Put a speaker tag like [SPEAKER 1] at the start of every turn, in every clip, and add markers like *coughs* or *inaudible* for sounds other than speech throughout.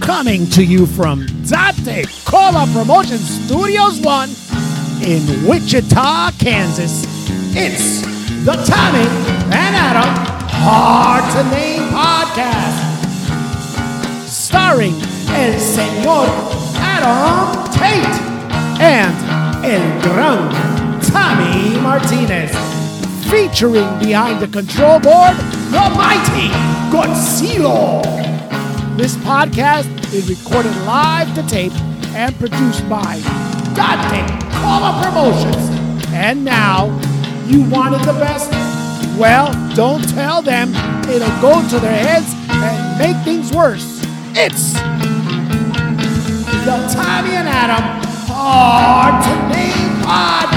[SPEAKER 1] coming to you from Dante Cola Promotion Studios 1 in Wichita, Kansas. It's the Tommy and Adam Hard to Name Podcast, starring El Señor Adam Tate and El Gran Tommy Martinez, featuring behind the control board the mighty Godzilla. This podcast is recorded live to tape and produced by Dante Cola Promotions. And now, you wanted the best? Well, don't tell them. It'll go to their heads and make things worse. It's the Tommy and Adam Hard to Name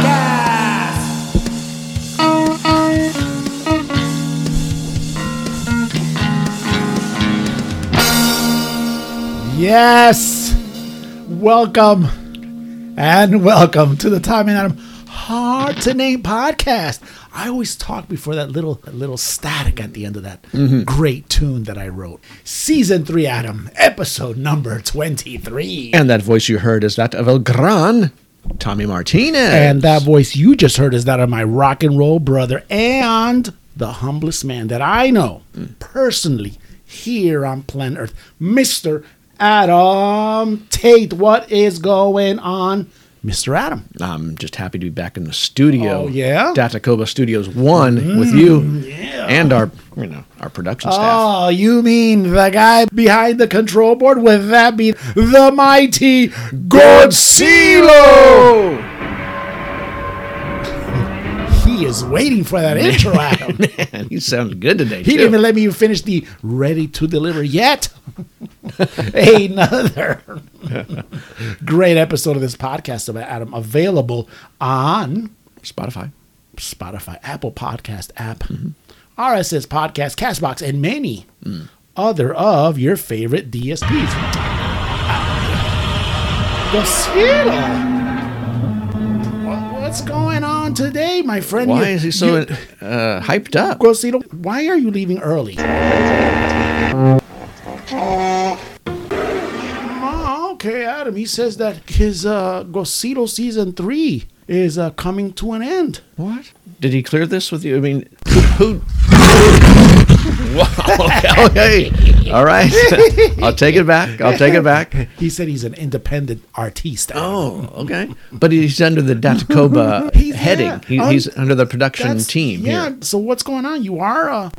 [SPEAKER 1] Podcast. Yes. Welcome and welcome to the Tom and Adam Hard to Name podcast. I always talk before that little that little static at the end of that great tune that I wrote. Season 3 Adam, episode number 23.
[SPEAKER 2] And that voice you heard is that of El Gran, Tommy Martinez.
[SPEAKER 1] And that voice you just heard is that of my rock and roll brother and the humblest man that I know personally here on planet Earth, Mr. Adam Tate. What is going on, Mr. Adam?
[SPEAKER 2] I'm just happy to be back in the studio.
[SPEAKER 1] Oh, yeah? Mm-hmm.
[SPEAKER 2] Datacoba Studios One with you and our, you know, our production staff.
[SPEAKER 1] Oh, you mean the guy behind the control board? Would that be the mighty Godzilla?
[SPEAKER 2] Oh, *laughs*
[SPEAKER 1] He is waiting for that intro, Adam.
[SPEAKER 2] man, you sound good today.
[SPEAKER 1] He
[SPEAKER 2] too.
[SPEAKER 1] didn't even let me finish the ready to deliver yet. *laughs* Another *laughs* great episode of this podcast about Adam available on
[SPEAKER 2] Spotify.
[SPEAKER 1] Spotify, Apple Podcast app,
[SPEAKER 2] Mm-hmm.
[SPEAKER 1] RSS Podcast, Castbox, and many
[SPEAKER 2] Mm.
[SPEAKER 1] other of your favorite DSPs. Godzilla. What- What's going on today, my friend?
[SPEAKER 2] Why
[SPEAKER 1] You-
[SPEAKER 2] is he so
[SPEAKER 1] you-
[SPEAKER 2] uh, hyped up?
[SPEAKER 1] Grosito, why are you leaving early? Oh, okay, Adam. He says that his uh, Grosito season three is uh, coming to an end.
[SPEAKER 2] What? Did he clear this with you? I mean, who? *laughs* wow.
[SPEAKER 1] *laughs*
[SPEAKER 2] Okay. okay. All right. *laughs* I'll take it back. I'll take it back.
[SPEAKER 1] He said he's an independent artiste. Adam.
[SPEAKER 2] Oh, okay. But he's under the Datacoba
[SPEAKER 1] *laughs* He's-
[SPEAKER 2] heading.
[SPEAKER 1] yeah.
[SPEAKER 2] He,
[SPEAKER 1] Oh,
[SPEAKER 2] he's under the production
[SPEAKER 1] That's-
[SPEAKER 2] team
[SPEAKER 1] Yeah.
[SPEAKER 2] here.
[SPEAKER 1] So what's going on? You are. Uh,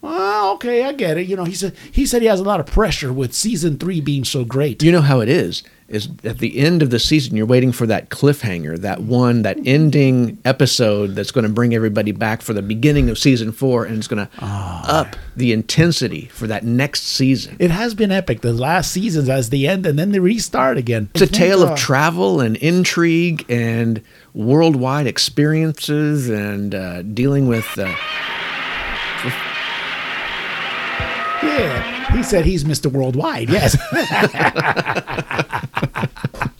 [SPEAKER 1] well, okay, I get it. You know, he said he said he has a lot of pressure with season three being so great.
[SPEAKER 2] You know how it is. Is at the end of the season, you're waiting for that cliffhanger, that one, that ending episode that's going to bring everybody back for the beginning of season four, and it's going to
[SPEAKER 1] Ah.
[SPEAKER 2] up the intensity for that next season.
[SPEAKER 1] It has been epic the last seasons as they end and then they restart again.
[SPEAKER 2] It's a
[SPEAKER 1] I think,
[SPEAKER 2] tale
[SPEAKER 1] uh,
[SPEAKER 2] of travel and intrigue and worldwide experiences and uh, dealing with. Uh,
[SPEAKER 1] Yeah, he said he's Mr. Worldwide. Yes. *laughs*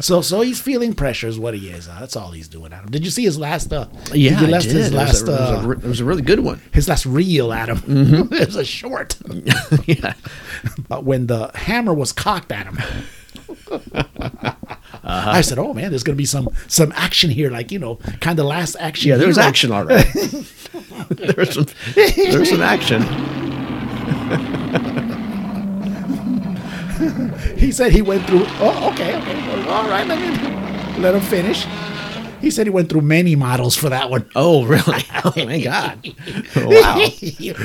[SPEAKER 1] so, so he's feeling pressure is what he is. huh? that's all he's doing, Adam. Did you see his last? Uh,
[SPEAKER 2] yeah,
[SPEAKER 1] you
[SPEAKER 2] I
[SPEAKER 1] left
[SPEAKER 2] did.
[SPEAKER 1] his
[SPEAKER 2] It was
[SPEAKER 1] last.
[SPEAKER 2] a- it was a
[SPEAKER 1] uh,
[SPEAKER 2] re- it was a really good one.
[SPEAKER 1] his last reel, Adam. *laughs* it was a short.
[SPEAKER 2] *laughs* yeah.
[SPEAKER 1] But when the hammer was cocked at
[SPEAKER 2] *laughs*
[SPEAKER 1] him,
[SPEAKER 2] Uh-huh.
[SPEAKER 1] I said, "Oh man, there's gonna be some some action here, like you know, kind of last action."
[SPEAKER 2] Yeah, there was
[SPEAKER 1] hero.
[SPEAKER 2] action already. *laughs* there was some, there was some action.
[SPEAKER 1] He said he went through. Oh, okay, okay, all right. Let me let him finish. He said he went through many models for that one.
[SPEAKER 2] Oh,
[SPEAKER 1] *laughs*
[SPEAKER 2] really? Oh my God! Oh, Wow.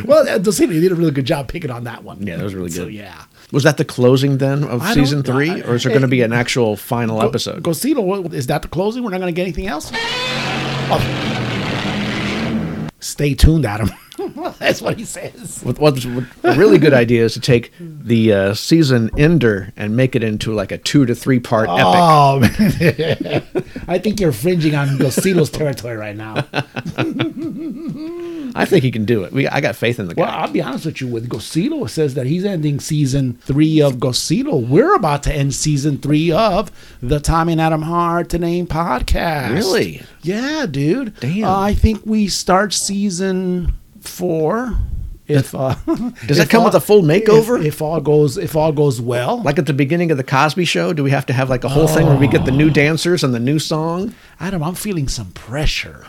[SPEAKER 1] well, the city did a really good job picking on that one.
[SPEAKER 2] Yeah, that was really
[SPEAKER 1] So
[SPEAKER 2] good.
[SPEAKER 1] yeah.
[SPEAKER 2] Was that the closing then of
[SPEAKER 1] I don't
[SPEAKER 2] season
[SPEAKER 1] know.
[SPEAKER 2] three, or is there going to be an actual final episode?
[SPEAKER 1] Gosito, what- is that the closing? We're not going to get anything else? Oh. Stay tuned, Adam. *laughs* That's what he says.
[SPEAKER 2] What, what's what, a really good idea is to take the uh, season ender and make it into like a two to three part epic.
[SPEAKER 1] Oh, man. *laughs* I think you're infringing on Gosito's territory right now.
[SPEAKER 2] I think he can do it. We, I got faith in the guy.
[SPEAKER 1] Well, I'll be honest with you. With Gosilo, it says that he's ending season three of Gosilo. We're about to end season three of the Tommy and Adam Hard to Name podcast.
[SPEAKER 2] Really?
[SPEAKER 1] Yeah, dude.
[SPEAKER 2] Damn.
[SPEAKER 1] Uh, I think we start season four. If uh,
[SPEAKER 2] Does
[SPEAKER 1] *laughs*
[SPEAKER 2] that
[SPEAKER 1] if
[SPEAKER 2] come with a full makeover?
[SPEAKER 1] If, if all goes if all goes well,
[SPEAKER 2] Like at the beginning of the Cosby Show, do we have to have like a whole thing where we get the
[SPEAKER 1] Oh.
[SPEAKER 2] new dancers and the new song?
[SPEAKER 1] Adam, I'm feeling some
[SPEAKER 2] *laughs*
[SPEAKER 1] pressure.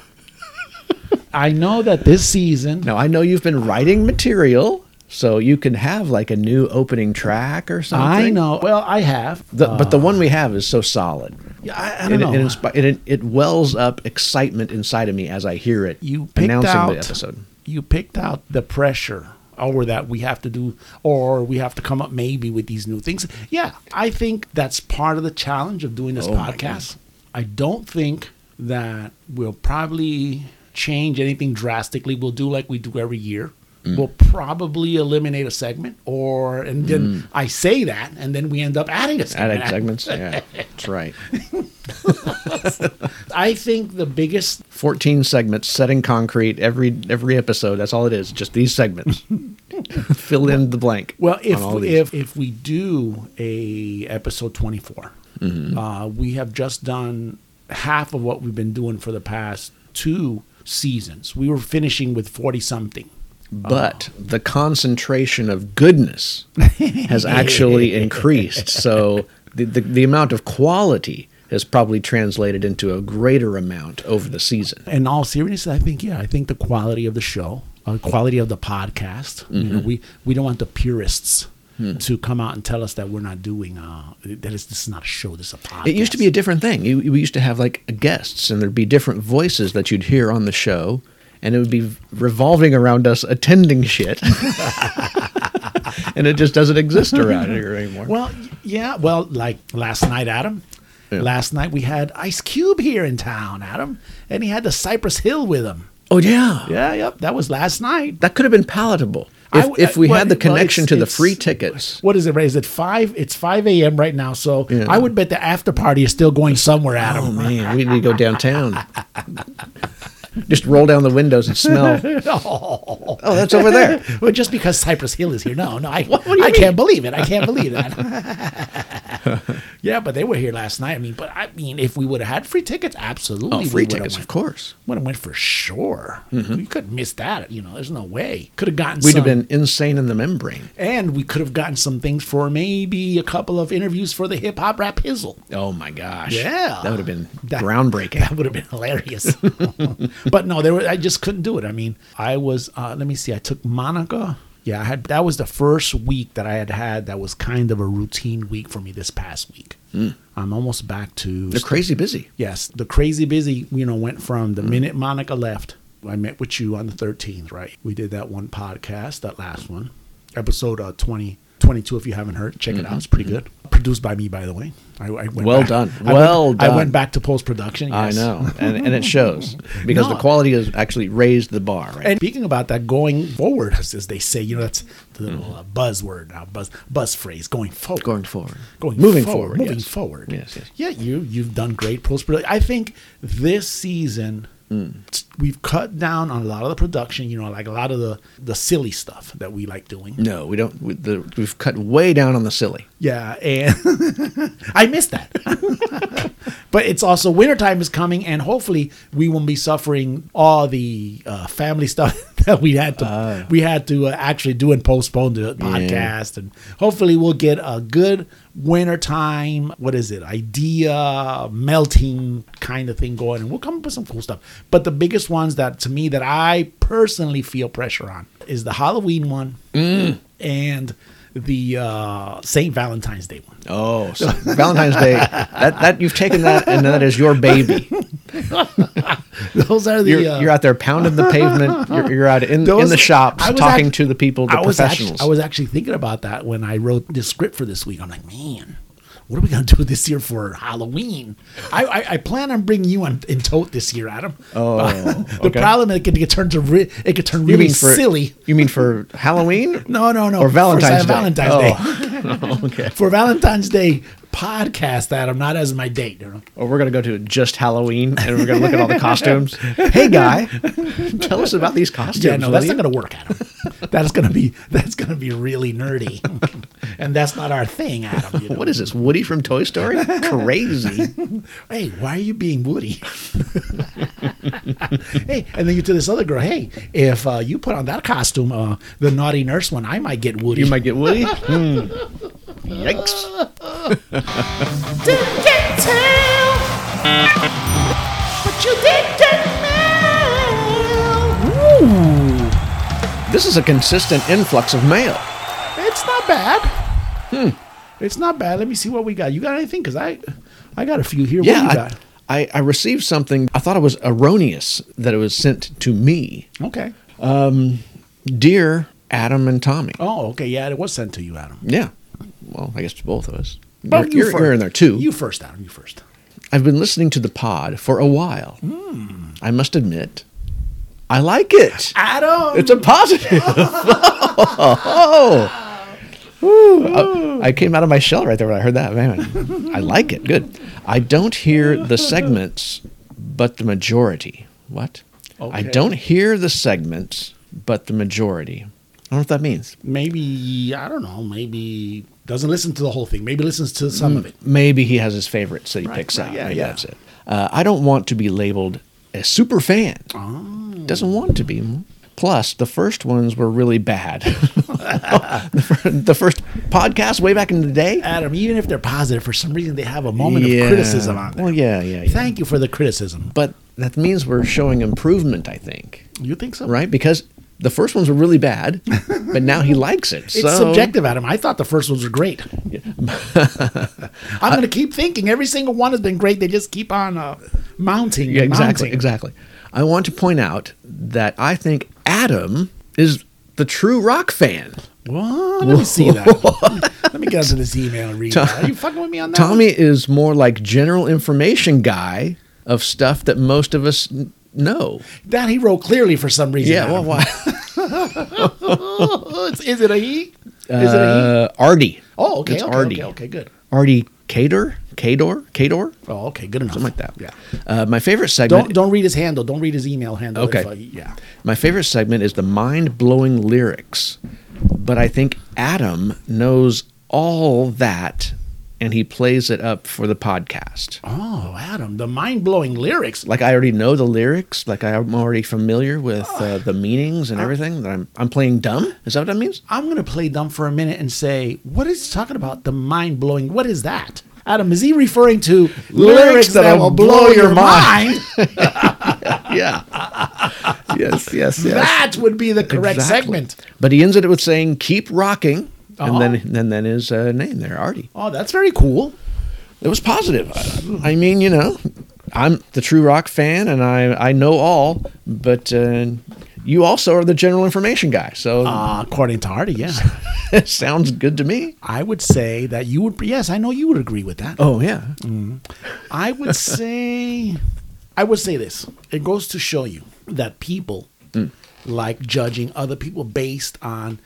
[SPEAKER 1] I know that this season.
[SPEAKER 2] Now I know you've been writing material, so you can have like a new opening track or something.
[SPEAKER 1] I know. Well, I have.
[SPEAKER 2] The,
[SPEAKER 1] Uh,
[SPEAKER 2] but the one we have is so solid.
[SPEAKER 1] yeah, I, I
[SPEAKER 2] It,
[SPEAKER 1] don't
[SPEAKER 2] it,
[SPEAKER 1] know.
[SPEAKER 2] inspi- it, it wells up excitement inside of me as I hear it
[SPEAKER 1] you picked
[SPEAKER 2] announcing
[SPEAKER 1] out
[SPEAKER 2] the episode.
[SPEAKER 1] You picked out the pressure or that we have to do or we have to come up maybe with these new things. Yeah, I think that's part of the challenge of doing this
[SPEAKER 2] Oh my
[SPEAKER 1] podcast. I don't think that we'll probably change anything drastically. We'll do like we do every year.
[SPEAKER 2] Mm.
[SPEAKER 1] We'll probably eliminate a segment or and then
[SPEAKER 2] Mm.
[SPEAKER 1] I say that and then we end up adding a segment.
[SPEAKER 2] Added segments. Yeah, that's right.
[SPEAKER 1] I think the biggest
[SPEAKER 2] 14 segments set in concrete every every episode. That's all it is. Just these segments. *laughs* Fill in the blank.
[SPEAKER 1] Well,
[SPEAKER 2] on
[SPEAKER 1] if
[SPEAKER 2] all these.
[SPEAKER 1] if if we do a episode twenty
[SPEAKER 2] Mm-hmm.
[SPEAKER 1] uh, we have just done half of what we've been doing for the past two seasons. We were finishing with forty something.
[SPEAKER 2] but the concentration of goodness
[SPEAKER 1] *laughs*
[SPEAKER 2] has actually increased. So the, the, the amount of quality has probably translated into a greater amount over the season.
[SPEAKER 1] In all seriousness, I think yeah, I think the quality of the show, uh, quality of the podcast. You
[SPEAKER 2] Mm-hmm.
[SPEAKER 1] know, we we don't want the purists.
[SPEAKER 2] Hmm.
[SPEAKER 1] To come out and tell us that we're not doing uh, that is this is not a show, this is a podcast.
[SPEAKER 2] It used to be a different thing. You, we used to have like guests, and there'd be different voices that you'd hear on the show, and it would be revolving around us attending shit. *laughs* and it just doesn't exist around here anymore.
[SPEAKER 1] Well, y- yeah. Well, like last night, Adam.
[SPEAKER 2] Yeah.
[SPEAKER 1] Last night we had Ice Cube here in town, Adam, and he had the Cypress Hill with him.
[SPEAKER 2] oh, yeah.
[SPEAKER 1] Yeah, yep. That was last night.
[SPEAKER 2] That could have been palatable
[SPEAKER 1] I
[SPEAKER 2] if,
[SPEAKER 1] w-
[SPEAKER 2] if we
[SPEAKER 1] well,
[SPEAKER 2] had the
[SPEAKER 1] well,
[SPEAKER 2] connection
[SPEAKER 1] it's-
[SPEAKER 2] to the
[SPEAKER 1] it's-
[SPEAKER 2] free tickets.
[SPEAKER 1] What is it, Ray? Is it five? It's five a.m. right now, so
[SPEAKER 2] Yeah.
[SPEAKER 1] I would bet the after party is still going somewhere,
[SPEAKER 2] Oh
[SPEAKER 1] Adam.
[SPEAKER 2] man, we need to go downtown. Just roll down the windows and smell. *laughs* Oh, that's over there.
[SPEAKER 1] *laughs* Well, just because Cypress Hill is here, no, no, I,
[SPEAKER 2] *laughs*
[SPEAKER 1] I can't believe it. I can't believe that.
[SPEAKER 2] *laughs*
[SPEAKER 1] *laughs* yeah, but they were here last night. I mean, but I mean, if we would have had free tickets, absolutely,
[SPEAKER 2] Oh,
[SPEAKER 1] we
[SPEAKER 2] free
[SPEAKER 1] would have
[SPEAKER 2] tickets,
[SPEAKER 1] went.
[SPEAKER 2] of course.
[SPEAKER 1] Would have went for sure. You couldn't miss that. You know, there's no way. Could have gotten.
[SPEAKER 2] Mm-hmm. We'd
[SPEAKER 1] some,
[SPEAKER 2] have been insane in the membrane.
[SPEAKER 1] and we could have gotten some things for maybe a couple of interviews for the hip hop rap hizzle. *laughs*
[SPEAKER 2] Oh my gosh.
[SPEAKER 1] Yeah.
[SPEAKER 2] That would have been
[SPEAKER 1] That-
[SPEAKER 2] groundbreaking.
[SPEAKER 1] That would have been hilarious. *laughs* but no, there were, I just couldn't do it. I mean, I was. Uh, let me see. I took Monica. Yeah, I had. That was the first week that I had had. That was kind of a routine week for me this past week.
[SPEAKER 2] Hmm.
[SPEAKER 1] I'm almost back to
[SPEAKER 2] They're crazy busy.
[SPEAKER 1] Yes, the crazy busy, you know, went from the
[SPEAKER 2] Mm.
[SPEAKER 1] minute Monica left. I met with you on the 13th, right? We did that one podcast, that last one, episode uh, 20, 22. If you haven't heard, check it out. It's pretty good. Produced by me, by the way. I, I went
[SPEAKER 2] Mm-hmm. Well
[SPEAKER 1] back-
[SPEAKER 2] done.
[SPEAKER 1] I
[SPEAKER 2] Well
[SPEAKER 1] went, I
[SPEAKER 2] done.
[SPEAKER 1] went back to post production.
[SPEAKER 2] I know. And, and *laughs* it shows because
[SPEAKER 1] No.
[SPEAKER 2] the quality has actually raised the bar. Right?
[SPEAKER 1] And speaking about that, going forward, as as they say, you know, that's the
[SPEAKER 2] Mm-hmm.
[SPEAKER 1] little, uh, buzzword now, buzz buzz phrase, going forward.
[SPEAKER 2] Going forward.
[SPEAKER 1] going
[SPEAKER 2] Moving
[SPEAKER 1] forward,
[SPEAKER 2] forward,
[SPEAKER 1] moving
[SPEAKER 2] yes.
[SPEAKER 1] forward.
[SPEAKER 2] Yes, yes.
[SPEAKER 1] Yeah, you you've done great post production. I think this season
[SPEAKER 2] Mm.
[SPEAKER 1] t- we've cut down on a lot of the production. You know, like a lot of the the silly stuff that we like doing.
[SPEAKER 2] no, we don't. We, the, we've cut way down on the silly.
[SPEAKER 1] Yeah, and I missed that. *laughs* but it's also wintertime is coming, and hopefully we won't be suffering all the uh, family *laughs* stuff that we had to we had to uh, actually do and postpone the podcast, and hopefully we'll get a good wintertime. What is it? Idea melting kind of thing going, and we'll come up with some cool stuff. But the biggest ones that to me that I personally feel pressure on is the Halloween one and the uh, Saint Valentine's Day one.
[SPEAKER 2] *laughs* Oh, so Valentine's Day. That, that you've taken that and that is your *laughs* baby.
[SPEAKER 1] *laughs* Those are the
[SPEAKER 2] you're,
[SPEAKER 1] uh,
[SPEAKER 2] you're
[SPEAKER 1] *laughs*
[SPEAKER 2] out there pounding the pavement. You're, you're out in, in
[SPEAKER 1] Those-
[SPEAKER 2] the shops
[SPEAKER 1] I was
[SPEAKER 2] talking
[SPEAKER 1] act-
[SPEAKER 2] to the people, the
[SPEAKER 1] I was act-
[SPEAKER 2] professionals.
[SPEAKER 1] I was actually thinking about that when I wrote this script for this week. I'm like, man, what are we gonna *laughs* do this year for Halloween? I, I, I plan on bringing you on in tote this year, Adam.
[SPEAKER 2] Oh,
[SPEAKER 1] *laughs* the
[SPEAKER 2] okay.
[SPEAKER 1] problem is it could, it could turn to re- it could turn
[SPEAKER 2] you
[SPEAKER 1] really
[SPEAKER 2] mean for
[SPEAKER 1] silly.
[SPEAKER 2] You mean for Halloween?
[SPEAKER 1] *laughs* No, no, no.
[SPEAKER 2] Or
[SPEAKER 1] for
[SPEAKER 2] Valentine's Day.
[SPEAKER 1] Valentine's
[SPEAKER 2] Oh, *laughs* okay.
[SPEAKER 1] Day. *laughs* For Valentine's Day podcast, Adam, not as my date. you know?
[SPEAKER 2] Or we're gonna go to just Halloween and we're gonna look
[SPEAKER 1] *laughs*
[SPEAKER 2] at all the costumes. hey, guy, tell us about these costumes.
[SPEAKER 1] Yeah, no, that's
[SPEAKER 2] will
[SPEAKER 1] not
[SPEAKER 2] you?
[SPEAKER 1] gonna work, Adam. *laughs* that's gonna be *laughs* that's gonna be really
[SPEAKER 2] *laughs*
[SPEAKER 1] nerdy, and that's not our thing, Adam. you know?
[SPEAKER 2] What is this? Woody from Toy Story? Crazy.
[SPEAKER 1] Hey, why are you being Woody? hey, and then you tell this other girl, hey, if uh, you put on that costume, uh, the naughty nurse one, I might get Woody.
[SPEAKER 2] You might get Woody. Hmm. Yikes.
[SPEAKER 3] didn't get tail, but you did get mail.
[SPEAKER 1] Ooh,
[SPEAKER 2] This is a consistent influx of mail.
[SPEAKER 1] it's not bad. Hmm. It's not bad. Let me see what we got. You got anything? Because I, I got a few here. what do you
[SPEAKER 2] Yeah,
[SPEAKER 1] got?
[SPEAKER 2] I, I, I received something. I thought it was erroneous that it was sent to me.
[SPEAKER 1] Okay.
[SPEAKER 2] Dear Adam and Tommy.
[SPEAKER 1] Oh, okay. Yeah, it was sent to you, Adam.
[SPEAKER 2] Yeah. Well, I guess to both of us.
[SPEAKER 1] But
[SPEAKER 2] you're, you're, you're in there too.
[SPEAKER 1] You first, Adam. You first.
[SPEAKER 2] I've been listening to the pod for a while.
[SPEAKER 1] Hmm.
[SPEAKER 2] I must admit, I like it.
[SPEAKER 1] Adam.
[SPEAKER 2] It's
[SPEAKER 1] *laughs*
[SPEAKER 2] a positive. *laughs* oh. Woo. I, I came out of my shell right there when I heard that. Man, I like it. Good. I don't hear the segments, but the majority. What? I
[SPEAKER 1] Okay.
[SPEAKER 2] don't hear the segments, but the majority. I don't know what that means.
[SPEAKER 1] maybe I don't know. Maybe doesn't listen to the whole thing. Maybe listens to some
[SPEAKER 2] Mm.
[SPEAKER 1] of it.
[SPEAKER 2] Maybe he has his favorites that he
[SPEAKER 1] Right,
[SPEAKER 2] picks
[SPEAKER 1] right,
[SPEAKER 2] out.
[SPEAKER 1] yeah,
[SPEAKER 2] Maybe
[SPEAKER 1] yeah.
[SPEAKER 2] that's it. Uh, I don't want to be labeled a super fan.
[SPEAKER 1] Oh.
[SPEAKER 2] Doesn't want to be. Plus, the first ones were really bad. *laughs* the, fir- the first podcast way back in the day.
[SPEAKER 1] Adam, even if they're positive, for some reason they have a moment of
[SPEAKER 2] Yeah.
[SPEAKER 1] criticism on there.
[SPEAKER 2] Well, yeah, yeah, yeah.
[SPEAKER 1] Thank you for the criticism.
[SPEAKER 2] But that means we're showing improvement, I think,
[SPEAKER 1] You think so?
[SPEAKER 2] right? Because the first ones were
[SPEAKER 1] *laughs*
[SPEAKER 2] really bad, but now he likes it.
[SPEAKER 1] It's
[SPEAKER 2] so
[SPEAKER 1] subjective, Adam. I thought the first ones were great. *laughs* I'm going to keep thinking every single one has been great. They just keep on uh, mounting.
[SPEAKER 2] Yeah,
[SPEAKER 1] and
[SPEAKER 2] exactly,
[SPEAKER 1] mounting.
[SPEAKER 2] exactly. I want to point out that I think Adam is the true rock fan.
[SPEAKER 1] Well, let me see
[SPEAKER 2] *laughs*
[SPEAKER 1] that. let me get into this email and read. that. Are you fucking with me on that?
[SPEAKER 2] Tommy is more like general information guy of stuff that most of us n- know.
[SPEAKER 1] one? that he wrote clearly for some reason.
[SPEAKER 2] Yeah,
[SPEAKER 1] Adam.
[SPEAKER 2] well, why?
[SPEAKER 1] Oh, it's- is it a he? Is it a he?
[SPEAKER 2] *laughs* Uh, Artie.
[SPEAKER 1] Oh, okay,
[SPEAKER 2] it's
[SPEAKER 1] okay,
[SPEAKER 2] Artie.
[SPEAKER 1] okay, okay, good.
[SPEAKER 2] Artie Cador? Cador? Cador?
[SPEAKER 1] Oh, okay, good enough.
[SPEAKER 2] Something like that.
[SPEAKER 1] Yeah.
[SPEAKER 2] Uh, my favorite segment.
[SPEAKER 1] Don't don't read his handle. Don't read his email handle.
[SPEAKER 2] Okay.
[SPEAKER 1] If, uh, yeah.
[SPEAKER 2] My favorite segment is the mind blowing lyrics, but I think Adam knows all that and he plays it up for the podcast.
[SPEAKER 1] Oh, Adam, the mind blowing lyrics.
[SPEAKER 2] Like I already know the lyrics, like I'm already familiar with uh, the meanings
[SPEAKER 1] Ah.
[SPEAKER 2] and everything. That I'm I'm playing dumb. Is that what that means?
[SPEAKER 1] I'm gonna play dumb for a minute and say, what is he talking about? The mind blowing. What is that? Adam, is he referring to lyrics,
[SPEAKER 2] that will blow your mind? *laughs*
[SPEAKER 1] mind? *laughs*
[SPEAKER 2] Yeah. *laughs* yes, yes, yes.
[SPEAKER 1] that would be the correct
[SPEAKER 2] Exactly.
[SPEAKER 1] segment.
[SPEAKER 2] But he ends it with saying "keep rocking,"
[SPEAKER 1] Uh-huh.
[SPEAKER 2] and then then then his uh, name there, Artie.
[SPEAKER 1] Oh, that's very cool.
[SPEAKER 2] It was positive. I, I mean, you know, I'm the true rock fan, and I I know all, but uh, you also are the general information guy, so
[SPEAKER 1] Uh, according to Artie, yeah.
[SPEAKER 2] *laughs* it sounds good to me.
[SPEAKER 1] I would say that you would yes, I know you would agree with that.
[SPEAKER 2] Oh yeah,
[SPEAKER 1] Mm. I would say, I would say this. It goes to show you that people like judging other people based on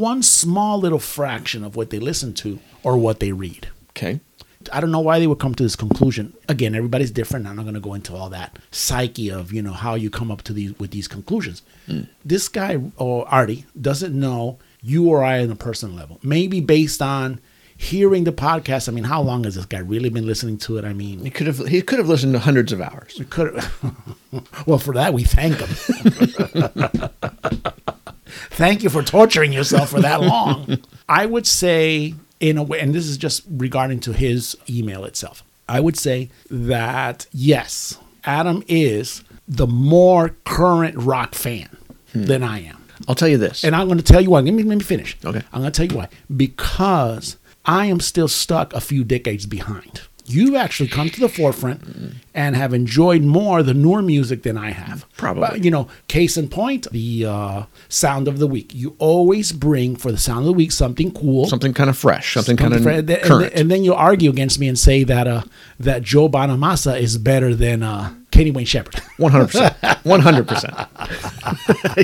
[SPEAKER 1] one small little fraction of what they listen to or what they read.
[SPEAKER 2] okay.
[SPEAKER 1] I don't know why they would come to this conclusion. Again, everybody's different. I'm not going to go into all that psyche of you know how you come up to these with these conclusions. This guy or Artie doesn't know you or I on a personal level. Maybe based on hearing the podcast. I mean, how long has this guy really been listening to it? I mean,
[SPEAKER 2] He could have he could have listened to hundreds of hours.
[SPEAKER 1] we could. *laughs* well, for that we thank him. *laughs* thank you for torturing yourself for that long. I would say, in a way, and this is just regarding to his email itself. I would say that yes, Adam is the more current rock fan than I am.
[SPEAKER 2] I'll tell you this.
[SPEAKER 1] And I'm going to tell you why. Let me, let me finish.
[SPEAKER 2] Okay.
[SPEAKER 1] I'm going to tell you why. Because I am still stuck a few decades behind. You've actually come to the forefront and have enjoyed more the newer music than I have.
[SPEAKER 2] Probably.
[SPEAKER 1] But, you know, case in point, the uh, Sound of the Week. You always bring for the Sound of the Week something cool.
[SPEAKER 2] something kind of fresh, something,
[SPEAKER 1] Fred, and
[SPEAKER 2] kind
[SPEAKER 1] then-
[SPEAKER 2] of
[SPEAKER 1] and,
[SPEAKER 2] current.
[SPEAKER 1] then, and then you argue against me and say that uh, that Joe Bonamassa is better than uh, Kenny Wayne Shepherd. *laughs*
[SPEAKER 2] One hundred percent. One hundred percent. *laughs*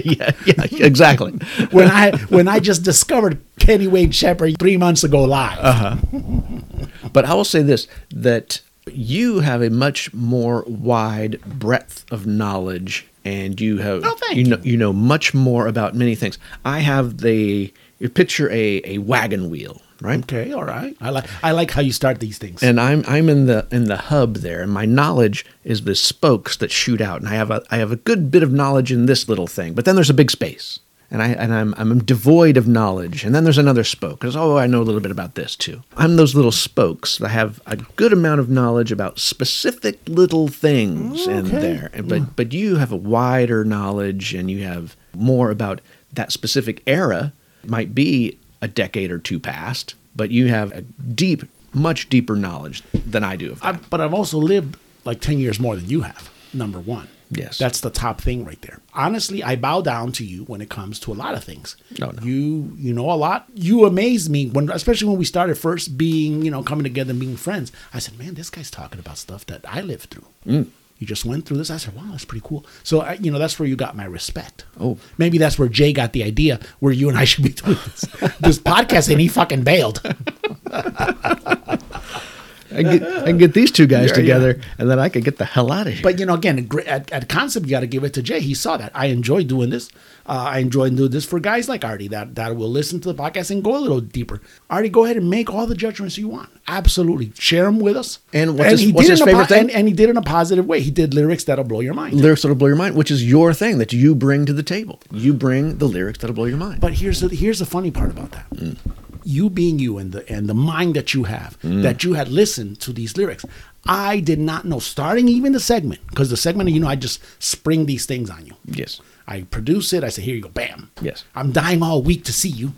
[SPEAKER 2] Yeah, yeah, exactly.
[SPEAKER 1] when I when I just discovered Kenny Wayne Shepherd three months ago live.
[SPEAKER 2] But I will say this: that you have a much more wide breadth of knowledge, and you have
[SPEAKER 1] Oh, thank
[SPEAKER 2] you know you know much more about many things. I have the you picture a a wagon wheel. right?
[SPEAKER 1] Okay, all right. I like I like how you start these things.
[SPEAKER 2] and I'm I'm in the in the hub there, and my knowledge is the spokes that shoot out, and I have a I have a good bit of knowledge in this little thing, but then there's a big space, and I and I'm I'm devoid of knowledge, and then there's another spoke because oh I know a little bit about this too. I'm those little spokes that have a good amount of knowledge about specific little things in
[SPEAKER 1] Okay.
[SPEAKER 2] there, and- but but you have a wider knowledge, and you have more about that specific era. Might be a decade or two past, but you have a deep much deeper knowledge than I do of
[SPEAKER 1] I,
[SPEAKER 2] that.
[SPEAKER 1] but I've also lived like 10 years more than you have, number one.
[SPEAKER 2] Yes.
[SPEAKER 1] That's the top thing right there. Honestly, I bow down to you when it comes to a lot of things.
[SPEAKER 2] Oh, No, no.
[SPEAKER 1] You you know a lot. You amaze me when especially when we started first being, you know, coming together and being friends. I said, "Man, this guy's talking about stuff that I lived through."
[SPEAKER 2] Mm.
[SPEAKER 1] You just went through this. I said, "Wow, that's pretty cool." So, I, you know, that's where you got my respect.
[SPEAKER 2] Oh.
[SPEAKER 1] maybe that's where Jay got the idea where you and I should be doing
[SPEAKER 2] *laughs*
[SPEAKER 1] this, this podcast, and he fucking bailed.
[SPEAKER 2] I get, I can get these two guys
[SPEAKER 1] Yeah,
[SPEAKER 2] together, and then I could get the hell out of here.
[SPEAKER 1] But you know, again, a great- at, at concept, you got to give it to Jay. He saw that. I enjoy doing this. Uh, I enjoy doing this for guys like Artie that that will listen to the podcast and go a little deeper. Artie, go ahead and make all the judgments you want. Absolutely, share them with us.
[SPEAKER 2] And what's his- what's
[SPEAKER 1] did
[SPEAKER 2] his
[SPEAKER 1] it in a
[SPEAKER 2] favorite thing?
[SPEAKER 1] And, and he did it in a positive way. He did lyrics that'll blow your mind.
[SPEAKER 2] lyrics that'll blow your mind, which is your thing that you bring to the table. You bring the lyrics that'll blow your mind.
[SPEAKER 1] But here's the here's the funny part about that.
[SPEAKER 2] Mm.
[SPEAKER 1] You being you and the and the mind that you have
[SPEAKER 2] Mm.
[SPEAKER 1] that you had listened to these lyrics. I did not know starting even the segment because the segment you know I just spring these things on you.
[SPEAKER 2] yes,
[SPEAKER 1] I produce it. I say, here you go, bam.
[SPEAKER 2] Yes.
[SPEAKER 1] I'm dying all week to see you.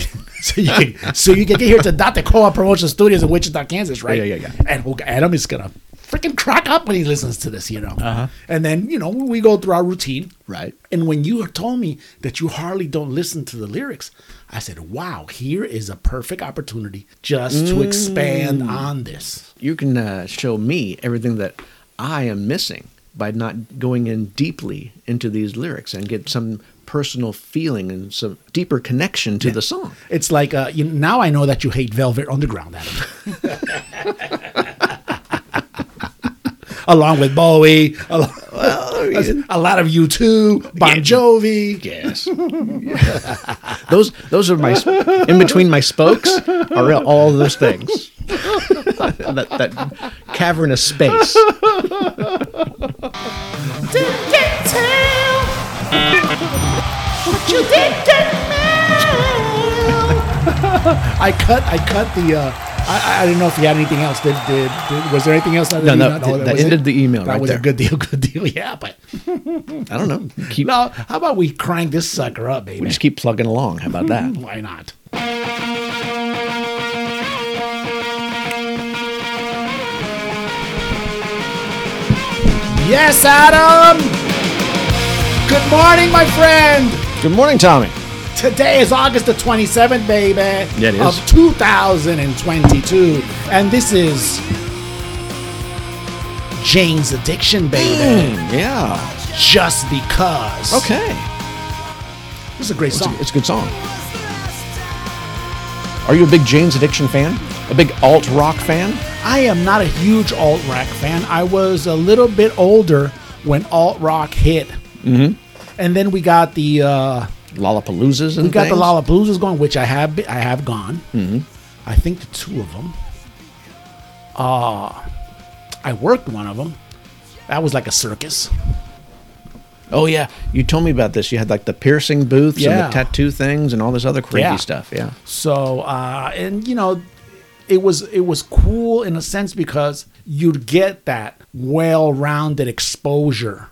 [SPEAKER 1] *laughs* so you can so you can get here to Dr. Co-op Promotion Studios in Wichita, Kansas, right?
[SPEAKER 2] Yeah, yeah, yeah.
[SPEAKER 1] And we'll- Adam is gonna freaking crack up when he listens to this, you know. Uh-huh. And then you know we go through our routine,
[SPEAKER 2] Right.
[SPEAKER 1] And when you told me that you hardly don't listen to the lyrics, I said, wow, here is a perfect opportunity just to expand
[SPEAKER 2] Mm.
[SPEAKER 1] on this.
[SPEAKER 2] you can uh, show me everything that I am missing by not going in deeply into these lyrics and get some personal feeling and some deeper connection to the song.
[SPEAKER 1] It's like uh, you now I know that you hate Velvet Underground, Adam. *laughs* along with Bowie, al- a lot of you too, Bon Jovi. *laughs*
[SPEAKER 2] Yes. *laughs* those those are my sp- in between my spokes are all those things. *laughs* that, that cavernous space.
[SPEAKER 4] Didn't get tail. But you did get mail.
[SPEAKER 1] I cut, I cut the. Uh, I, I- I didn't know if you had anything else. Did, did, did- was there anything else? That
[SPEAKER 2] No, no,
[SPEAKER 1] that,
[SPEAKER 2] that
[SPEAKER 1] was
[SPEAKER 2] ended the email
[SPEAKER 1] That
[SPEAKER 2] right
[SPEAKER 1] was
[SPEAKER 2] there.
[SPEAKER 1] a good deal, *laughs* good deal. Yeah, but
[SPEAKER 2] I don't know. Keep
[SPEAKER 1] no. How about we crank this sucker up, baby?
[SPEAKER 2] we just keep plugging along. How about that?
[SPEAKER 1] Why not? Yes, Adam! Good morning, my friend!
[SPEAKER 2] Good morning, Tommy.
[SPEAKER 1] Today is August the 27th, baby.
[SPEAKER 2] Yeah, it is.
[SPEAKER 1] Of 2022. And this is Jane's Addiction, baby.
[SPEAKER 2] Yeah.
[SPEAKER 1] Just because.
[SPEAKER 2] Mm. Okay.
[SPEAKER 1] This is a great song.
[SPEAKER 2] It's a good song. Are you a big Jane's Addiction fan? A big alt rock fan?
[SPEAKER 1] I am not a huge alt rock fan. I was a little bit older when alt rock hit, mm-hmm. and then we got the uh,
[SPEAKER 2] Lollapaloozas and
[SPEAKER 1] we got the
[SPEAKER 2] things?
[SPEAKER 1] Lollapaloozas going, which I have be- I have gone. Mm-hmm. I think the two of them. Uh, I worked one of them. That was like a circus.
[SPEAKER 2] Oh yeah, you told me about this. You had like the piercing booths
[SPEAKER 1] Yeah.
[SPEAKER 2] and the tattoo things and all this other crazy
[SPEAKER 1] Yeah.
[SPEAKER 2] stuff. Yeah.
[SPEAKER 1] So uh, and you know, it was it was cool in a sense because you'd get that well-rounded exposure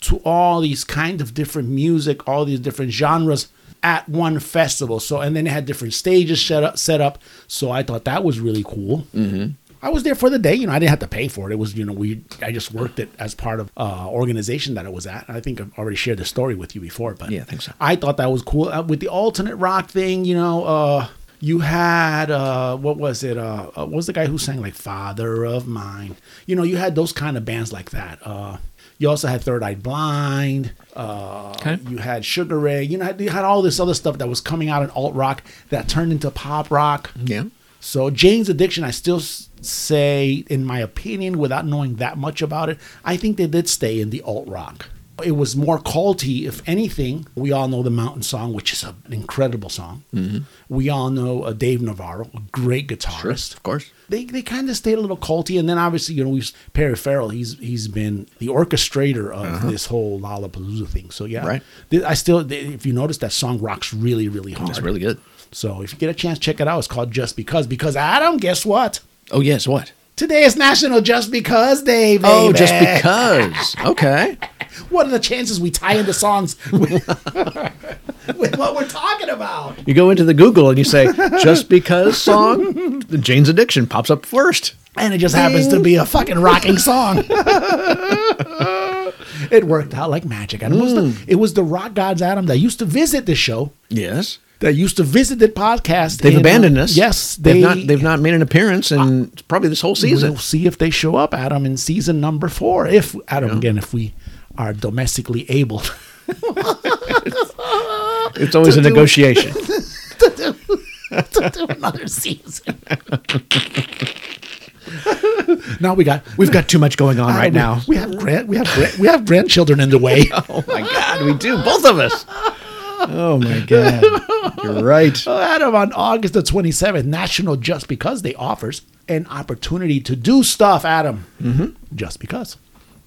[SPEAKER 1] to all these kind of different music, all these different genres at one festival. So and then it had different stages set up. Set up. So I thought that was really cool. Mm-hmm. I was there for the day. You know, I didn't have to pay for it. It was you know we I just worked it as part of uh, organization that I was at. I think I've already shared the story with you before, but
[SPEAKER 2] Yeah, I think so.
[SPEAKER 1] I thought that was cool uh, with the alternate rock thing. You know, uh, you had uh, what was it? Uh, uh, what was the guy who sang like "Father of Mine"? You know, you had those kind of bands like that. Uh, you also had Third Eye Blind. Uh,
[SPEAKER 2] Okay.
[SPEAKER 1] You had Sugar Ray. You know, you had all this other stuff that was coming out in alt rock that turned into pop rock.
[SPEAKER 2] Yeah.
[SPEAKER 1] So Jane's Addiction, I still s- say, in my opinion, without knowing that much about it, I think they did stay in the alt rock it was more culty, if anything. We all know the Mountain Song, which is a- an incredible song.
[SPEAKER 2] Mm-hmm.
[SPEAKER 1] We all know uh, Dave Navarro, a great guitarist.
[SPEAKER 2] of course.
[SPEAKER 1] They, they kind of stayed a little culty, and then obviously you know we Perry Farrell. He's he's been the orchestrator of this whole Lollapalooza thing. So yeah,
[SPEAKER 2] Uh-huh. Right.
[SPEAKER 1] Th- I still if you notice that song rocks really really hard.
[SPEAKER 2] That's Oh, really good.
[SPEAKER 1] So if you get a chance, check it out. It's called Just Because. Because Adam, guess what?
[SPEAKER 2] Oh yes, what?
[SPEAKER 1] Today is National Just Because Day, baby.
[SPEAKER 2] Oh, just because. Okay.
[SPEAKER 1] What are the chances we tie into songs *laughs* with, with what we're talking about?
[SPEAKER 2] You go into the Google and you say just because song, the Jane's Addiction pops up first.
[SPEAKER 1] And it just happens to be a fucking rocking song. *laughs* it worked out like magic. And it, was
[SPEAKER 2] Hmm.
[SPEAKER 1] the, it was the rock gods, Adam, that used to visit this show,
[SPEAKER 2] Yes.
[SPEAKER 1] that used to visit the podcast.
[SPEAKER 2] They've
[SPEAKER 1] and, uh,
[SPEAKER 2] abandoned us.
[SPEAKER 1] Yes.
[SPEAKER 2] They, have not they've not made an appearance in probably this whole season.
[SPEAKER 1] We'll see if they show up, Adam, in season number four. If Adam again, if we are domestically able *laughs*
[SPEAKER 2] It's always a *laughs* negotiation.
[SPEAKER 1] to
[SPEAKER 2] *laughs*
[SPEAKER 1] do another season. *laughs* now we got
[SPEAKER 2] We've got too much going on right
[SPEAKER 1] we,
[SPEAKER 2] now.
[SPEAKER 1] We have grand, we have grand, we have grandchildren in the
[SPEAKER 2] *laughs*
[SPEAKER 1] way.
[SPEAKER 2] Oh my God, we do both of us. Oh my God, you're right.
[SPEAKER 1] Adam on August the twenty seventh, National Just Because Day offers an opportunity to do stuff. Adam,
[SPEAKER 2] Mm-hmm.
[SPEAKER 1] just because.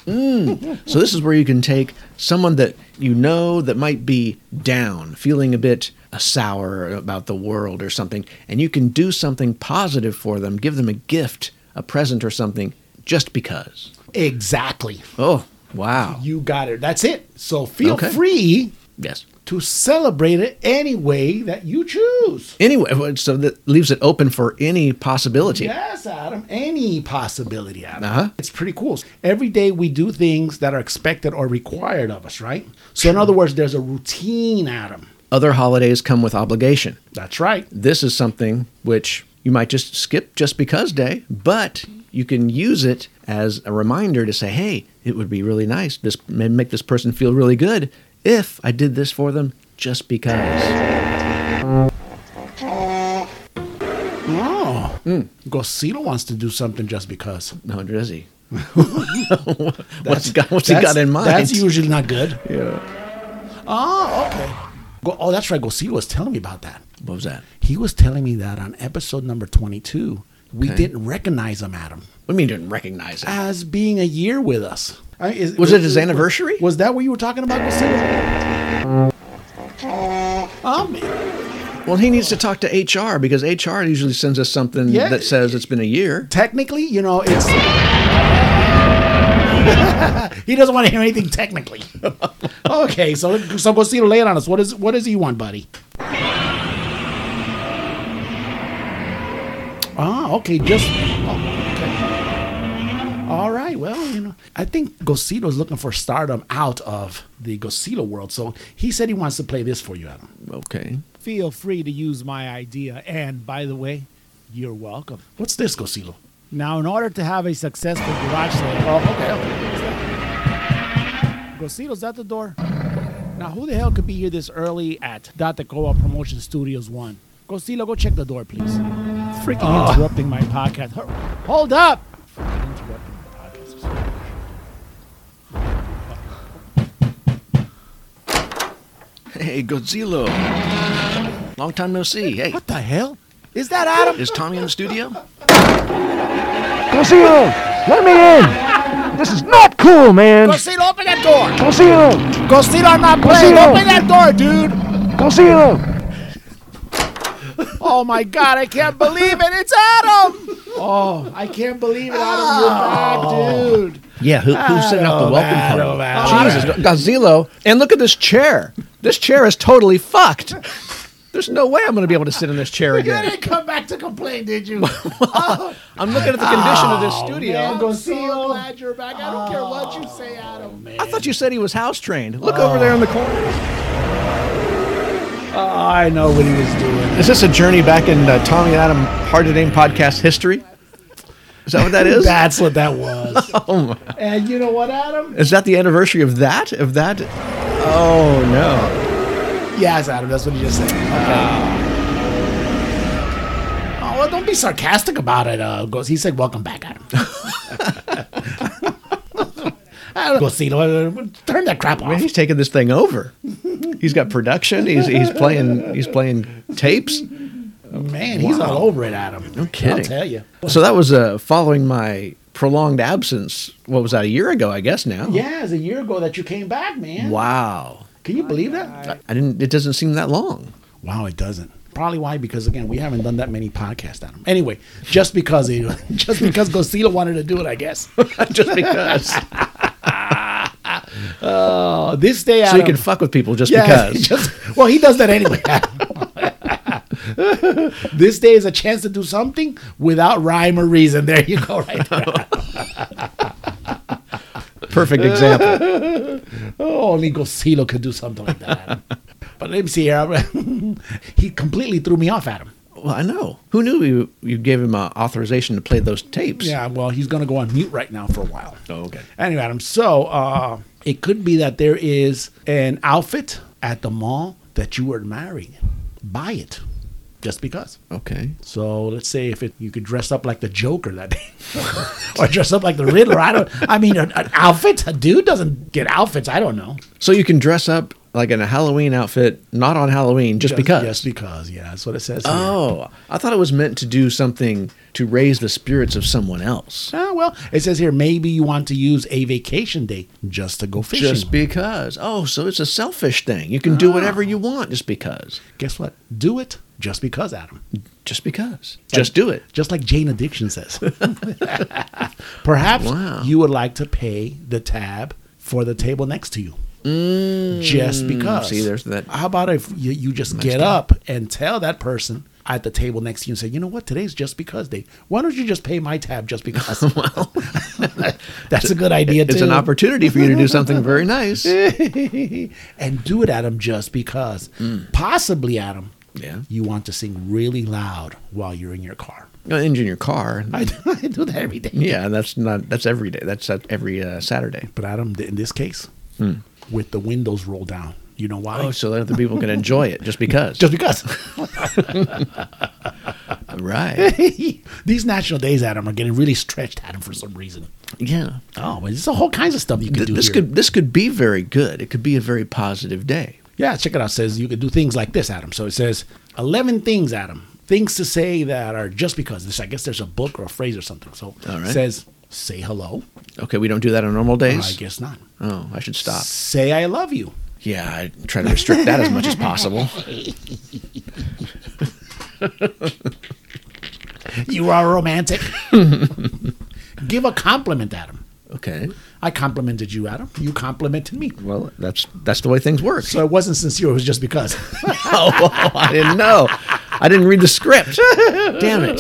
[SPEAKER 2] So this is where you can take someone that you know that might be down, feeling a bit uh, sour about the world or something, and you can do something positive for them, give them a gift, a present or something, just because.
[SPEAKER 1] Exactly.
[SPEAKER 2] Oh wow.
[SPEAKER 1] You got it. That's it. So feel
[SPEAKER 2] Okay.
[SPEAKER 1] free
[SPEAKER 2] Yes.
[SPEAKER 1] to celebrate it any way that you choose.
[SPEAKER 2] Anyway, *laughs* so that leaves it open for any possibility.
[SPEAKER 1] Yes, Adam. Any possibility, Adam.
[SPEAKER 2] Uh-huh.
[SPEAKER 1] It's pretty cool. Every day we do things that are expected or required of us, right? So, in other words, there's a routine, Adam.
[SPEAKER 2] Other holidays come with obligation.
[SPEAKER 1] That's right.
[SPEAKER 2] this is something which you might just skip just because day, but you can use it as a reminder to say, hey, it would be really nice. This may make this person feel really good if I did this for them just because.
[SPEAKER 1] Oh, Gosilo wants to do something just because.
[SPEAKER 2] No, does
[SPEAKER 1] *laughs*
[SPEAKER 2] he? what's he got, what's he
[SPEAKER 1] That's-
[SPEAKER 2] got in mind?
[SPEAKER 1] That's usually not good.
[SPEAKER 2] Yeah.
[SPEAKER 1] Oh, okay. Go, oh, that's right. Gosilo was telling me about that.
[SPEAKER 2] What was that?
[SPEAKER 1] He was telling me that on episode number 22, we
[SPEAKER 2] Okay.
[SPEAKER 1] didn't recognize him, Adam,
[SPEAKER 2] What do you mean didn't recognize it?
[SPEAKER 1] as being a year with us. I- is-
[SPEAKER 2] Was it his anniversary?
[SPEAKER 1] Was that what you were talking about, Gosilo? Um,
[SPEAKER 2] Well, he needs to talk to HR because HR usually sends us something
[SPEAKER 1] Yeah.
[SPEAKER 2] that says it's been a year.
[SPEAKER 1] technically, you know, it's. *laughs* he doesn't want to hear anything technically. *laughs* okay, so so go see lay it on us. What is what does he want, buddy? Ah, okay, just. oh, okay. All right, well, you know, I think Gosilo is looking for stardom out of the Gosilo world, so he said he wants to play this for you, Adam.
[SPEAKER 2] Okay.
[SPEAKER 5] Feel free to use my idea. And by the way, you're welcome.
[SPEAKER 1] What's this, Gosilo?
[SPEAKER 5] Now, in order to have a successful garage sale,
[SPEAKER 1] Oh, okay, okay.
[SPEAKER 5] Gosilo's at the door. Now, who the hell could be here this early at Data Co-op Promotion Studios 1? Gosilo, go check the door, please. Freaking
[SPEAKER 1] Ah.
[SPEAKER 5] interrupting my podcast. Hur- Hold up! Freaking interrupting my podcast.
[SPEAKER 2] Hey, Godzilla. Long time no see. Hey,
[SPEAKER 5] What the hell? Is that Adam?
[SPEAKER 2] is Tommy in the studio?
[SPEAKER 6] Conceal! Let me in! This is not cool, man!
[SPEAKER 5] Gosilo, open that door!
[SPEAKER 6] Conceal!
[SPEAKER 5] Gosilo, I'm not playing!
[SPEAKER 6] Gosilo!
[SPEAKER 5] Open that door, dude!
[SPEAKER 6] Conceal!
[SPEAKER 5] Oh my god, I can't believe it! It's Adam! Oh, I can't believe it, Adam.
[SPEAKER 1] Oh.
[SPEAKER 5] You're back, dude.
[SPEAKER 2] Yeah, who, who's setting up the welcome
[SPEAKER 1] Adam,
[SPEAKER 2] party? Jesus, Godzilla! And look at this chair. This chair is totally fucked. There's no way I'm going to be able to sit in this chair again.
[SPEAKER 5] Come back to complain, did you?
[SPEAKER 2] I'm looking at the condition of this studio.
[SPEAKER 5] I'm so glad you're back. I don't care what you say, Adam.
[SPEAKER 2] I thought you said he was house trained. Look over there in the corner.
[SPEAKER 1] I know what he was doing.
[SPEAKER 2] Is this a journey back in uh, Tommy and Adam Hard to Name podcast history? Is that what that is?
[SPEAKER 1] That's what *laughs* that *laughs* was. And you know what, Adam?
[SPEAKER 2] Is that the anniversary of that? Of that? Oh no!
[SPEAKER 1] Yes, Adam. That's what he just said. Okay. oh, well, don't be *laughs* sarcastic about it. Uh, goes. He said, "Welcome back, Adam." Gosilo, uh, turn that crap
[SPEAKER 2] Man,
[SPEAKER 1] off.
[SPEAKER 2] he's taking this thing over. He's got production. He's he's playing he's playing tapes.
[SPEAKER 1] Man, he's all over it, Adam. No I'll
[SPEAKER 2] kidding.
[SPEAKER 1] tell you.
[SPEAKER 2] So that was uh, following my prolonged absence. What was that? A year ago, I guess. Now.
[SPEAKER 1] Yeah, it's a year ago that you came back, man.
[SPEAKER 2] Wow.
[SPEAKER 1] Can you believe that?
[SPEAKER 2] I didn't. It doesn't seem that long. *laughs*
[SPEAKER 1] Wow, it doesn't. Probably why? Because again, we haven't done that many podcasts, Adam. Anyway, just because it, *laughs* just because Gosilo wanted to do it, I guess.
[SPEAKER 2] Just because.
[SPEAKER 1] *laughs* Uh, this day,
[SPEAKER 2] so
[SPEAKER 1] Adam,
[SPEAKER 2] you can fuck with people just
[SPEAKER 1] Yeah, *laughs*
[SPEAKER 2] because.
[SPEAKER 1] just- well, he does that anyway. *laughs* this day is a chance to do something without rhyme or reason. There you go, right there.
[SPEAKER 2] *laughs*
[SPEAKER 1] *laughs*
[SPEAKER 2] Perfect example.
[SPEAKER 1] *laughs* Oh, only Gosilo could do something like that. Adam. *laughs* but let me see here. *laughs* Adam. he completely threw me off, Adam.
[SPEAKER 2] Well, I know. Who knew you, you gave him uh, authorization to play those tapes?
[SPEAKER 1] Yeah, well, he's going to go on mute right now for a while.
[SPEAKER 2] Oh, okay.
[SPEAKER 1] Anyway, Adam, so uh, it could be that there is an outfit at the mall that you were admiring. Buy it just because.
[SPEAKER 2] Okay.
[SPEAKER 1] So let's say if it, you could dress up like the Joker that day, *laughs* or dress up like the Riddler. I don't. I mean, an, an outfit. A dude doesn't get outfits. I don't know.
[SPEAKER 2] So you can dress up like in a Halloween outfit, not on Halloween, just because.
[SPEAKER 1] Just because. Yeah, that's what it says. here.
[SPEAKER 2] Oh, I thought it was meant to do something to raise the spirits of someone else.
[SPEAKER 1] Ah, well, it says here maybe you want to use a vacation day just to go fishing.
[SPEAKER 2] Just because. Oh, so it's a selfish thing. You can do whatever
[SPEAKER 1] Ah.
[SPEAKER 2] you want just because.
[SPEAKER 1] Guess what? Do it just because, Adam.
[SPEAKER 2] Just because. Just do it.
[SPEAKER 1] Just like Jane Addiction says. *laughs* Perhaps
[SPEAKER 2] Wow.
[SPEAKER 1] you would like to pay the tab for the table next to you. just because.
[SPEAKER 2] Mm. see, there's that-
[SPEAKER 1] How about if you, you just get up and tell that person at the table next to you and say, you know what, today's just because day. Why don't you just pay my tab just
[SPEAKER 2] *laughs*
[SPEAKER 1] because? *laughs* That's a Eh. good idea
[SPEAKER 2] It's
[SPEAKER 1] too.
[SPEAKER 2] an opportunity for you to do
[SPEAKER 1] *laughs*
[SPEAKER 2] something very nice.
[SPEAKER 1] and do it, Adam, just because. Possibly, Adam,
[SPEAKER 2] Mm. Yeah.
[SPEAKER 1] you want to sing really loud while you're in your car.
[SPEAKER 2] You'll engine your car.
[SPEAKER 1] I do, *laughs* I do that every day.
[SPEAKER 2] Yeah, that's not that's every day. That's at every uh, Saturday.
[SPEAKER 1] But Adam, in this case, with the windows rolled down, you know why?
[SPEAKER 2] Hmm. Oh, so that other people can enjoy it just because.
[SPEAKER 1] Just because *laughs* Eh.
[SPEAKER 2] right.
[SPEAKER 1] these national days, Adam, are getting really stretched, Adam, for some reason.
[SPEAKER 2] Yeah.
[SPEAKER 1] Oh, but there's a whole kinds of stuff you can
[SPEAKER 2] Th-
[SPEAKER 1] do.
[SPEAKER 2] this
[SPEAKER 1] here.
[SPEAKER 2] could this could be very good. It could be a very positive day.
[SPEAKER 1] yeah, check it out. It says you could do things like this, Adam. So it says eleven things, Adam, things to say that are just because. This, I guess, there's a book or a phrase or something. So
[SPEAKER 2] All right.
[SPEAKER 1] it says say hello.
[SPEAKER 2] Okay, we don't do that on normal
[SPEAKER 1] I
[SPEAKER 2] days.
[SPEAKER 1] guess not.
[SPEAKER 2] oh, I should stop.
[SPEAKER 1] Say I love you.
[SPEAKER 2] Yeah, I try to restrict that as much
[SPEAKER 1] *laughs*
[SPEAKER 2] as possible.
[SPEAKER 1] You are
[SPEAKER 2] *laughs*
[SPEAKER 1] romantic. Give a compliment, Adam.
[SPEAKER 2] Okay.
[SPEAKER 1] I complimented you, Adam. You complimented me.
[SPEAKER 2] Well, that's that's the way things work.
[SPEAKER 1] So it wasn't sincere. It was just *laughs* because.
[SPEAKER 2] *laughs* oh, I didn't know. I didn't read the script. Damn it.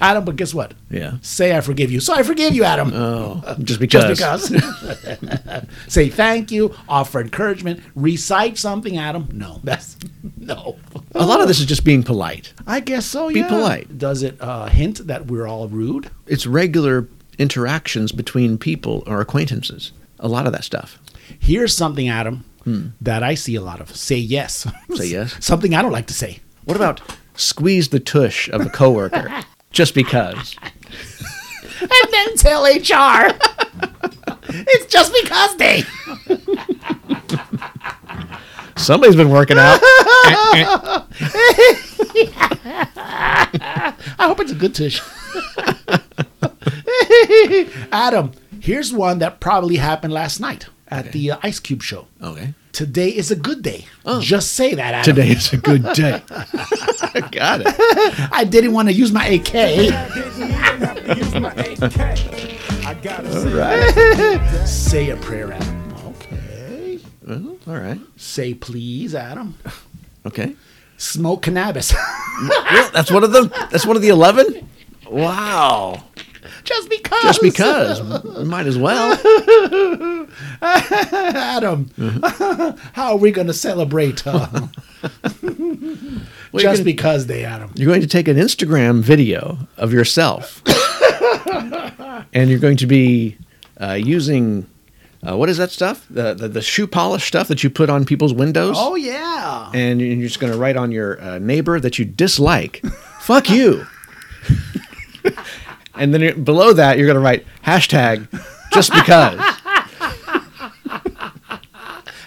[SPEAKER 1] Adam, but guess what?
[SPEAKER 2] Yeah.
[SPEAKER 1] Say I forgive you. So I forgive you, Adam.
[SPEAKER 2] Oh, just
[SPEAKER 1] just
[SPEAKER 2] because.
[SPEAKER 1] because. *laughs* Say thank you. Offer encouragement. Recite something, Adam. No, *laughs* that's no.
[SPEAKER 2] A lot of this is just being polite.
[SPEAKER 1] I guess so.
[SPEAKER 2] Be
[SPEAKER 1] yeah.
[SPEAKER 2] polite.
[SPEAKER 1] Does it uh, hint that we're all rude?
[SPEAKER 2] It's regular interactions between people or acquaintances. A lot of that stuff.
[SPEAKER 1] Here's something, Adam, that I see a lot of. Hmm. Say yes. *laughs*
[SPEAKER 2] Say yes.
[SPEAKER 1] something I don't like to say.
[SPEAKER 2] What about squeeze the tush of a coworker *laughs* just because?
[SPEAKER 7] And then tell
[SPEAKER 1] *laughs*
[SPEAKER 7] HR. it's just because they.
[SPEAKER 2] Somebody's been working out. *laughs*
[SPEAKER 1] I hope it's a good tush. *laughs* Adam, here's one that probably happened last night at the uh, Ice Cube show.
[SPEAKER 2] Okay.
[SPEAKER 1] Today is a good day. Just say that, Adam.
[SPEAKER 2] Oh. Today is a good day. *laughs* Got it.
[SPEAKER 1] I didn't want to use my AK. Say a prayer, Adam. Okay.
[SPEAKER 2] Well, all right.
[SPEAKER 1] Say please, Adam.
[SPEAKER 2] Okay.
[SPEAKER 1] Smoke cannabis. *laughs*
[SPEAKER 2] Well, that's one of the that's one of the 11? Wow.
[SPEAKER 1] Just because.
[SPEAKER 2] Just because. Might as well.
[SPEAKER 1] *laughs* Adam.
[SPEAKER 2] Uh-huh.
[SPEAKER 1] *laughs* How are we going to celebrate?
[SPEAKER 2] *laughs*
[SPEAKER 1] uh,
[SPEAKER 2] Well,
[SPEAKER 1] just
[SPEAKER 2] you're, gonna,
[SPEAKER 1] because they, Adam.
[SPEAKER 2] you're going to take an Instagram video of yourself, and you're going to be uh, using uh, what is that stuff? The, the the shoe polish stuff that you put on people's windows,
[SPEAKER 1] Oh, yeah.
[SPEAKER 2] and you're just going to write on your uh, neighbor that you dislike, "fuck you," and then you're- below that you're going to write hashtag just because.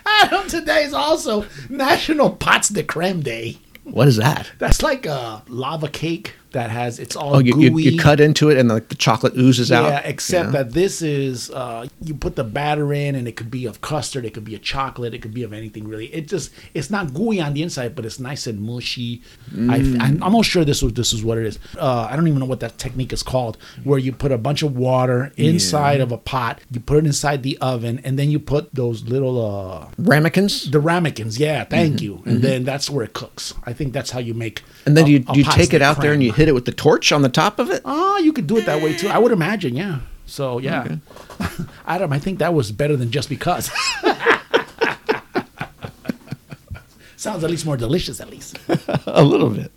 [SPEAKER 1] Adam, today is also National Pots de Creme Day.
[SPEAKER 2] What is that?
[SPEAKER 1] That's like a lava cake that has it's all
[SPEAKER 2] Oh, you, you,
[SPEAKER 1] gooey.
[SPEAKER 2] you cut into it and like the chocolate oozes out.
[SPEAKER 1] Yeah, except
[SPEAKER 2] you know?
[SPEAKER 1] that this is uh, you put the batter in, and it could be of custard, it could be a chocolate, it could be of anything really. It just it's not gooey on the inside, but it's nice and mushy.
[SPEAKER 2] Mm.
[SPEAKER 1] I, I'm almost sure this was this is what it is. Uh, I don't even know what that technique is called, where you put a bunch of water inside of a pot, you put it inside the oven, and then you put those little uh,
[SPEAKER 2] ramekins.
[SPEAKER 1] the ramekins. Yeah, thank you. And then that's where it cooks. I think that's how you make.
[SPEAKER 2] Mm-hmm. And then
[SPEAKER 1] a-
[SPEAKER 2] you,
[SPEAKER 1] a
[SPEAKER 2] you
[SPEAKER 1] pasta
[SPEAKER 2] take it out there and
[SPEAKER 1] creme.
[SPEAKER 2] you hit it with the torch on the top of it.
[SPEAKER 1] Oh, you could do it that way too. I would imagine, yeah. So yeah, *laughs* Adam, I think that was better than just because. *laughs* Sounds at least more delicious, at least.
[SPEAKER 2] A little bit.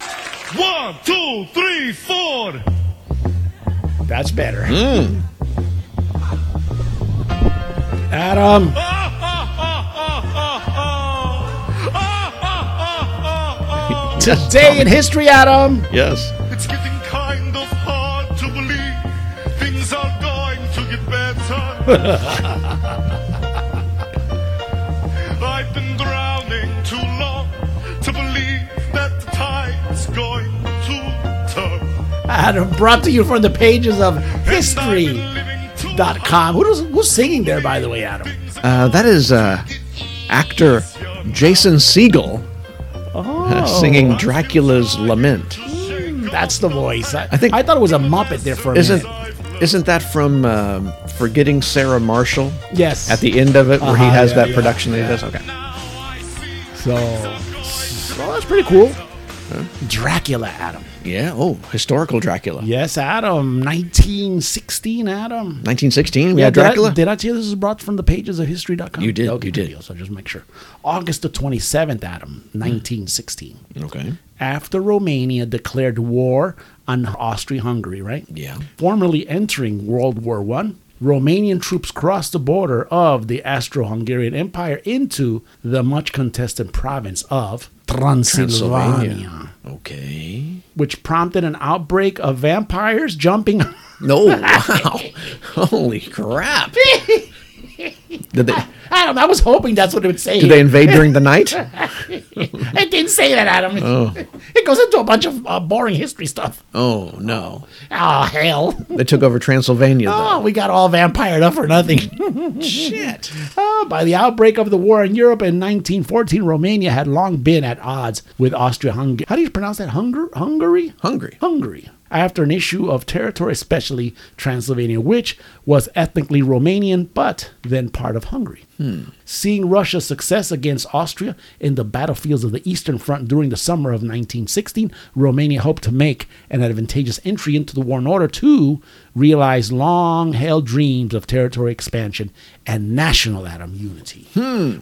[SPEAKER 8] One, two, three, four.
[SPEAKER 1] That's better.
[SPEAKER 2] Mm.
[SPEAKER 1] Adam, today in history, Adam.
[SPEAKER 2] Yes.
[SPEAKER 8] *laughs* It's getting kind of hard to believe things are going to get better. *laughs* I've been drowning too long to believe that the tide's going to turn.
[SPEAKER 1] Adam, brought to you from the pages of history.com.
[SPEAKER 8] History.com.
[SPEAKER 1] Who does, who's singing there, by the way, Adam?
[SPEAKER 2] Uh, that is uh, actor Jason Segel uh, singing Dracula's Lament.
[SPEAKER 1] That's the voice. I,
[SPEAKER 2] think-
[SPEAKER 1] I thought it was a Muppet there for a
[SPEAKER 2] Isn't
[SPEAKER 1] minute.
[SPEAKER 2] isn't that from um, Forgetting Sarah Marshall?
[SPEAKER 1] Yes.
[SPEAKER 2] At the end of it, where he
[SPEAKER 1] Uh-huh,
[SPEAKER 2] has
[SPEAKER 1] yeah,
[SPEAKER 2] that
[SPEAKER 1] yeah,
[SPEAKER 2] production that he does. Okay.
[SPEAKER 1] So, well, Oh, that's pretty cool. Dracula, Adam.
[SPEAKER 2] Yeah. Oh, historical Dracula.
[SPEAKER 1] Yes, Adam. 1916, Adam.
[SPEAKER 2] 1916. We had Dracula.
[SPEAKER 1] Did I, did I tell you this is brought from the pages of history.com?
[SPEAKER 2] You did,
[SPEAKER 1] Okay,
[SPEAKER 2] you did.
[SPEAKER 1] good deal. So just make sure. August the 27th, Adam, 1916.
[SPEAKER 2] okay.
[SPEAKER 1] After Romania declared war on Austria-Hungary, right?
[SPEAKER 2] Yeah.
[SPEAKER 1] Formally entering World War One, Romanian troops crossed the border of the Austro-Hungarian Empire into the much contested province of Transylvania.
[SPEAKER 2] Pennsylvania. Okay.
[SPEAKER 1] which prompted an outbreak of vampires jumping. *laughs*
[SPEAKER 2] No. *laughs* Wow. Holy crap. Did they?
[SPEAKER 1] Adam, I was hoping that's what it would say.
[SPEAKER 2] Did they invade during the night?
[SPEAKER 1] It didn't say that, Adam. *laughs* It goes into a bunch of uh, boring history stuff.
[SPEAKER 2] Oh no!
[SPEAKER 1] Oh, hell.
[SPEAKER 2] They took over Transylvania.
[SPEAKER 1] Oh,
[SPEAKER 2] Though.
[SPEAKER 1] we got all vampired up for nothing. *laughs*
[SPEAKER 2] shit!
[SPEAKER 1] Oh, by the outbreak of the war in Europe in 1914, Romania had long been at odds with Austria-Hungary. How do you pronounce that? Hunger? Hungary?
[SPEAKER 2] Hungry.
[SPEAKER 1] Hungary after an issue of territory, especially Transylvania, which was ethnically Romanian but then part of Hungary. Seeing Russia's success against Austria in the battlefields of the Eastern Front during the summer of 1916, Romania hoped to make an advantageous entry into the war in order to realize long held dreams of territory expansion and national atom unity.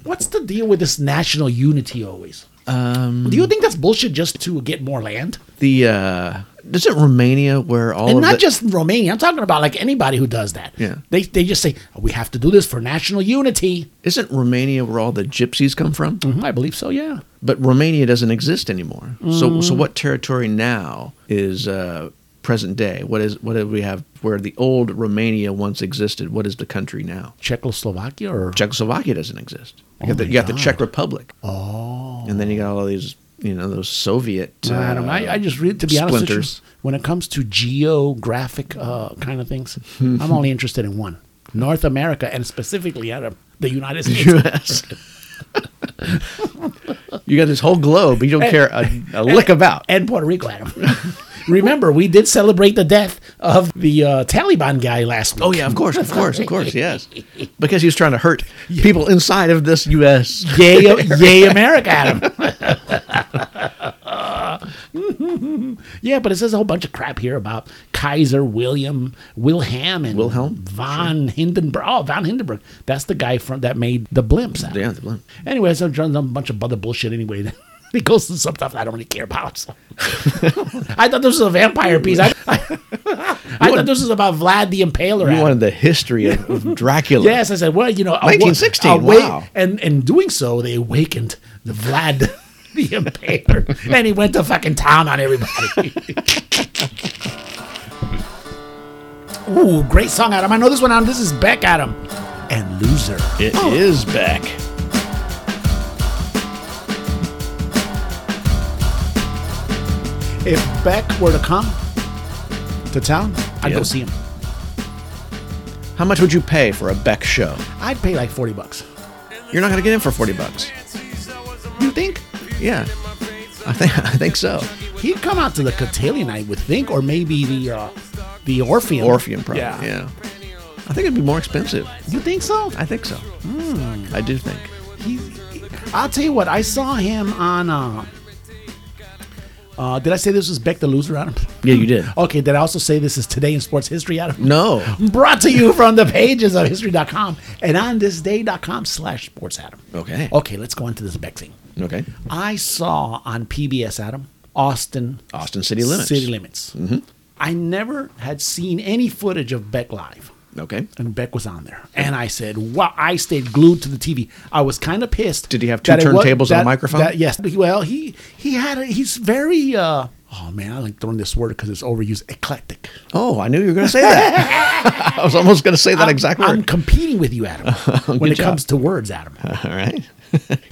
[SPEAKER 1] What's the deal with this national unity always? Um, Do you think that's bullshit just to get more land?
[SPEAKER 2] The uh, is it Romania where all
[SPEAKER 1] and
[SPEAKER 2] of
[SPEAKER 1] not
[SPEAKER 2] the-
[SPEAKER 1] just Romania. I'm talking about like anybody who does that.
[SPEAKER 2] Oh, Yeah.
[SPEAKER 1] They they just say "Oh, we have to do this for national unity. Mm,
[SPEAKER 2] isn't Romania where all the gypsies come from?
[SPEAKER 1] I believe so. Yeah.
[SPEAKER 2] But Romania doesn't exist anymore. So
[SPEAKER 1] Mm.
[SPEAKER 2] so what territory now is uh, present day? What is what do we have where the old Romania once existed? What is the country now?
[SPEAKER 1] Czechoslovakia or
[SPEAKER 2] Czechoslovakia doesn't exist. You
[SPEAKER 1] Oh
[SPEAKER 2] got the,
[SPEAKER 1] my
[SPEAKER 2] you got the
[SPEAKER 1] God.
[SPEAKER 2] Czech Republic. Oh. And then you got all these you know those Soviet. uh,
[SPEAKER 1] I don't know. I, I just read to be honest with
[SPEAKER 2] splinters.
[SPEAKER 1] you, when it comes to geographic uh, kind of
[SPEAKER 2] *laughs*
[SPEAKER 1] things, I'm only interested in one: North America and specifically out of the
[SPEAKER 2] *laughs*
[SPEAKER 1] United States.
[SPEAKER 2] U.S. you got this whole globe, but you don't care a, a
[SPEAKER 1] *laughs*
[SPEAKER 2] lick about.
[SPEAKER 1] and Puerto Rico, Adam. *laughs* Remember, we did celebrate the death of the uh, Taliban guy last week.
[SPEAKER 2] Oh yeah, of course, *laughs* of course, of course, yes, because he was trying to hurt people inside of this U.S. *laughs*
[SPEAKER 1] Yay, yay America, Adam. *laughs* yeah, but it says a whole bunch of crap here about Kaiser William Wilhelm and
[SPEAKER 2] Wilhelm?
[SPEAKER 1] von Hindenburg. Oh, von Hindenburg. That's the guy from that made the blimps. Adam.
[SPEAKER 2] Yeah, the blimp.
[SPEAKER 1] Anyway, so John's done a bunch of other bullshit anyway. *laughs* He goes to some stuff I don't really care about. *laughs* so. I thought this was a vampire piece. I, I, I thought this was about Vlad the Impaler.
[SPEAKER 2] You
[SPEAKER 1] Adam.
[SPEAKER 2] wanted the history of, *laughs* of Dracula.
[SPEAKER 1] Yes, I said, well, you know, a wa-
[SPEAKER 2] 1916,
[SPEAKER 1] a wa-
[SPEAKER 2] wow.
[SPEAKER 1] And in doing so, they awakened the Vlad *laughs* the Impaler, and he went to fucking town on everybody. *laughs* Ooh, great song, Adam.
[SPEAKER 2] Oh.
[SPEAKER 1] I know this one, Adam. This is Beck, Adam, and Loser.
[SPEAKER 2] it is back.
[SPEAKER 1] If Beck were to come to town, I'd
[SPEAKER 2] Yeah.
[SPEAKER 1] go see him.
[SPEAKER 2] How much would you pay for a Beck show?
[SPEAKER 1] I'd pay like 40 bucks.
[SPEAKER 2] You're not going to get in for 40 bucks.
[SPEAKER 1] You think?
[SPEAKER 2] Yeah. I think *laughs* I think so.
[SPEAKER 1] He'd come out to the Cotillion, I would think, or maybe the uh, the Orpheum.
[SPEAKER 2] Orpheum probably. Yeah. I think it'd be more expensive.
[SPEAKER 1] You think so?
[SPEAKER 2] I think so. I do think.
[SPEAKER 1] He, I'll tell you what. I saw him on. Uh, uh, did I say this was Beck the Loser Adam?
[SPEAKER 2] Yeah, you did.
[SPEAKER 1] Okay, did I also say this is Today in Sports History Adam?
[SPEAKER 2] Oh, No.
[SPEAKER 1] Brought to you from the pages of history.com and on this day.com slash sports Adam.
[SPEAKER 2] Okay.
[SPEAKER 1] Okay, let's go into this Beck thing.
[SPEAKER 2] Okay.
[SPEAKER 1] I saw on PBS Adam, Austin,
[SPEAKER 2] Austin City Limits. Mm-hmm.
[SPEAKER 1] City Limits. I never had seen any footage of Beck live.
[SPEAKER 2] *laughs* Okay.
[SPEAKER 1] and Beck was on there. And I said, "Wow!" I stayed glued to the TV. I was kind of pissed.
[SPEAKER 2] Did he have two
[SPEAKER 1] that it wa-
[SPEAKER 2] turntables and a
[SPEAKER 1] that-
[SPEAKER 2] microphone?
[SPEAKER 1] that- yes. Well, he he had. A, he's very. uh Oh man, I like throwing this word because it's overused. Eclectic.
[SPEAKER 2] Oh, I knew you were going to say that. *laughs* I was almost going to say that exact
[SPEAKER 1] I'm
[SPEAKER 2] word.
[SPEAKER 1] competing with you, Adam. when
[SPEAKER 2] *laughs* good
[SPEAKER 1] it
[SPEAKER 2] job.
[SPEAKER 1] comes to words, Adam.
[SPEAKER 2] *laughs* All
[SPEAKER 1] *laughs*
[SPEAKER 2] right.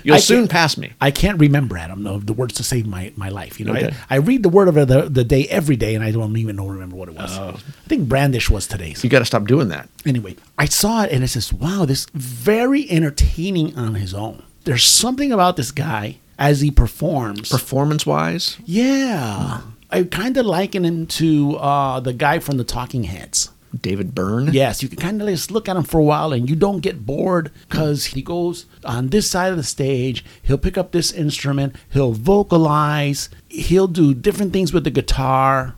[SPEAKER 2] You'll
[SPEAKER 1] I
[SPEAKER 2] soon
[SPEAKER 1] can't-
[SPEAKER 2] pass me.
[SPEAKER 1] I can't remember, Adam, the, the words to save my, my life. You know,
[SPEAKER 2] Okay.
[SPEAKER 1] I, I read the word of the, the day every day, and I don't even know remember what it was.
[SPEAKER 2] Oh.
[SPEAKER 1] I think Brandish was today's.
[SPEAKER 2] You got to stop doing that.
[SPEAKER 1] Anyway, I saw it and it says, wow, this very entertaining on his own. There's something about this guy as he performs.
[SPEAKER 2] Performance wise,
[SPEAKER 1] yeah. I kind of liken him to uh, the guy from the Talking Heads.
[SPEAKER 2] David Byrne.
[SPEAKER 1] Yes, you can kind of just look at him for a while and you don't get bored because he goes on this side of the stage. He'll pick up this instrument, he'll vocalize, he'll do different things with the guitar,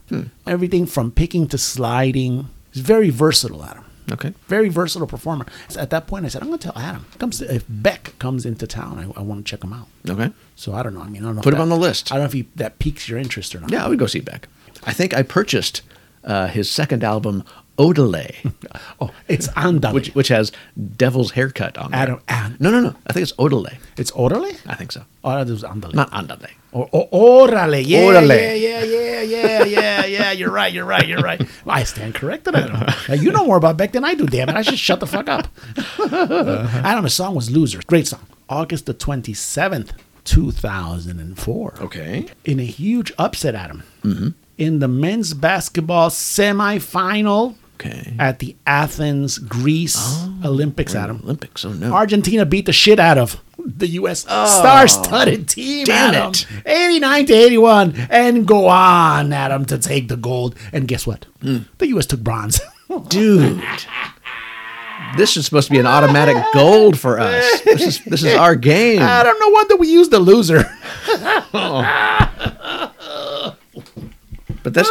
[SPEAKER 1] everything from picking to sliding. He's very versatile, Adam.
[SPEAKER 2] Okay.
[SPEAKER 1] Very versatile performer. So at that point, I said, I'm going to tell Adam. Comes if Beck comes into town, I, I want to check him out.
[SPEAKER 2] Okay.
[SPEAKER 1] So I don't know. I mean, I don't know. if
[SPEAKER 2] Put him
[SPEAKER 1] that-
[SPEAKER 2] on the list.
[SPEAKER 1] I don't know if he, that piques your interest or not.
[SPEAKER 2] Yeah, I would go see Beck. I think I purchased uh, his second album, Odelay,
[SPEAKER 1] *laughs* Oh, it's Andale.
[SPEAKER 2] which which has Devil's Haircut on it.
[SPEAKER 1] Adam, and-
[SPEAKER 2] No, no, no. I think it's Odelay.
[SPEAKER 1] it's Orale?
[SPEAKER 2] I think so.
[SPEAKER 1] Oh, it was Andale.
[SPEAKER 2] Not Andale.
[SPEAKER 1] Or, or orale, yeah,
[SPEAKER 2] Órale.
[SPEAKER 1] yeah, yeah, yeah, yeah, yeah, yeah. You're right, you're right, you're right. *laughs* I stand corrected, Adam. Now, you know more about Beck than I do, damn it. I should shut the fuck up.
[SPEAKER 2] Uh-huh.
[SPEAKER 1] *laughs* Adam, the song was "Loser," great song. August the twenty seventh, two thousand and four.
[SPEAKER 2] Okay.
[SPEAKER 1] In a huge upset, Adam, in the men's basketball semifinal
[SPEAKER 2] Okay. Oh,
[SPEAKER 1] at the Athens, Greece Olympics, Adam.
[SPEAKER 2] Olympics. Oh no.
[SPEAKER 1] Argentina beat the shit out of the U.S. star-studded team.
[SPEAKER 2] Oh. damn
[SPEAKER 1] Adam.
[SPEAKER 2] it.
[SPEAKER 1] 89 to 81, and go on, Adam, to take the gold. And guess what? The U.S. took bronze.
[SPEAKER 2] Hmm.
[SPEAKER 1] *laughs*
[SPEAKER 2] Dude. This is supposed to be an automatic gold for us. This is this
[SPEAKER 1] *laughs*
[SPEAKER 2] is our game.
[SPEAKER 1] Adam, no wonder we used the loser.
[SPEAKER 2] But *laughs* that's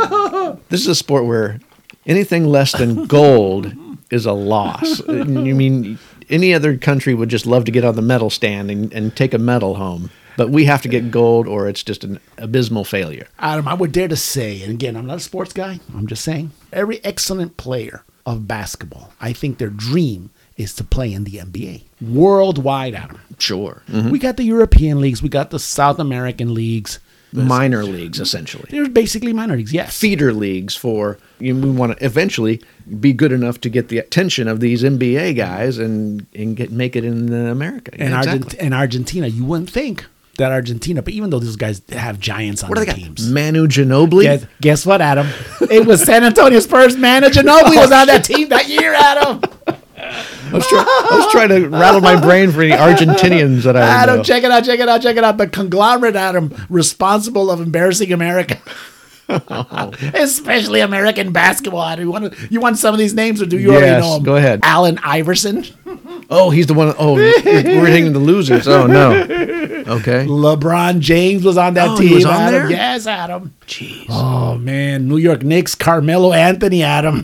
[SPEAKER 2] this is a sport where anything less than gold is a *laughs* loss. I mean, any other country would just love to get on the medal stand and, and take a medal home, but we have to get gold, or it's just an abysmal failure.
[SPEAKER 1] Adam, I would dare to say, and again, I'm not a sports guy. I'm just saying, every excellent player of basketball, I think their dream is to play in the NBA worldwide, Adam. Mm-hmm.
[SPEAKER 2] Sure,
[SPEAKER 1] We got the European leagues. We got the South American leagues.
[SPEAKER 2] minor leagues essentially,
[SPEAKER 1] They're basically minor leagues, yes.
[SPEAKER 2] feeder leagues for you. Know, we want to eventually be good enough to get the attention of these NBA guys and and get make it in uh, America.
[SPEAKER 1] and,
[SPEAKER 2] Exactly.
[SPEAKER 1] Argent- and Argentina. You wouldn't think that Argentina, but even though these guys have giants on
[SPEAKER 2] what do
[SPEAKER 1] their
[SPEAKER 2] they got?
[SPEAKER 1] teams.
[SPEAKER 2] Manu Ginobili.
[SPEAKER 1] Guess, guess what, Adam? It was San Antonio Spurs manager Ginobili was on that team that year, Adam.
[SPEAKER 2] I was, try- I was trying to rattle my brain *laughs* for any Argentinians that I
[SPEAKER 1] Adam,
[SPEAKER 2] know.
[SPEAKER 1] check it out, check it out, check it out. The conglomerate, Adam, responsible of embarrassing
[SPEAKER 2] *laughs*
[SPEAKER 1] America. Especially American basketball. Adam. You want, you want some of these names or do you
[SPEAKER 2] Yes,
[SPEAKER 1] already know them?
[SPEAKER 2] go ahead.
[SPEAKER 1] Allen Iverson,
[SPEAKER 2] Oh, he's the one.
[SPEAKER 1] *laughs*
[SPEAKER 2] Oh, we're hitting the losers. Oh no. Okay.
[SPEAKER 1] LeBron James was on that
[SPEAKER 2] Oh,
[SPEAKER 1] team.
[SPEAKER 2] he was on
[SPEAKER 1] Adam.
[SPEAKER 2] there?
[SPEAKER 1] Yes, Adam.
[SPEAKER 2] Jeez.
[SPEAKER 1] Oh man, New York Knicks, Carmelo Anthony,
[SPEAKER 2] *laughs*
[SPEAKER 1] Adam,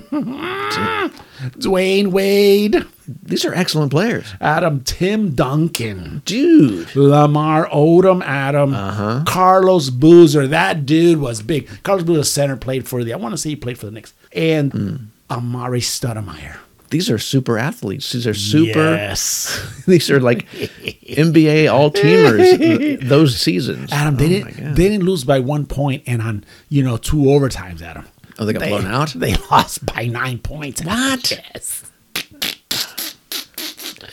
[SPEAKER 1] Dwayne Wade,
[SPEAKER 2] These are excellent players,
[SPEAKER 1] Adam, Tim Duncan,
[SPEAKER 2] dude. Uh-huh.
[SPEAKER 1] Lamar Odom, Adam, Carlos Boozer. That dude was big. Carlos Boozer, center, played for the. I want to say he played for the Knicks and
[SPEAKER 2] Hmm.
[SPEAKER 1] Amari Stoudemire.
[SPEAKER 2] These are super athletes. These are super.
[SPEAKER 1] Yes,
[SPEAKER 2] *laughs* These are like NBA all teamers. those seasons.
[SPEAKER 1] Adam. They
[SPEAKER 2] Oh, my
[SPEAKER 1] didn't.
[SPEAKER 2] God.
[SPEAKER 1] They didn't lose by one point and on you know two overtimes, Adam.
[SPEAKER 2] Oh, they *laughs* got blown out.
[SPEAKER 1] They lost by nine points. Adam.
[SPEAKER 2] What?
[SPEAKER 1] Yes. *laughs*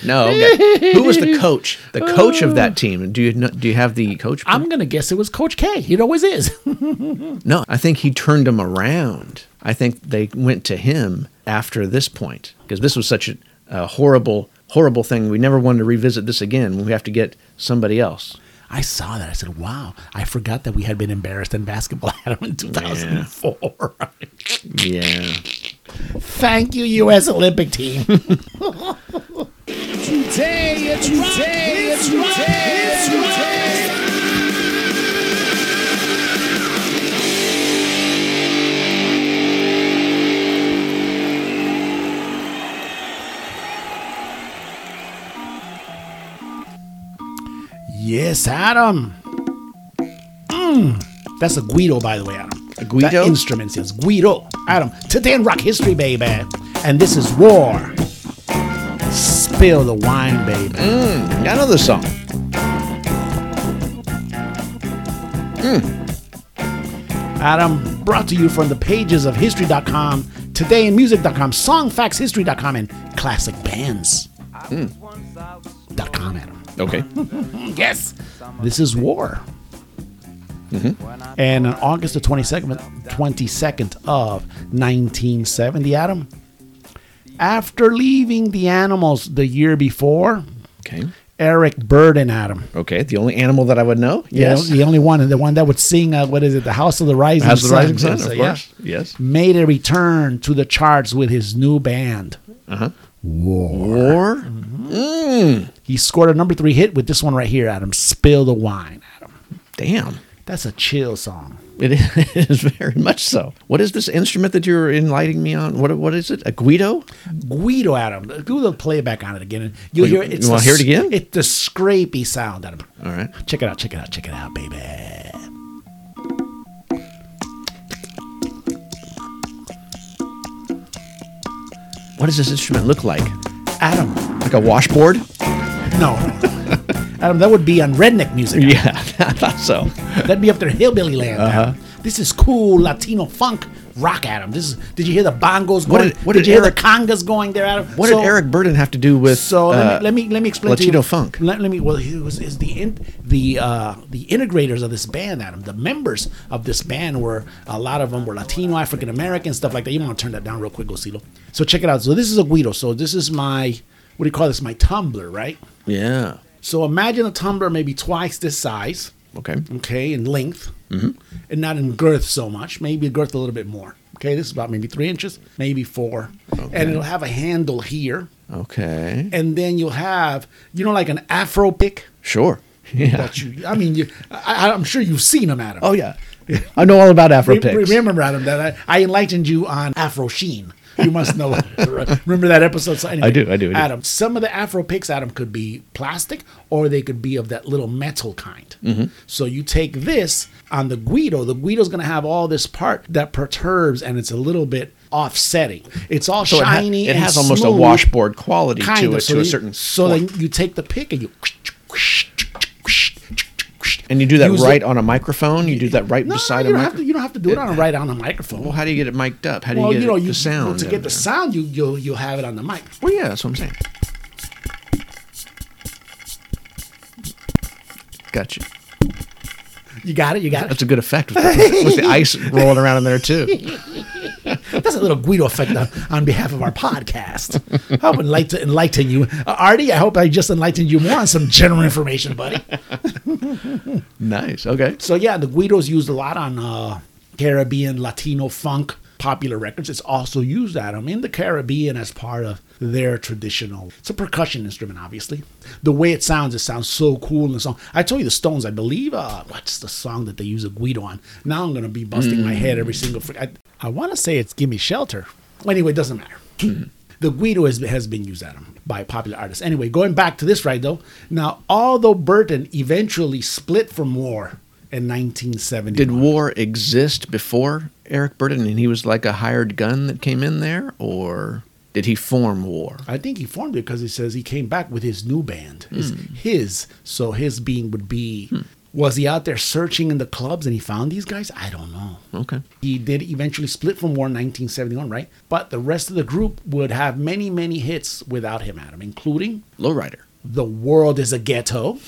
[SPEAKER 2] No. Okay. Who was the coach? The coach of that team. Do you kn- do you have the coach?
[SPEAKER 1] I'm gonna guess it was Coach K. It always is. *laughs*
[SPEAKER 2] no. I think he turned them around. I think they went to him after this point because this was such a, a horrible, horrible thing. We never wanted to revisit this again. We have to get somebody else.
[SPEAKER 1] I saw that. I said, "Wow!" I forgot that we had been embarrassed in basketball *laughs* Adam in 2004.
[SPEAKER 2] Yeah.
[SPEAKER 1] Thank you, U.S. Olympic team. *laughs*
[SPEAKER 5] Today, it's today, it's today, it's today.
[SPEAKER 1] yes, Adam. Mm. That's a guido, by the way, Adam. A
[SPEAKER 2] guido?
[SPEAKER 1] That instrument says guido. Adam, today in rock history, baby. And this is war. Spill the wine, baby.
[SPEAKER 2] I know this song.
[SPEAKER 1] Adam, brought to you from the pages of history.com, todayinmusic.com, songfactshistory.com, and classicbands.com, Adam.
[SPEAKER 2] Okay.
[SPEAKER 1] Yes, this is war. And on August the 22nd, 22nd of 1970, Adam, after leaving the animals the year before,
[SPEAKER 2] Okay.
[SPEAKER 1] Eric Burden, Adam.
[SPEAKER 2] Okay. The only animal that I would know.
[SPEAKER 1] Yes, the only one, and the one that would sing, uh, what is it, the House of the Rising
[SPEAKER 2] House of
[SPEAKER 1] Sun.
[SPEAKER 2] the Rising Sun,
[SPEAKER 1] Yes,
[SPEAKER 2] of
[SPEAKER 1] yeah.
[SPEAKER 2] course. Yes.
[SPEAKER 1] Made a return to the charts with his new band.
[SPEAKER 2] War.
[SPEAKER 1] He scored a number three hit with this one right here, Adam. Spill the wine, Adam.
[SPEAKER 2] Damn.
[SPEAKER 1] That's a chill song.
[SPEAKER 2] It *laughs* is very much so. What is this instrument that you're enlightening me on? What what is it? A guido?
[SPEAKER 1] Guido, Adam. Do the playback on it again. and You'll
[SPEAKER 2] Wait,
[SPEAKER 1] hear it.
[SPEAKER 2] you
[SPEAKER 1] It's
[SPEAKER 2] wanna
[SPEAKER 1] the
[SPEAKER 2] hear
[SPEAKER 1] s-
[SPEAKER 2] it again?
[SPEAKER 1] It's the scrapey sound, Adam.
[SPEAKER 2] All right.
[SPEAKER 1] Check it out, check it out, check it out, baby.
[SPEAKER 2] What does this instrument look like?
[SPEAKER 1] Adam.
[SPEAKER 2] Like a washboard?
[SPEAKER 1] No. *laughs* no. Adam, that would be on redneck music. Adam.
[SPEAKER 2] *laughs* Yeah, Uh-huh. I thought so.
[SPEAKER 1] That'd be up there, in hillbilly land. Adam. This is cool Latino funk rock, Adam. This is. Did you hear the bongos
[SPEAKER 2] What
[SPEAKER 1] going?
[SPEAKER 2] did- what did
[SPEAKER 1] you
[SPEAKER 2] Eric-
[SPEAKER 1] hear the congas going there, Adam?
[SPEAKER 2] What
[SPEAKER 1] So-
[SPEAKER 2] did Eric Burden have to do with
[SPEAKER 1] So
[SPEAKER 2] uh,
[SPEAKER 1] let, me, let me let me explain to
[SPEAKER 2] Latino
[SPEAKER 1] you.
[SPEAKER 2] funk?
[SPEAKER 1] Let, let me. Well, he was is the in, the uh, the integrators of this band, Adam. The members of this band were a lot of them were Latino, African American, stuff like that. You want to turn that down real quick, Gosilo. So check it out. So this is a Guido. So this is my what do you call this? My tumbler, right?
[SPEAKER 2] Yeah.
[SPEAKER 1] So imagine a tumbler maybe twice this size
[SPEAKER 2] Okay.
[SPEAKER 1] okay, in length,
[SPEAKER 2] Mm-hmm.
[SPEAKER 1] and not in girth so much. Maybe girth a little bit more. Okay, this is about maybe three inches, maybe four, and it'll have a handle here,
[SPEAKER 2] Okay.
[SPEAKER 1] and then you'll have, you know, like an Afro pick.
[SPEAKER 2] Sure. *laughs* Yeah.
[SPEAKER 1] That you, I mean, you, I, I'm sure you've seen them, Adam.
[SPEAKER 2] Oh yeah. I know all about Afro
[SPEAKER 1] Re-
[SPEAKER 2] picks.
[SPEAKER 1] remember, Adam, that I, I enlightened you on Afro Sheen. You must know. *laughs* remember that episode? So anyway,
[SPEAKER 2] I do, I do, I do.
[SPEAKER 1] Adam, some of the Afro picks, Adam, could be plastic or they could be of that little metal kind.
[SPEAKER 2] Mm-hmm.
[SPEAKER 1] So you take this on the Guido. The Guido's going to have all this part that perturbs and it's a little bit offsetting. It's all
[SPEAKER 2] So it ha-
[SPEAKER 1] shiny.
[SPEAKER 2] it
[SPEAKER 1] and
[SPEAKER 2] has almost a
[SPEAKER 1] smooth,
[SPEAKER 2] washboard quality to it, to a
[SPEAKER 1] you-
[SPEAKER 2] certain
[SPEAKER 1] So
[SPEAKER 2] point.
[SPEAKER 1] then you take the pick and you.
[SPEAKER 2] And you do that
[SPEAKER 1] use
[SPEAKER 2] right
[SPEAKER 1] it-
[SPEAKER 2] on a microphone. You do that right beside
[SPEAKER 1] you
[SPEAKER 2] a
[SPEAKER 1] don't have to,
[SPEAKER 2] microphone.
[SPEAKER 1] you don't have to do it on a right on a microphone.
[SPEAKER 2] Well, how do you get it mic'd up? How do
[SPEAKER 1] Well,
[SPEAKER 2] you get
[SPEAKER 1] you know,
[SPEAKER 2] it-
[SPEAKER 1] you
[SPEAKER 2] the sound?
[SPEAKER 1] to
[SPEAKER 2] in
[SPEAKER 1] get the
[SPEAKER 2] there?
[SPEAKER 1] sound, you you'll you'll have it on the mic.
[SPEAKER 2] Well, yeah, that's what I'm saying. Gotcha.
[SPEAKER 1] You got it. You got
[SPEAKER 2] That's
[SPEAKER 1] it.
[SPEAKER 2] a good effect
[SPEAKER 1] *laughs*
[SPEAKER 2] with the, with the ice rolling around in there too.
[SPEAKER 1] That's a little Guido effect on, on behalf of our podcast. I would like to enlighten you, uh, Artie. I hope I just enlightened you more on some general information, buddy.
[SPEAKER 2] Nice. Okay.
[SPEAKER 1] So yeah, the Guido's used a lot on uh, Caribbean Latino funk popular records. It's also used at them in the Caribbean as part of their traditional. It's a percussion instrument, obviously. The way it sounds, it sounds so cool in the song. I told you the Stones, I believe. Uh, what's the song that they use a Guido on? Now I'm gonna be busting my head every single. Fr- I, I want to say it's "Give Me Shelter." Anyway, it doesn't matter. The Guido has, has been used at him by popular artists. Anyway, going back to this right though. Now, although Burton eventually split from War in 1970,
[SPEAKER 2] Did war exist before Eric Burden, and he was like a hired gun that came in there, or did he form war?
[SPEAKER 1] I think he formed it because he says he came back with his new band, his, his so his being would be Was he out there searching in the clubs and he found these guys? I don't know.
[SPEAKER 2] Okay.
[SPEAKER 1] He did eventually split from War in 1971, right? But the rest of the group would have many, many hits without him, Adam, including
[SPEAKER 2] Lowrider. *laughs*
[SPEAKER 1] The World is a Ghetto,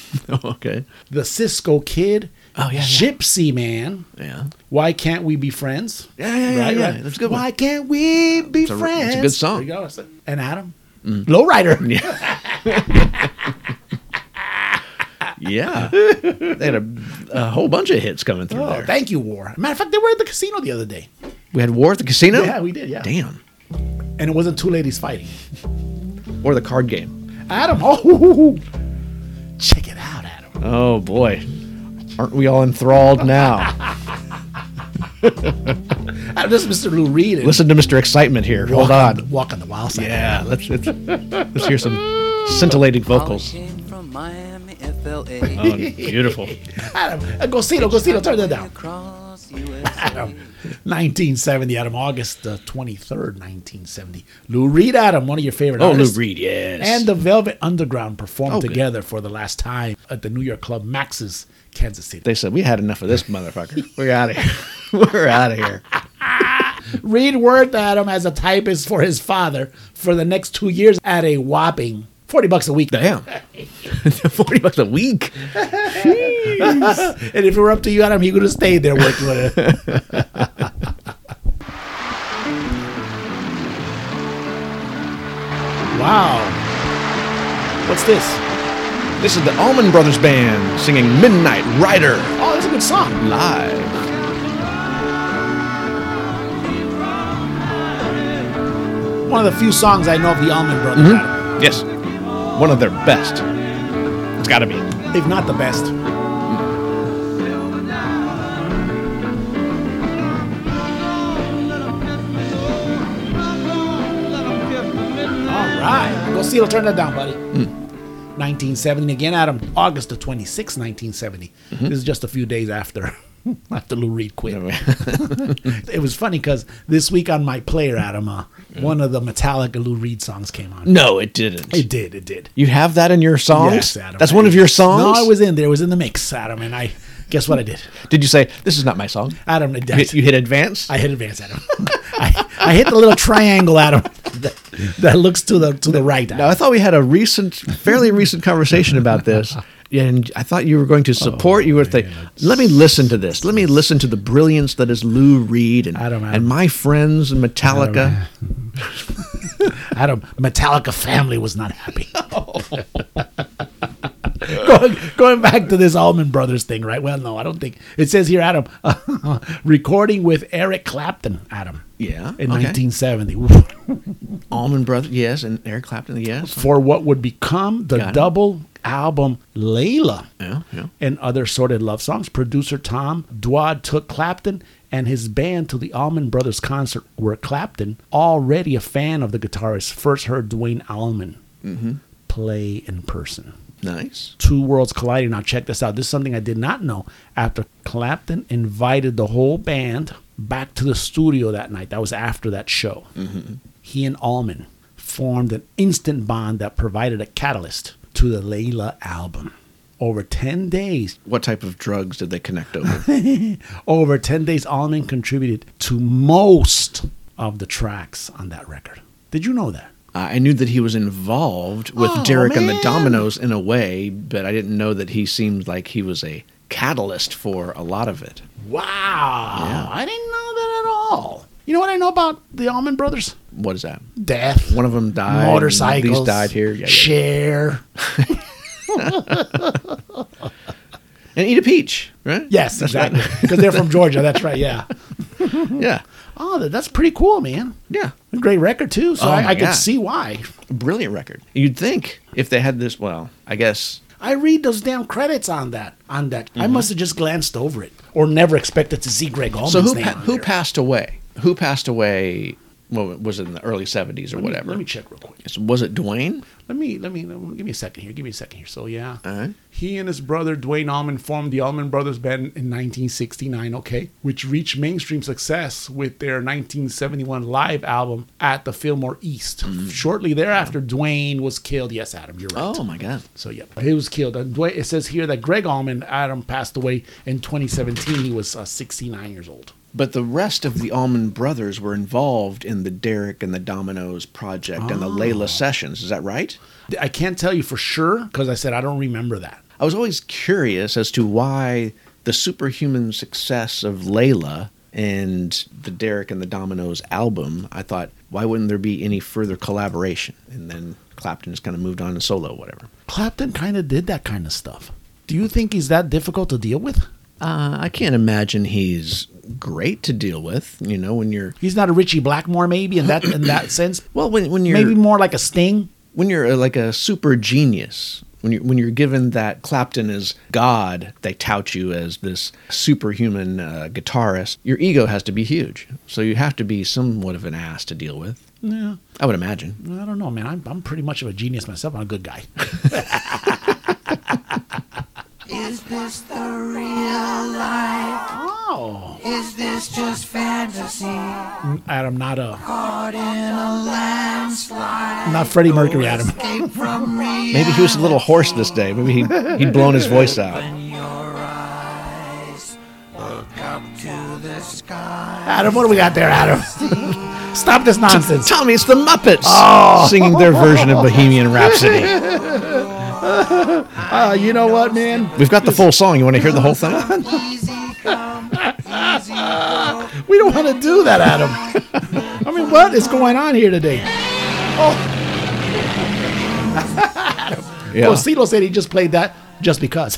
[SPEAKER 2] okay.
[SPEAKER 1] The Cisco Kid,
[SPEAKER 2] Oh, yeah, yeah.
[SPEAKER 1] Gypsy Man,
[SPEAKER 2] Yeah.
[SPEAKER 1] Why Can't We Be Friends?
[SPEAKER 2] Yeah, yeah, yeah, yeah. That's a good one.
[SPEAKER 1] Why Can't We Be
[SPEAKER 2] a- it's a
[SPEAKER 1] Friends?
[SPEAKER 2] good song. Mm.
[SPEAKER 1] There you go. That's it. And Adam,
[SPEAKER 2] *laughs*
[SPEAKER 1] Lowrider.
[SPEAKER 2] Yeah. they had a, a whole bunch of hits coming through
[SPEAKER 1] Oh,
[SPEAKER 2] there.
[SPEAKER 1] thank you, War. Matter of fact, they were at the casino the other day.
[SPEAKER 2] we had War at the Casino?
[SPEAKER 1] Yeah, we did, yeah.
[SPEAKER 2] Damn.
[SPEAKER 1] And it wasn't two ladies fighting.
[SPEAKER 2] Or the card game.
[SPEAKER 1] Adam, oh, *laughs* hoo, hoo, hoo. check it out, Adam.
[SPEAKER 2] Oh, boy. Aren't we all enthralled *laughs* now?
[SPEAKER 1] Adam, this is Mr. Lou Reed. and
[SPEAKER 2] Listen to Mr. Excitement here. Hold
[SPEAKER 1] walk
[SPEAKER 2] on.
[SPEAKER 1] Walk on the wild side.
[SPEAKER 2] Yeah, let's, let's, let's hear some scintillating vocals.
[SPEAKER 9] Came from Miami, FLA.
[SPEAKER 2] Oh, *laughs* beautiful.
[SPEAKER 1] Adam, uh, Gosito, Gosito, turn that down.
[SPEAKER 9] Across USA.
[SPEAKER 1] 1970, Adam, August uh, the 23rd, 1970. Lou Reed, Adam, one of your favorite
[SPEAKER 2] Oh, Lou
[SPEAKER 1] artists.
[SPEAKER 2] Reed, yes.
[SPEAKER 1] And the Velvet Underground performed
[SPEAKER 2] Oh, good.
[SPEAKER 1] together for the last time at the New York club Max's, Kansas City.
[SPEAKER 2] they said, we had enough of this motherfucker. We're out of *laughs* here. We're out of *laughs* here.
[SPEAKER 1] Reed worked Adam as a typist for his father for the next two years at a whopping 40 bucks a week.
[SPEAKER 2] Damn. 40 bucks a week.
[SPEAKER 1] *laughs* and if it were up to you, Adam, he could have stayed there working with it. *laughs* wow. What's this?
[SPEAKER 2] This is the Allman Brothers Band singing Midnight Rider
[SPEAKER 1] Oh, that's a good song.
[SPEAKER 2] live.
[SPEAKER 1] One of the few songs I know of the Allman Brothers, Adam,
[SPEAKER 2] Yes, one of their best. It's got to be.
[SPEAKER 1] if not the best. All right. Go see it'll turn that down, buddy.
[SPEAKER 2] Hmm.
[SPEAKER 1] 1970 again, Adam. August the 26th, 1970.
[SPEAKER 2] Mm-hmm.
[SPEAKER 1] This is just a few days after *laughs* after Lou Reed quit. it was funny because this week on my player, Adam, uh, one of the Metallica Lou Reed songs came on.
[SPEAKER 2] *laughs* No, it didn't.
[SPEAKER 1] It did. It did.
[SPEAKER 2] You have that in your songs?
[SPEAKER 1] Yes, Adam.
[SPEAKER 2] That's one of your songs?
[SPEAKER 1] No, I was in there. It was in the mix, Adam, and I guess what I did.
[SPEAKER 2] Did you say, this is not my song?
[SPEAKER 1] Adam, it
[SPEAKER 2] You hit, you hit advance?
[SPEAKER 1] I hit advance, Adam. *laughs* I, I hit the little triangle, Adam, *laughs* that, that looks to the to the right.
[SPEAKER 2] no,
[SPEAKER 1] Adam.
[SPEAKER 2] I thought we had a recent, fairly recent conversation about *laughs* this. And I thought you were going to support. you were thinking, let me listen to this. Let me listen to the brilliance that is Lou Reed and,
[SPEAKER 1] Adam, Adam.
[SPEAKER 2] and my friends and Metallica.
[SPEAKER 1] Adam, Metallica family was not
[SPEAKER 2] *laughs*
[SPEAKER 1] happy. *laughs* going, going back to this Allman Brothers thing, right? Well, no, I don't think it says here, Adam, *laughs* recording with Eric Clapton, Adam.
[SPEAKER 2] Yeah,
[SPEAKER 1] in *laughs*
[SPEAKER 2] okay.
[SPEAKER 1] 1970.
[SPEAKER 2] Allman Brothers, yes. And Eric Clapton, yes.
[SPEAKER 1] for what would become the
[SPEAKER 2] Got it.
[SPEAKER 1] double album Layla
[SPEAKER 2] Yeah, yeah.
[SPEAKER 1] and other sordid love songs. Producer Tom Dwad took Clapton and his band to the Allman Brothers concert, where Clapton, already a fan of the guitarist, first heard Dwayne Allman
[SPEAKER 2] Mm-hmm.
[SPEAKER 1] play in person.
[SPEAKER 2] Nice.
[SPEAKER 1] Two worlds colliding. Now, check this out. This is something I did not know. After Clapton invited the whole band back to the studio that night, that was after that show, he and Allman formed an instant bond that provided a catalyst to the Layla album. Over 10 days,
[SPEAKER 2] What type of drugs did they connect over? *laughs* Uh,
[SPEAKER 1] over 10 days, Allman contributed to most of the tracks on that record. Did you know that?
[SPEAKER 2] Uh, I knew that he was involved with
[SPEAKER 1] Oh,
[SPEAKER 2] Derek and the Dominoes in a way, but I didn't know that he seemed like he was a catalyst for a lot of it.
[SPEAKER 1] Wow. I didn't know that at all. You know what I know about the Allman Brothers?
[SPEAKER 2] What is that?
[SPEAKER 1] Death.
[SPEAKER 2] One of them died. and
[SPEAKER 1] motorcycles.
[SPEAKER 2] These died here. Yeah, yeah. *laughs*
[SPEAKER 1] Share.
[SPEAKER 2] And eat a peach, right?
[SPEAKER 1] Yes,
[SPEAKER 2] That's right.
[SPEAKER 1] exactly. Because they're from Georgia. That's right. Yeah.
[SPEAKER 2] Yeah.
[SPEAKER 1] Oh, that, that's pretty cool, man.
[SPEAKER 2] Yeah.
[SPEAKER 1] Great record too. So
[SPEAKER 2] Oh
[SPEAKER 1] I,
[SPEAKER 2] my
[SPEAKER 1] I could
[SPEAKER 2] God.
[SPEAKER 1] see why.
[SPEAKER 2] Brilliant record. You'd think if they had this, well, I guess.
[SPEAKER 1] I read those damn credits on that. On that,
[SPEAKER 2] Mm-hmm.
[SPEAKER 1] I must have just glanced over it or never expected to see Greg Allman's
[SPEAKER 2] So who,
[SPEAKER 1] name.
[SPEAKER 2] pa-
[SPEAKER 1] on
[SPEAKER 2] who
[SPEAKER 1] there.
[SPEAKER 2] passed away? Who passed away well, was it in the early 70s
[SPEAKER 1] Let
[SPEAKER 2] or
[SPEAKER 1] me-
[SPEAKER 2] whatever?
[SPEAKER 1] Let me check real quick.
[SPEAKER 2] So Was it Dwayne?
[SPEAKER 1] Let me let me give me a second here. Give me a second here. So yeah,
[SPEAKER 2] Alright.
[SPEAKER 1] he and his brother Dwayne Allman formed the Allman Brothers Band in 1969. Okay, which reached mainstream success with their 1971 live album at the Fillmore East. Shortly thereafter, Dwayne was killed. Yes, Adam, you're right.
[SPEAKER 2] Oh my God.
[SPEAKER 1] So yeah, he was killed. And Dwayne, it says here that Greg Allman Adam passed away in 2017. He was uh, 69 years old.
[SPEAKER 2] But the rest of the Allman Brothers were involved in the Derek and the Dominoes project and the Layla sessions. Is that right?
[SPEAKER 1] I can't tell you for sure because I said I don't remember that.
[SPEAKER 2] I was always curious as to why the superhuman success of Layla and the Derek and the Dominoes album, I thought, why wouldn't there be any further collaboration? And then Clapton just kind of moved on to solo, whatever.
[SPEAKER 1] Clapton kind of did that kind of stuff. Do you think he's that difficult to deal with?
[SPEAKER 2] Uh, I can't imagine he's great to deal with, you know, when you're.
[SPEAKER 1] He's not a Richie Blackmore, maybe in that in that sense.
[SPEAKER 2] Well, when, when you're.
[SPEAKER 1] Maybe more like a Sting.
[SPEAKER 2] when you're uh, like a super genius, when you're, when you're given that Clapton is God, they tout you as this superhuman uh, guitarist, your ego has to be huge. So you have to be somewhat of an ass to deal with.
[SPEAKER 1] Yeah,
[SPEAKER 2] I would imagine.
[SPEAKER 1] I don't know, man. I'm I'm pretty much of a genius myself. I'm a good guy.
[SPEAKER 10] *laughs* Is this the real life?
[SPEAKER 1] Oh, Mm,
[SPEAKER 10] Is this just fantasy?
[SPEAKER 1] Adam, not a
[SPEAKER 10] Caught in a landslide.
[SPEAKER 1] not Freddie Mercury, Adam.
[SPEAKER 10] Escape from reality.
[SPEAKER 2] Maybe he was a little hoarse this day. Maybe he'd, he'd blown his voice out.
[SPEAKER 10] Open your eyes. Look up to the sky.
[SPEAKER 1] Adam, what do we got there, Adam? *laughs* Stop this nonsense. Oh.
[SPEAKER 2] Tommy, it's the Muppets singing their version of Bohemian Rhapsody.
[SPEAKER 1] Uh, you know what, man?
[SPEAKER 2] We've got the full song. You want to hear the whole thing?
[SPEAKER 10] Easy come, easy go.
[SPEAKER 1] We don't want to do that, Adam. I mean, what is going on here today?
[SPEAKER 2] Yeah.
[SPEAKER 1] Well, Cito said he just played that just
[SPEAKER 2] *laughs*
[SPEAKER 1] because.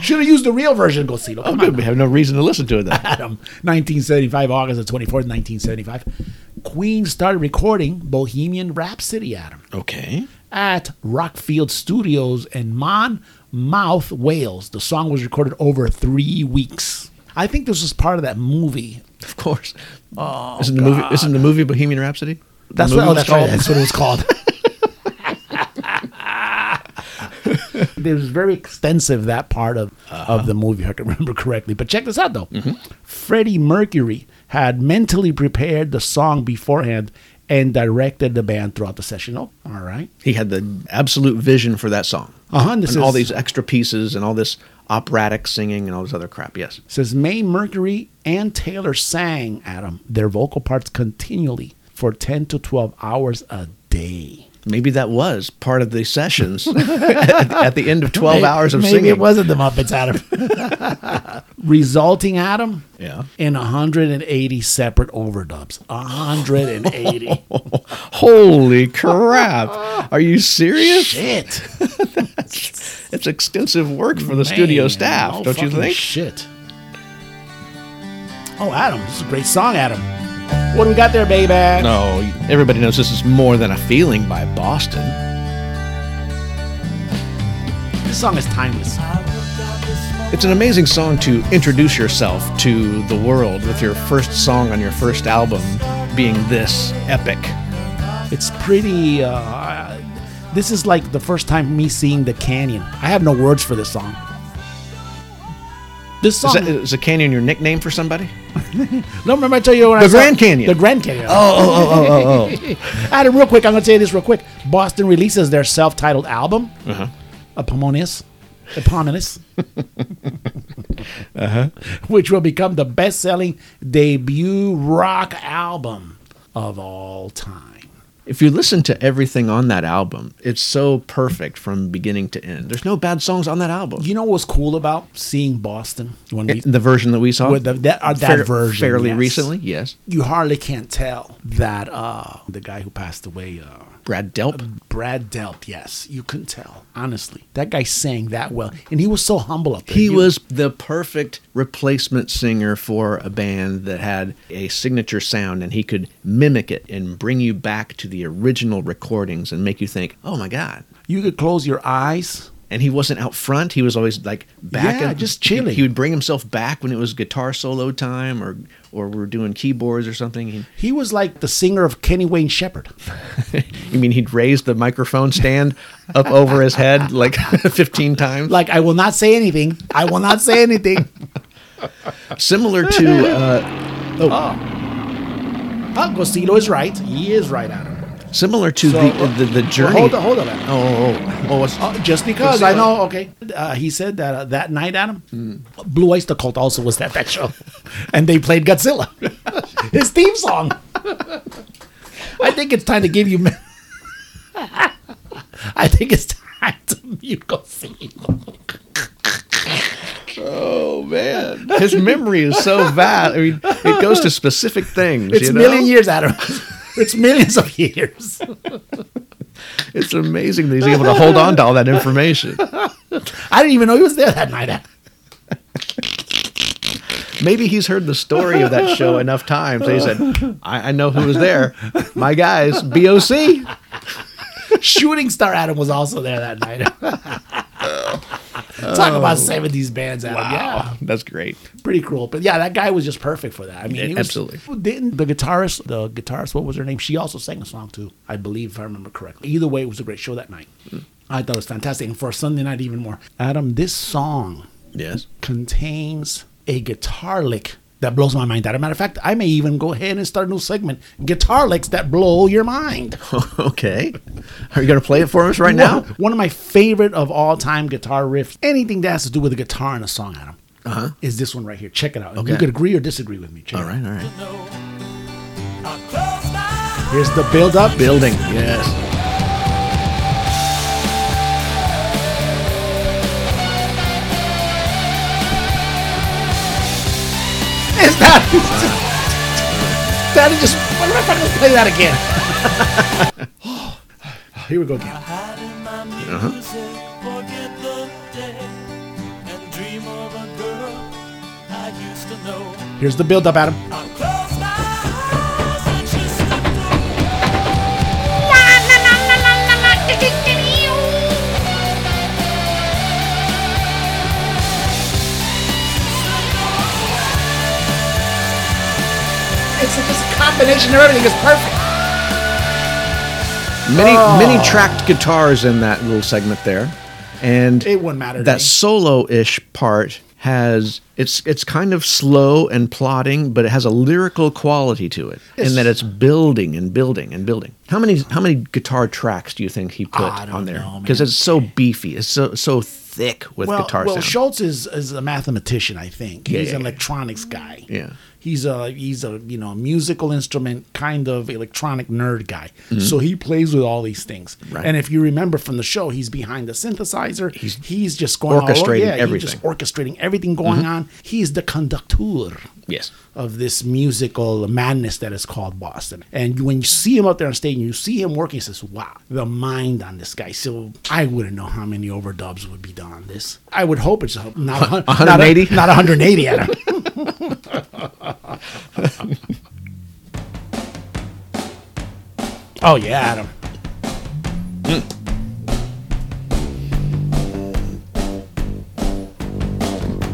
[SPEAKER 1] Should have used the real version, Gosilo.
[SPEAKER 2] Oh,
[SPEAKER 1] Come
[SPEAKER 2] good.
[SPEAKER 1] on,
[SPEAKER 2] We have no reason to listen to it then.
[SPEAKER 1] Adam. 1975, August the 24th, 1975. Queen started recording Bohemian Rhapsody, Adam,
[SPEAKER 2] Okay.
[SPEAKER 1] at Rockfield Studios in Monmouth, Wales. The song was recorded over three weeks. I think this was part of that movie.
[SPEAKER 2] Of course. Oh, isn't the movie isn't the movie Bohemian Rhapsody? The
[SPEAKER 1] That's what,
[SPEAKER 2] movie
[SPEAKER 1] oh,
[SPEAKER 2] was
[SPEAKER 1] that's, right,
[SPEAKER 2] called?
[SPEAKER 1] that's what it was called. *laughs* it was very extensive that part of of the movie. if I can *laughs* remember correctly, but check this out though. Freddie Mercury had mentally prepared the song beforehand and directed the band throughout the session. Oh, all right.
[SPEAKER 2] He had the absolute vision for that song.
[SPEAKER 1] Uh-huh, this
[SPEAKER 2] and all
[SPEAKER 1] is-
[SPEAKER 2] these extra pieces and all this operatic singing and all this other crap. Yes.
[SPEAKER 1] says May Mercury and Taylor sang Adam their vocal parts continually for ten to twelve hours a day.
[SPEAKER 2] Maybe that was part of
[SPEAKER 1] *laughs*
[SPEAKER 2] the sessions at, at the end of 12
[SPEAKER 1] May-
[SPEAKER 2] hours of
[SPEAKER 1] maybe
[SPEAKER 2] singing.
[SPEAKER 1] it wasn't the Muppets, Adam.
[SPEAKER 2] *laughs*
[SPEAKER 1] Resulting, Adam,
[SPEAKER 2] Yeah.
[SPEAKER 1] in 180 separate overdubs.
[SPEAKER 2] *laughs*
[SPEAKER 1] 180. *laughs*
[SPEAKER 2] Holy crap. Are you serious?
[SPEAKER 1] Shit.
[SPEAKER 2] It's extensive work for the studio
[SPEAKER 1] Man,
[SPEAKER 2] staff,
[SPEAKER 1] no
[SPEAKER 2] don't you
[SPEAKER 1] fucking
[SPEAKER 2] think?
[SPEAKER 1] Shit. Oh, Adam, this is a great song, Adam. What do we got there, baby?
[SPEAKER 2] no, everybody knows this is more than a feeling by Boston.
[SPEAKER 1] This song is timeless.
[SPEAKER 2] It's an amazing song to introduce yourself to the world with your first song on your first album being this epic.
[SPEAKER 1] It's pretty. Uh, this is like the first time me seeing the canyon. I have no words for this song. This
[SPEAKER 2] Is,
[SPEAKER 1] song.
[SPEAKER 2] that, is a canyon your nickname for somebody?
[SPEAKER 1] No, remember I told you when I
[SPEAKER 2] The
[SPEAKER 1] saw-
[SPEAKER 2] Grand Canyon.
[SPEAKER 1] The Grand Canyon. Oh, oh, *laughs* oh, oh, oh. Adam, real quick, I'm gonna tell you this real quick. Boston releases their self-titled album, uh-huh. eponymous, *laughs* eponymous, Uh-huh. which will become the best-selling debut rock album of all time.
[SPEAKER 2] If you listen to everything on that album, it's so perfect from beginning to end. There's no bad songs on that album.
[SPEAKER 1] You know what's cool about seeing Boston when we,
[SPEAKER 2] In the version that we saw?
[SPEAKER 1] with the, that, uh, that
[SPEAKER 2] Fair-
[SPEAKER 1] version
[SPEAKER 2] Fairly
[SPEAKER 1] yes.
[SPEAKER 2] recently, yes.
[SPEAKER 1] You hardly can't tell that uh, the guy who passed away. Uh,
[SPEAKER 2] Brad Delp.
[SPEAKER 1] Brad Delp, yes, you couldn't tell. Honestly, that guy sang that well, and he was so humble up there.
[SPEAKER 2] He
[SPEAKER 1] You-
[SPEAKER 2] was the perfect replacement singer for a band that had a signature sound and he could mimic it and bring you back to the original recordings and make you think, oh my God.
[SPEAKER 1] You could close your eyes
[SPEAKER 2] and he wasn't out front. He was always like back,
[SPEAKER 1] Yeah,
[SPEAKER 2] and-
[SPEAKER 1] just chilling.
[SPEAKER 2] He would bring himself back when it was guitar solo time, or or we are doing keyboards or something. He,
[SPEAKER 1] He was like the singer of Kenny Wayne Shepherd.
[SPEAKER 2] you mean he'd raise the microphone stand up over his head like *laughs* 15 times?
[SPEAKER 1] Like, I will not say anything. I will not say
[SPEAKER 2] *laughs*
[SPEAKER 1] anything.
[SPEAKER 2] Similar to uh,
[SPEAKER 1] Agostino Oh. is right. He is right, Adam.
[SPEAKER 2] similar to
[SPEAKER 1] So, uh,
[SPEAKER 2] the, the the
[SPEAKER 1] Well,
[SPEAKER 2] journey.
[SPEAKER 1] hold on, hold on. Adam.
[SPEAKER 2] Oh, oh, oh, oh, what's-
[SPEAKER 1] Uh, just because I know, okay. Uh, he said that uh, that night, Adam, Blue Oyster Cult also was at that *laughs* show, and they played Godzilla, *laughs* his theme song. I think it's time to give you. *laughs* I think it's time to mute Godzilla.
[SPEAKER 2] oh man, his memory is so vast. I mean, it goes to specific things.
[SPEAKER 1] It's
[SPEAKER 2] you know?
[SPEAKER 1] million years, Adam. *laughs* It's millions of years.
[SPEAKER 2] It's amazing that he's able to hold on to all that information.
[SPEAKER 1] I didn't even know he was there that night. Adam.
[SPEAKER 2] Maybe he's heard the story of that show enough times. that He said, I, I know who was there. My guys, BOC.
[SPEAKER 1] Shooting Star Adam was also there that night. *laughs* Talk about 70s bands, Adam. Yeah.
[SPEAKER 2] That's great.
[SPEAKER 1] pretty cruel. But yeah, that guy was just perfect for that. I mean,
[SPEAKER 2] Yeah,
[SPEAKER 1] he was-
[SPEAKER 2] absolutely.
[SPEAKER 1] Didn't the guitarist, the guitarist, what was her name? She also sang a song too, I believe, if I remember correctly. Either way, it was a great show that night.
[SPEAKER 2] Mm.
[SPEAKER 1] I thought it was fantastic, and for a Sunday night, even more. Adam, this song
[SPEAKER 2] Yes. *laughs*
[SPEAKER 1] contains a guitar lick that blows my mind. As a matter of fact, I may even go ahead and start a new segment: guitar licks that blow your
[SPEAKER 2] *laughs*
[SPEAKER 1] mind.
[SPEAKER 2] okay. Are you going to play it for us right now?
[SPEAKER 1] One of my favorite of all time guitar riffs. Anything that has to do with a guitar in a song, Adam. Uh-huh. Is this one right here? Check it out.
[SPEAKER 2] Okay.
[SPEAKER 1] You could agree or disagree with me. Check
[SPEAKER 2] All
[SPEAKER 1] it out.
[SPEAKER 2] right, all right.
[SPEAKER 1] Here's the build up.
[SPEAKER 2] Building. Yes.
[SPEAKER 1] It's not. Daddy, just what if I fucking play that again? *laughs* Here we go again. Here's the build up, Adam.
[SPEAKER 7] It's just a combination of everything. It's perfect.
[SPEAKER 2] Many, many tracked guitars in that little segment there. And
[SPEAKER 1] It wouldn't matter. To
[SPEAKER 2] that
[SPEAKER 1] me.
[SPEAKER 2] solo-ish part has it's it's kind of slow and plodding but it has a lyrical quality to it in that it's building and building and building how many how many guitar tracks do you think he put
[SPEAKER 1] I don't
[SPEAKER 2] on there
[SPEAKER 1] know,
[SPEAKER 2] because
[SPEAKER 1] man.
[SPEAKER 2] it's so beefy it's so so thick with
[SPEAKER 1] well,
[SPEAKER 2] guitar
[SPEAKER 1] well,
[SPEAKER 2] sound
[SPEAKER 1] Schultz is, is a mathematician, I think.
[SPEAKER 2] Yeah,
[SPEAKER 1] he's
[SPEAKER 2] yeah,
[SPEAKER 1] an
[SPEAKER 2] yeah.
[SPEAKER 1] electronics guy.
[SPEAKER 2] Yeah.
[SPEAKER 1] He's a he's a you know musical instrument kind of electronic nerd guy. So he plays with all these things.
[SPEAKER 2] Mm-hmm. Right.
[SPEAKER 1] And if you remember from the show, he's behind the synthesizer. He's he's just going all over-
[SPEAKER 2] orchestrating
[SPEAKER 1] yeah, he's just
[SPEAKER 2] everything. Mm-hmm.
[SPEAKER 1] orchestrating everything going on. He's the conductor
[SPEAKER 2] yes
[SPEAKER 1] of this musical madness that is called Boston. And when you see him up there on stage and you see him working, it says, wow, the mind on this guy. So I wouldn't know how many overdubs would be done on this. I would hope it's not, not, not,
[SPEAKER 2] 180?
[SPEAKER 1] not 180 Adam. *laughs* oh, yeah, Adam. Hmm.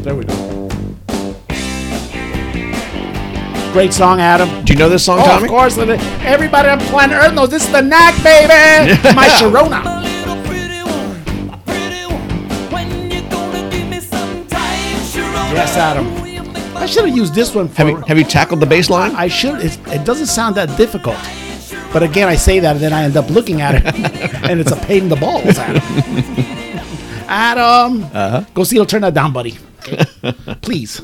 [SPEAKER 1] There we go. Great song, Adam.
[SPEAKER 2] do you know this song
[SPEAKER 1] Oh,
[SPEAKER 2] tommy
[SPEAKER 1] of course. li- Everybody on planet Earth knows this is the knack,
[SPEAKER 2] *laughs*
[SPEAKER 1] baby. My Sharona. Yes, Adam. I should have used this one for.
[SPEAKER 2] have you, have you tackled the bass line
[SPEAKER 1] I should. It, it doesn't sound that difficult. But again, I say that, and then I end up looking at it, and it's a pain in the balls, Adam. Adam, uh-huh. go see. Turn that down, buddy. Please.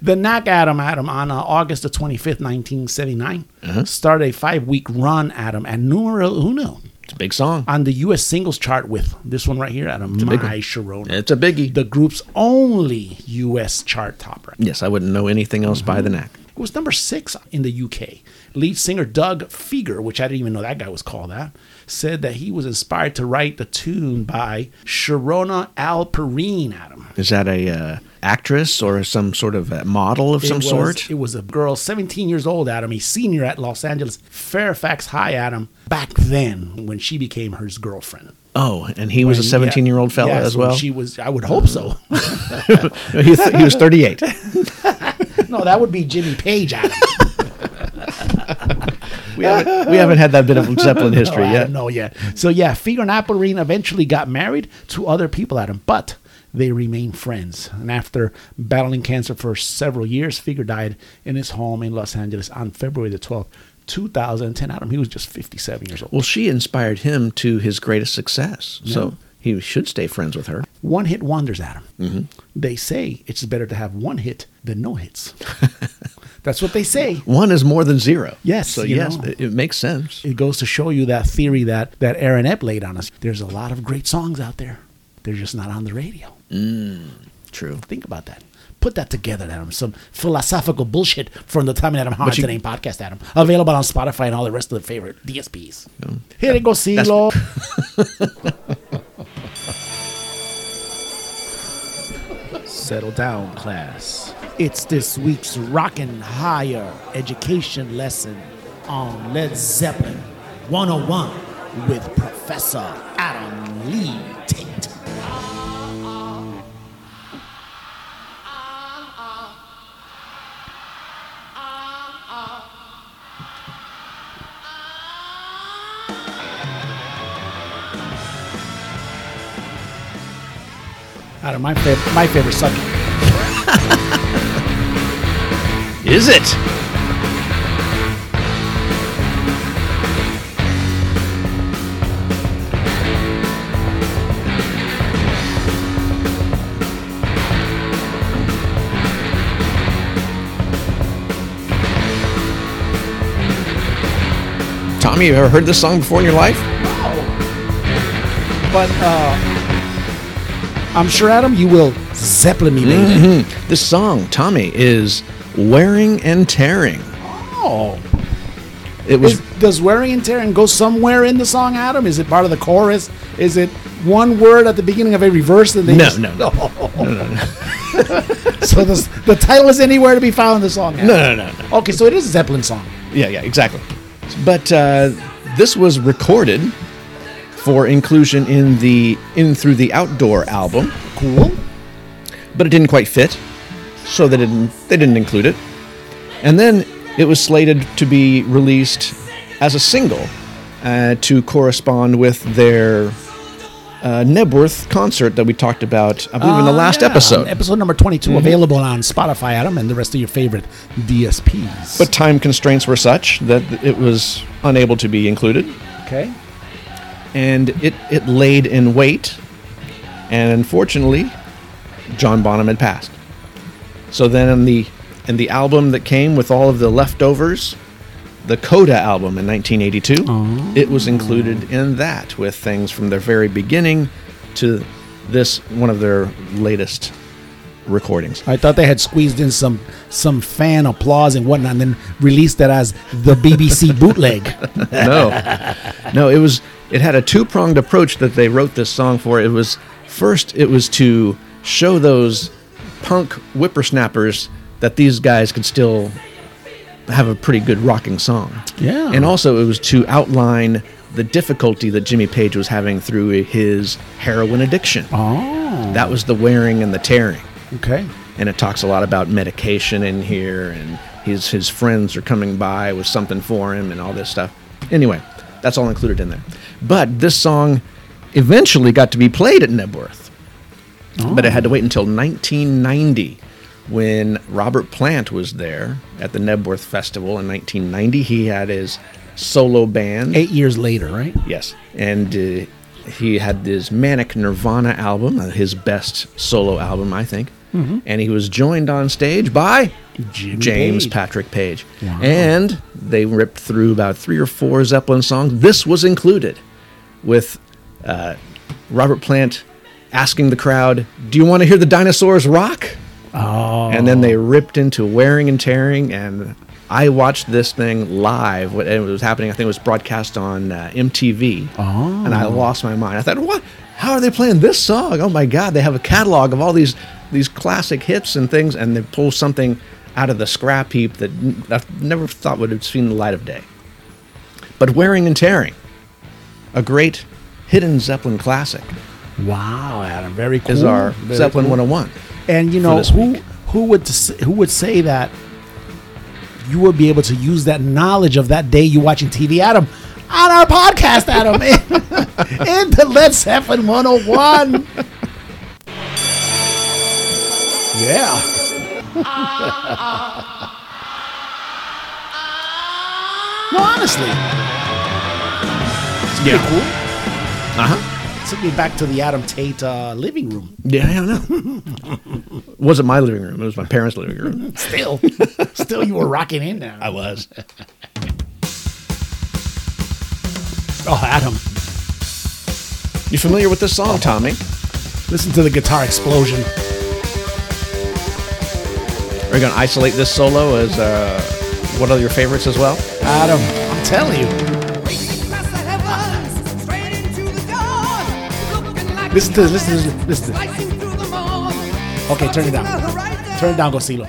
[SPEAKER 1] The Knack Adam Adam on uh, August the 25th, 1979, started a five week run, Adam, at numero uno
[SPEAKER 2] it's a big song
[SPEAKER 1] on the U.S. singles chart with this one right here, Adam, My Sharona.
[SPEAKER 2] it's a biggie
[SPEAKER 1] the group's only U.S. chart topper.
[SPEAKER 2] yes i wouldn't know anything else by the knack
[SPEAKER 1] It was number six in the UK. Lead singer Doug Feger, which I didn't even know that guy was called that, said that he was inspired to write the tune by Sharona Alperine, Adam.
[SPEAKER 2] is that a uh, actress or some sort of a model of
[SPEAKER 1] It
[SPEAKER 2] some
[SPEAKER 1] was-
[SPEAKER 2] sort?
[SPEAKER 1] It was a girl, 17 years old, Adam, a senior at Los Angeles Fairfax High, Adam, back then when she became his girlfriend.
[SPEAKER 2] oh, and he was a
[SPEAKER 1] When- yeah,
[SPEAKER 2] 17 year old fella
[SPEAKER 1] yes,
[SPEAKER 2] as
[SPEAKER 1] when
[SPEAKER 2] well.
[SPEAKER 1] She was, I would hope so.
[SPEAKER 2] *laughs*
[SPEAKER 1] *laughs*
[SPEAKER 2] he, was- he was 38.
[SPEAKER 1] no, that would be Jimmy Page, Adam.
[SPEAKER 2] *laughs* we, haven't, we haven't had that bit *laughs* of Zeppelin history
[SPEAKER 1] no,
[SPEAKER 2] yet.
[SPEAKER 1] No, yeah. So yeah, Figo and Apolline eventually got married to other people, Adam, but they remained friends. And after battling cancer for several years, Figo died in his home in Los Angeles on February the 12th, 2010. Adam, he was just 57 years old.
[SPEAKER 2] Well, she inspired him to his greatest success. So he should stay friends with her.
[SPEAKER 1] One hit wonders, Adam.
[SPEAKER 2] Mm-hmm.
[SPEAKER 1] They say it's better to have one hit than no hits. *laughs* That's what they say.
[SPEAKER 2] One is more than zero.
[SPEAKER 1] Yes,
[SPEAKER 2] So,
[SPEAKER 1] you
[SPEAKER 2] yes,
[SPEAKER 1] know.
[SPEAKER 2] it, it makes sense.
[SPEAKER 1] it goes to show you that theory that that Aaron Epp laid on us. There's a lot of great songs out there. They're just not on the radio.
[SPEAKER 2] True.
[SPEAKER 1] Think about that. Put that together, Adam. Some philosophical bullshit from the Tommy and Adam Hard Today podcast, Adam. Available on Spotify and all the rest of the favorite DSPs. Here it goes, Silo. Settle down, class. It's this week's Rockin' Higher Education lesson on Led Zeppelin 101 with Professor Adam Lee Tate. Adam, my, fav- my favorite subject.
[SPEAKER 2] Is it? Tommy, you ever heard this song before in your life?
[SPEAKER 1] But uh, I'm sure, Adam, you will Zeppelin me,
[SPEAKER 2] Mm-hmm.
[SPEAKER 1] baby.
[SPEAKER 2] This song, Tommy, is Wearing and Tearing.
[SPEAKER 1] Oh.
[SPEAKER 2] It was
[SPEAKER 1] Is, does wearing and tearing go somewhere in the song, Adam? Is it part of the chorus? Is it one word at the beginning of every verse? That they
[SPEAKER 2] No,
[SPEAKER 1] just-
[SPEAKER 2] no, *laughs* no.
[SPEAKER 1] *laughs* so this, the title is anywhere to be found in the song. Adam?
[SPEAKER 2] No, no, no, no.
[SPEAKER 1] Okay, so it is a Zeppelin song.
[SPEAKER 2] Yeah, yeah, exactly. But uh, this was recorded for inclusion in the In Through the Outdoor album,
[SPEAKER 1] Cool.
[SPEAKER 2] but it didn't quite fit, so they didn't they didn't include it. And then it was slated to be released as a single uh, to correspond with their uh, Nebworth concert that we talked about, I believe, in the
[SPEAKER 1] Uh,
[SPEAKER 2] last
[SPEAKER 1] yeah,
[SPEAKER 2] episode. Mm-hmm.
[SPEAKER 1] Episode number 22, available on Spotify, Adam, and the rest of your favorite DSPs.
[SPEAKER 2] But time constraints were such that it was unable to be included.
[SPEAKER 1] okay.
[SPEAKER 2] and it, it laid in wait. And unfortunately, John Bonham had passed. So then, in the in the album that came with all of the leftovers, the Coda album in 1982, it was included in that with things from their very beginning to this one of their latest recordings.
[SPEAKER 1] I thought they had squeezed in some some fan applause and whatnot, and then released that as the BBC bootleg.
[SPEAKER 2] no, *laughs* no. It was it had a two pronged approach that they wrote this song for. It was first it was to show those punk whippersnappers that these guys could still have a pretty good rocking song.
[SPEAKER 1] Yeah.
[SPEAKER 2] And also it was to outline the difficulty that Jimmy Page was having through his heroin addiction.
[SPEAKER 1] Oh,
[SPEAKER 2] That was the wearing and the tearing
[SPEAKER 1] okay.
[SPEAKER 2] and it talks a lot about medication in here and his his friends are coming by with something for him and all this stuff. Anyway, that's all included in there. But this song eventually got to be played at Nebworth. But it had to wait until 1990 when Robert Plant was there at the Nebworth Festival in 1990. He had his solo band.
[SPEAKER 1] Eight years later, right?
[SPEAKER 2] Yes. And uh, he had this Manic Nirvana album, uh, his best solo album, I think. And he was joined on stage by
[SPEAKER 1] Mm-hmm. Jimmy
[SPEAKER 2] James
[SPEAKER 1] Page.
[SPEAKER 2] Patrick Page. And they ripped through about three or four Zeppelin songs. This was included with uh, Robert Plant asking the crowd, Do you want to hear the dinosaurs rock? Oh. And then they ripped into wearing and tearing. And I watched this thing live. What and it was happening, I think it was broadcast on uh, MTV. Oh. And I lost my mind. I thought, What? How are they playing this song? Oh my God, they have a catalog of all these these classic hits and things, and they pull something out of the scrap heap that n- I never thought would have seen the light of day. But Wearing and Tearing, a great hidden Zeppelin classic,
[SPEAKER 1] Wow, Adam, very cool.
[SPEAKER 2] is our
[SPEAKER 1] very
[SPEAKER 2] Zeppelin
[SPEAKER 1] cool.
[SPEAKER 2] 101.
[SPEAKER 1] And you know
[SPEAKER 2] this
[SPEAKER 1] who
[SPEAKER 2] week.
[SPEAKER 1] who would s- who would say that you would be able to use that knowledge of that day you watching TV, Adam, on our podcast,
[SPEAKER 2] *laughs*
[SPEAKER 1] Adam, in, in the Let's Happen 101. yeah. *laughs* no, honestly, it's pretty cool. Uh
[SPEAKER 2] Uh-huh.
[SPEAKER 1] huh. Took me back to the Adam Tate uh, living room.
[SPEAKER 2] Yeah, I don't know. *laughs* it wasn't my living room, it was my parents' living room.
[SPEAKER 1] Still, *laughs* still, you were rocking in there.
[SPEAKER 2] I was.
[SPEAKER 1] Oh, Adam,
[SPEAKER 2] You familiar with this song, Tommy?
[SPEAKER 1] listen to the guitar explosion.
[SPEAKER 2] Are you going to isolate this solo as uh, one of your favorites as well?
[SPEAKER 1] Adam, I'm telling you,
[SPEAKER 11] Listen to this, listen to this, listen
[SPEAKER 1] to
[SPEAKER 11] this. Okay, turn it down.
[SPEAKER 1] turn it down, Gosilo.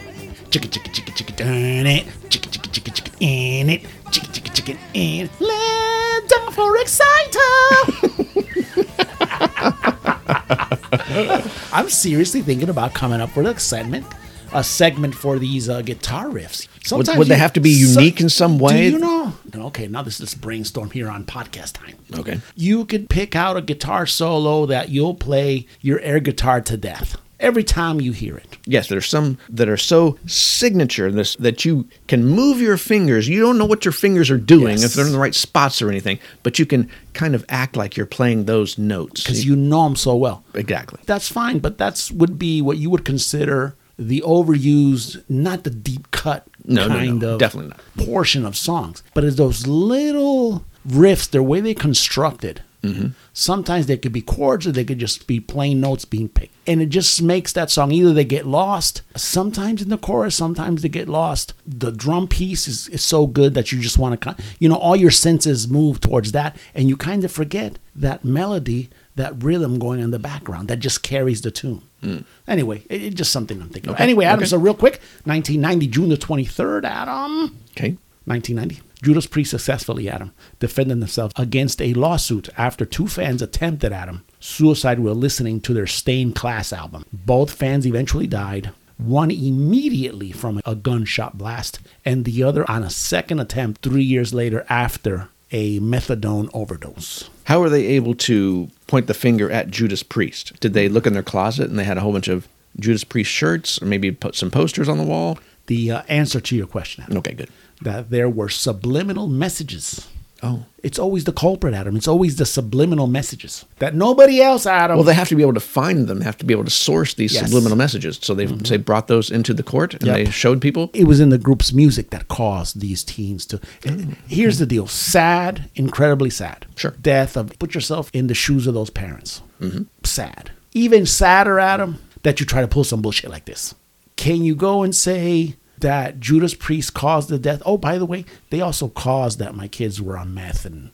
[SPEAKER 1] Chicka chicka chicka chicka turn it. Chicka chicka chicka chicka in it. Chicka chicka chicka in it. Land down for exciter. *laughs* I'm seriously thinking about coming up with a segment, a segment for these uh, guitar riffs.
[SPEAKER 2] Would,
[SPEAKER 1] Sometimes
[SPEAKER 2] would they
[SPEAKER 1] you-
[SPEAKER 2] have to be
[SPEAKER 1] so-
[SPEAKER 2] unique in some way?
[SPEAKER 1] Do you know? Okay, now this is brainstorm here on podcast time.
[SPEAKER 2] Okay.
[SPEAKER 1] You could pick out a guitar solo that you'll play your air guitar to death every time you hear it.
[SPEAKER 2] Yes, there's some that are so signature in this that you can move your fingers. You don't know what your fingers are doing
[SPEAKER 1] Yes.
[SPEAKER 2] if they're in the right spots or anything, but you can kind of act like you're playing those notes. E-
[SPEAKER 1] because you know them so well.
[SPEAKER 2] exactly.
[SPEAKER 1] That's fine, but that's would be what you would consider the overused, not the deep cut
[SPEAKER 2] No, no,
[SPEAKER 1] kind
[SPEAKER 2] no,
[SPEAKER 1] of
[SPEAKER 2] definitely not.
[SPEAKER 1] portion of songs, but it's those little riffs, the way they constructed. Sometimes they could be chords or they could just be plain notes being picked. And it just makes that song either they get lost, sometimes in the chorus, sometimes they get lost. The drum piece is, is so good that you just want to, you know, all your senses move towards that and you kind of forget that melody, that rhythm going in the background that just carries the tune. Anyway, it- it's just something I'm thinking about. Anyway, Adam, so real quick 1990, June the 23rd, Adam.
[SPEAKER 2] Okay.
[SPEAKER 1] 1990. Judas Priest successfully, Adam, defended themselves against a lawsuit after two fans attempted, Adam, suicide while listening to their Stained Class album. Both fans eventually died, one immediately from a gunshot blast, and the other on a second attempt three years later after a methadone overdose.
[SPEAKER 2] How were they able to point the finger at Judas Priest? Did they look in their closet and they had a whole bunch of Judas Priest shirts or maybe put some posters on the wall?
[SPEAKER 1] The uh, answer to your question, Adam,
[SPEAKER 2] Okay, good.
[SPEAKER 1] that there were subliminal messages.
[SPEAKER 2] Oh.
[SPEAKER 1] It's always the culprit, Adam. It's always the subliminal messages that nobody else, Adam.
[SPEAKER 2] Well, they have to be able to find them. They have to be able to source these
[SPEAKER 1] Yes. Mm-hmm.
[SPEAKER 2] subliminal messages. So they they brought those into the court and
[SPEAKER 1] Yep.
[SPEAKER 2] they showed people.
[SPEAKER 1] it was in the group's music that caused these teens to. Here's the deal: sad, incredibly sad.
[SPEAKER 2] Sure.
[SPEAKER 1] Death of. Put yourself in the shoes of those parents. Sad. Even sadder, Adam, that you try to pull some bullshit like this. Can you go and say that Judas Priest caused the death? Oh, by the way, they also caused that my kids were on meth and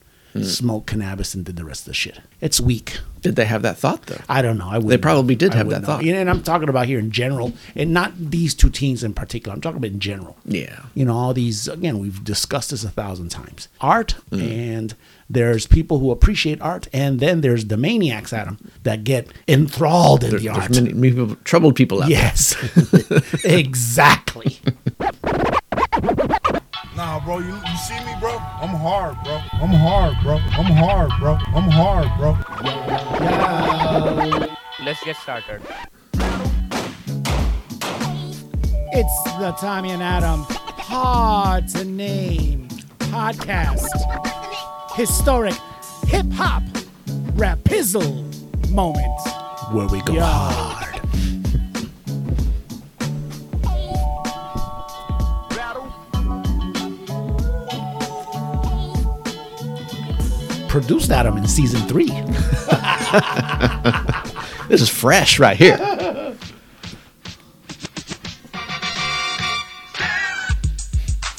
[SPEAKER 1] smoked cannabis and did the rest of the shit. It's weak.
[SPEAKER 2] Did they have that thought though?
[SPEAKER 1] I don't know. I would.
[SPEAKER 2] probably did have that thought.
[SPEAKER 1] And I'm talking about here in general, and not these two teens in particular. I'm talking about in general.
[SPEAKER 2] Yeah.
[SPEAKER 1] You know, all these again, we've discussed this a thousand times. Art,
[SPEAKER 2] Mm.
[SPEAKER 1] and there's people who appreciate art, and then there's the maniacs, Adam, that get enthralled in the art.
[SPEAKER 2] There's many, many people, troubled people out there. *laughs*
[SPEAKER 1] yes, *laughs* exactly.
[SPEAKER 8] Nah, bro, you, you see me, bro? I'm hard, bro. I'm hard, bro. I'm hard, bro. I'm hard, bro.
[SPEAKER 10] Let's get started.
[SPEAKER 5] It's the Tommy and Adam Hard to Name podcast. Historic hip hop rapizzle moment.
[SPEAKER 1] Where we go
[SPEAKER 5] Yeah.
[SPEAKER 1] hard. Produced Adam in season three.
[SPEAKER 2] This is fresh right
[SPEAKER 1] *laughs*
[SPEAKER 2] here.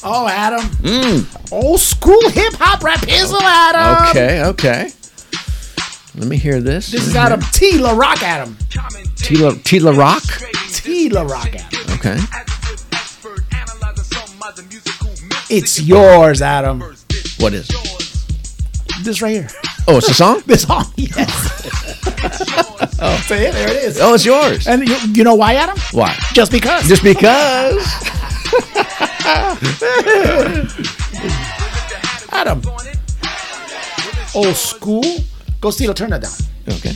[SPEAKER 1] Oh, Adam. Old school hip hop rapizzle, Adam.
[SPEAKER 2] okay, okay. Let me hear this.
[SPEAKER 1] This is Adam T. La Rock, Adam.
[SPEAKER 2] Tila, Tila Rock.
[SPEAKER 1] T. LaRock Adam.
[SPEAKER 2] Okay.
[SPEAKER 1] It's yours, Adam.
[SPEAKER 2] What is?
[SPEAKER 1] This right here. *laughs*
[SPEAKER 2] Oh, it's a song.
[SPEAKER 1] This song. Yes. *laughs* So, yeah, there it is.
[SPEAKER 2] Oh, it's yours.
[SPEAKER 1] And you, you know why, Adam?
[SPEAKER 2] Why?
[SPEAKER 1] Just because.
[SPEAKER 2] Just because.
[SPEAKER 1] Adam. Old school. Go see Laterna down.
[SPEAKER 2] Okay.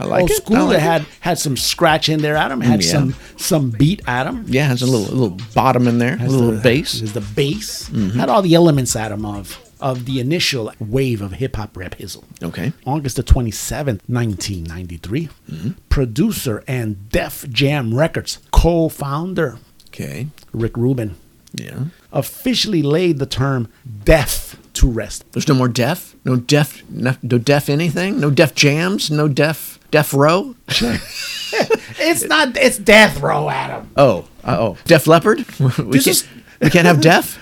[SPEAKER 2] I like
[SPEAKER 1] old
[SPEAKER 2] it. I
[SPEAKER 1] school
[SPEAKER 2] like
[SPEAKER 1] that
[SPEAKER 2] it.
[SPEAKER 1] had had some scratch in there, Adam. Had
[SPEAKER 2] yeah.
[SPEAKER 1] some some beat, Adam.
[SPEAKER 2] yeah, has a little little bottom in there, a little bass. Mm-hmm.
[SPEAKER 1] There's the bass. Had all the elements, Adam, of of the initial wave of hip hop rap hizzle.
[SPEAKER 2] Okay. Mm-hmm.
[SPEAKER 1] August the 27th, 1993, producer and Def Jam Records co founder
[SPEAKER 2] Okay.
[SPEAKER 1] Rick Rubin
[SPEAKER 2] Yeah.
[SPEAKER 1] officially laid the term deaf to rest.
[SPEAKER 2] There's no more deaf. No deaf. No, no deaf anything. No deaf jams. No deaf. Deaf row.
[SPEAKER 7] It's not. It's death row, Adam.
[SPEAKER 2] Oh. Uh, oh.
[SPEAKER 1] *laughs*
[SPEAKER 2] Deaf leopard. We can't,
[SPEAKER 1] is-
[SPEAKER 2] *laughs* we can't have deaf.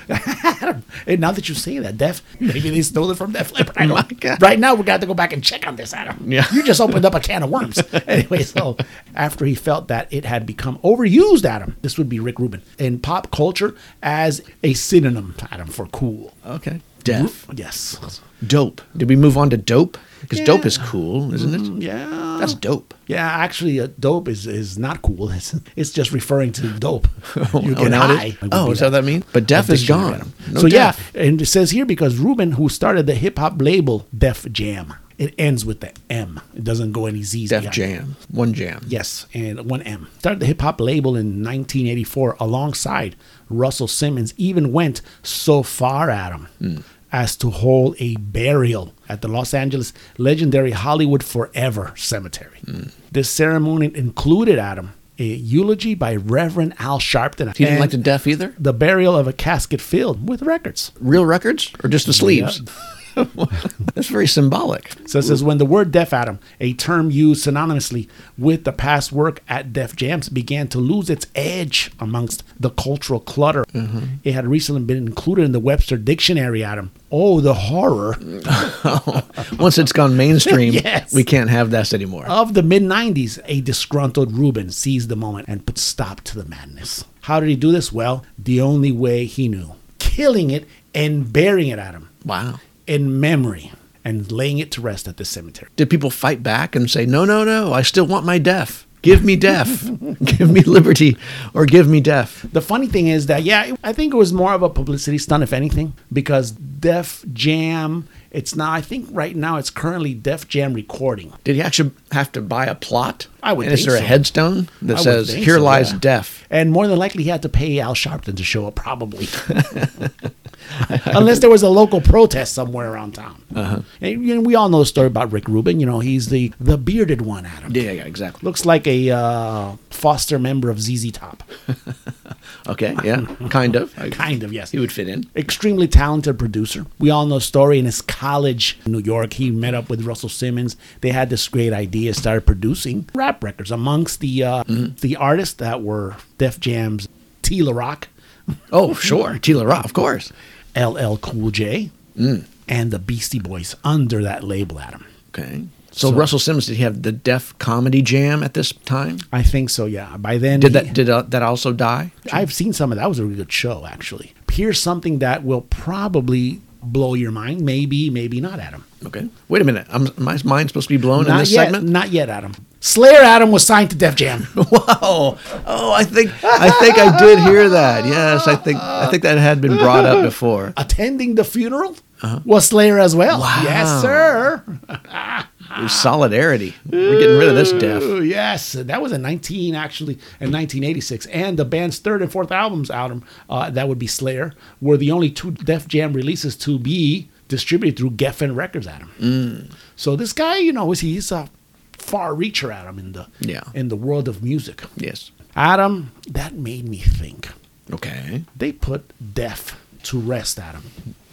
[SPEAKER 1] And now that you say that, Def, maybe they stole it from Def Leppard. I don't-
[SPEAKER 2] My *laughs* God.
[SPEAKER 1] Right now, we got to go back and check on this, Adam.
[SPEAKER 2] Yeah.
[SPEAKER 1] You just opened up a can of worms.
[SPEAKER 2] *laughs*
[SPEAKER 1] anyway, so after he felt that it had become overused, Adam, this would be Rick Rubin in pop culture as a synonym, Adam, for cool.
[SPEAKER 2] Okay. Deaf.
[SPEAKER 1] Yes.
[SPEAKER 2] Dope. Did we move on to dope? Because dope is cool, isn't it?
[SPEAKER 1] Yeah.
[SPEAKER 2] That's dope.
[SPEAKER 1] Yeah, actually, uh, dope is, is not cool. *laughs* It's, it's just referring to dope. You
[SPEAKER 2] *laughs* Oh,
[SPEAKER 1] get
[SPEAKER 2] now
[SPEAKER 1] high.
[SPEAKER 2] it is?
[SPEAKER 1] It would
[SPEAKER 2] Oh,
[SPEAKER 1] be
[SPEAKER 2] is that what that means? But Def
[SPEAKER 1] that
[SPEAKER 2] is
[SPEAKER 1] dictionary
[SPEAKER 2] gone.
[SPEAKER 1] item.
[SPEAKER 2] No
[SPEAKER 1] so
[SPEAKER 2] Def.
[SPEAKER 1] yeah, and it says here because Ruben, who started the hip hop label Def Jam, it ends with the M. It doesn't go any Z's.
[SPEAKER 2] Def
[SPEAKER 1] behind it.
[SPEAKER 2] jam. One jam.
[SPEAKER 1] Yes, and one M. Started the hip hop label in 1984 alongside Russell Simmons. Even went so far, Adam,
[SPEAKER 2] Hmm.
[SPEAKER 1] as to hold a burial at the Los Angeles legendary Hollywood Forever Cemetery.
[SPEAKER 2] Hmm.
[SPEAKER 1] This ceremony included, Adam, a eulogy by Reverend Al Sharpton.
[SPEAKER 2] He didn't
[SPEAKER 1] And
[SPEAKER 2] like the deaf either.
[SPEAKER 1] the burial of a casket filled with records.
[SPEAKER 2] Real records or just the sleeves? *laughs* That's very symbolic.
[SPEAKER 1] So it says when the word Def Adam, a term used synonymously with the past work at Def Jams, began to lose its edge amongst the cultural clutter. It had recently been included in the Webster Dictionary, Adam. Oh, the horror
[SPEAKER 2] Once it's gone
[SPEAKER 1] *laughs*
[SPEAKER 2] mainstream,
[SPEAKER 1] Yes. Oh.
[SPEAKER 2] we can't have that anymore.
[SPEAKER 1] of the mid 90s. A disgruntled Rubin seized the moment and put stop to the madness. How did he do this? Well, the only way he knew killing it and burying it, Adam,
[SPEAKER 2] wow.
[SPEAKER 1] in memory and laying it to rest at the cemetery.
[SPEAKER 2] Did people fight back and say, no, no, no, I still want my deaf? Give
[SPEAKER 1] *laughs*
[SPEAKER 2] me deaf. give me liberty or give me deaf.
[SPEAKER 1] The funny thing is that, yeah, I think it was more of a publicity stunt, if anything, because Def Jam, it's now, I think right now it's currently Def Jam recording.
[SPEAKER 2] Did he actually have to buy a plot?
[SPEAKER 1] I would
[SPEAKER 2] And is
[SPEAKER 1] think
[SPEAKER 2] there
[SPEAKER 1] so.
[SPEAKER 2] a headstone that
[SPEAKER 1] I would
[SPEAKER 2] says,
[SPEAKER 1] think
[SPEAKER 2] here
[SPEAKER 1] so,
[SPEAKER 2] lies
[SPEAKER 1] yeah.
[SPEAKER 2] deaf?
[SPEAKER 1] And more than likely, he had to pay Al Sharpton to show up, probably. *laughs* Unless there was a local protest somewhere around town.
[SPEAKER 2] Uh-huh.
[SPEAKER 1] And you know, we all know the story about Rick Rubin. You know, he's the, the bearded one, Adam.
[SPEAKER 2] Yeah, yeah, exactly.
[SPEAKER 1] Looks like a uh, foster member of ZZ Top.
[SPEAKER 2] Okay,
[SPEAKER 1] *laughs*
[SPEAKER 2] yeah, kind of.
[SPEAKER 1] Kind of, yes.
[SPEAKER 2] He would fit in.
[SPEAKER 1] extremely talented producer. We all know the story in his college, in New York. He met up with Russell Simmons. They had this great idea, started producing rap records amongst the uh,
[SPEAKER 2] Mm-hmm.
[SPEAKER 1] the artists that were Def Jam's T. LaRock,
[SPEAKER 2] Oh, sure. Tila Ra, of course.
[SPEAKER 1] LL Cool J,
[SPEAKER 2] Mm.
[SPEAKER 1] and the Beastie Boys under that label, Adam.
[SPEAKER 2] Okay. So, Russell Simmons, did he have the deaf comedy jam at this time?
[SPEAKER 1] I think so, yeah. By then,
[SPEAKER 2] Did
[SPEAKER 1] he-
[SPEAKER 2] that did uh, that also die?
[SPEAKER 1] I've seen some of that. That was a really good show, actually. Here's something that will probably blow your mind. Maybe, maybe not, Adam.
[SPEAKER 2] Okay. Wait a minute. I'm, my mind's supposed to be blown in
[SPEAKER 1] Not
[SPEAKER 2] this
[SPEAKER 1] yet. *laughs*
[SPEAKER 2] segment.
[SPEAKER 1] Not yet, Adam. Slayer Adam was signed to Def Jam.
[SPEAKER 2] Whoa! Oh, I think I think I did hear that. Yes, I think I think that had been brought up before.
[SPEAKER 1] attending the funeral
[SPEAKER 2] Uh-huh.
[SPEAKER 1] was Slayer as well. Yes, sir.
[SPEAKER 2] It was solidarity. We're getting rid of this deaf.
[SPEAKER 1] Ooh, yes, that was in 19 actually in 1986, and the band's third and fourth albums album uh, that would be Slayer were the only two Def Jam releases to be distributed through Geffen Records. Adam.
[SPEAKER 2] Mm.
[SPEAKER 1] So this guy, you know, is he's a far reacher, Adam, in the
[SPEAKER 2] Yeah.
[SPEAKER 1] in the world of music.
[SPEAKER 2] Yes.
[SPEAKER 1] Adam, that made me think.
[SPEAKER 2] Okay.
[SPEAKER 1] They put Def to rest, Adam,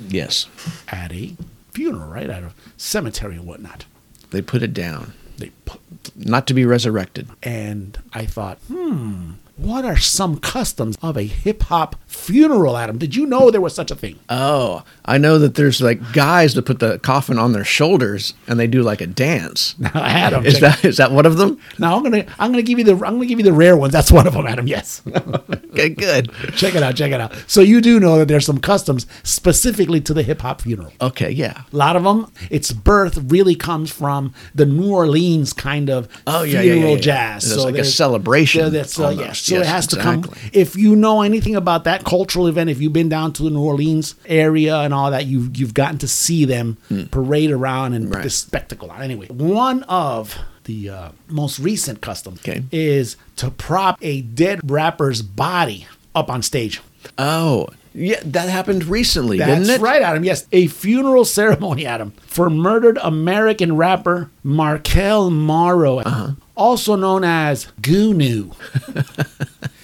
[SPEAKER 2] Yes.
[SPEAKER 1] at a funeral, right, at a cemetery and whatnot.
[SPEAKER 2] They put it down,
[SPEAKER 1] They put
[SPEAKER 2] not to be resurrected.
[SPEAKER 1] and I thought, hmm, What are some customs of a hip hop funeral, Adam? Did you know there was such a thing?
[SPEAKER 2] Oh, I know that there's like guys that put the coffin on their shoulders and they do like a dance.
[SPEAKER 1] *laughs* Adam,
[SPEAKER 2] is
[SPEAKER 1] check-
[SPEAKER 2] that is that one of them?
[SPEAKER 1] now I'm gonna I'm gonna give you the I'm gonna give you the rare ones. That's one of them, Adam. Yes. *laughs*
[SPEAKER 2] Okay, good.
[SPEAKER 1] check it out. Check it out. So you do know that there's some customs specifically to the hip hop funeral.
[SPEAKER 2] Okay, yeah.
[SPEAKER 1] A lot of them, its birth really comes from the New Orleans kind of
[SPEAKER 2] Oh, yeah, yeah, yeah,
[SPEAKER 1] funeral
[SPEAKER 2] yeah.
[SPEAKER 1] jazz.
[SPEAKER 2] It's like a
[SPEAKER 1] there's-
[SPEAKER 2] celebration
[SPEAKER 1] Yeah, that's, uh, yeah.
[SPEAKER 2] almost.
[SPEAKER 1] So it
[SPEAKER 2] Yes,
[SPEAKER 1] has to come.
[SPEAKER 2] exactly.
[SPEAKER 1] If you know anything about that cultural event, if you've been down to the New Orleans area and all that, you've you've gotten to see them parade around and put
[SPEAKER 2] Hmm. Right.
[SPEAKER 1] this spectacle on. Anyway, one of the uh, most recent customs
[SPEAKER 2] Okay.
[SPEAKER 1] is to prop a dead rapper's body up on stage.
[SPEAKER 2] Oh, yeah, that happened recently,
[SPEAKER 1] That's
[SPEAKER 2] didn't it?
[SPEAKER 1] right, Adam. Yes, a funeral *laughs* ceremony, Adam, for murdered American rapper Markel Morrow,
[SPEAKER 2] Uh-huh.
[SPEAKER 1] also known as
[SPEAKER 2] *laughs*
[SPEAKER 1] Gunu.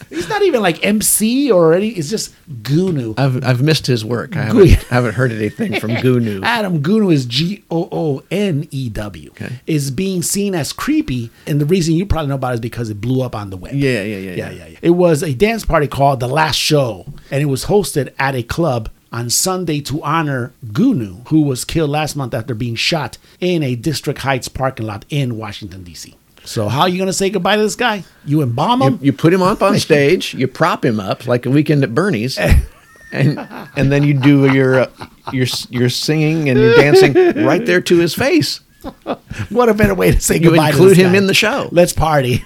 [SPEAKER 1] He's not even like MC or any. It's just Gunu.
[SPEAKER 2] I've I've missed his work. I
[SPEAKER 1] Good.
[SPEAKER 2] haven't, haven't heard anything
[SPEAKER 1] *laughs*
[SPEAKER 2] from Gunu.
[SPEAKER 1] Adam Gunu is G O O N E W.
[SPEAKER 2] Okay.
[SPEAKER 1] Is being seen as creepy, and the reason you probably know about it is because it blew up on the web.
[SPEAKER 2] Yeah, yeah, yeah,
[SPEAKER 1] yeah,
[SPEAKER 2] yeah.
[SPEAKER 1] yeah, yeah. It was a dance party called The Last Show, and it was hosted at a club on Sunday to honor Gunu, who was killed last month after being shot in a District Heights parking lot in Washington, D.C. So, how are you going to say goodbye to this guy? You embalm him?
[SPEAKER 2] You put him up on stage, you prop him up like a weekend
[SPEAKER 1] *laughs*
[SPEAKER 2] at Bernie's, and and then you do your uh, your your singing and your dancing right there to his face.
[SPEAKER 1] *laughs* what a better way to say
[SPEAKER 2] You
[SPEAKER 1] goodbye to
[SPEAKER 2] include
[SPEAKER 1] this
[SPEAKER 2] him
[SPEAKER 1] guy.
[SPEAKER 2] in the show.
[SPEAKER 1] Let's party.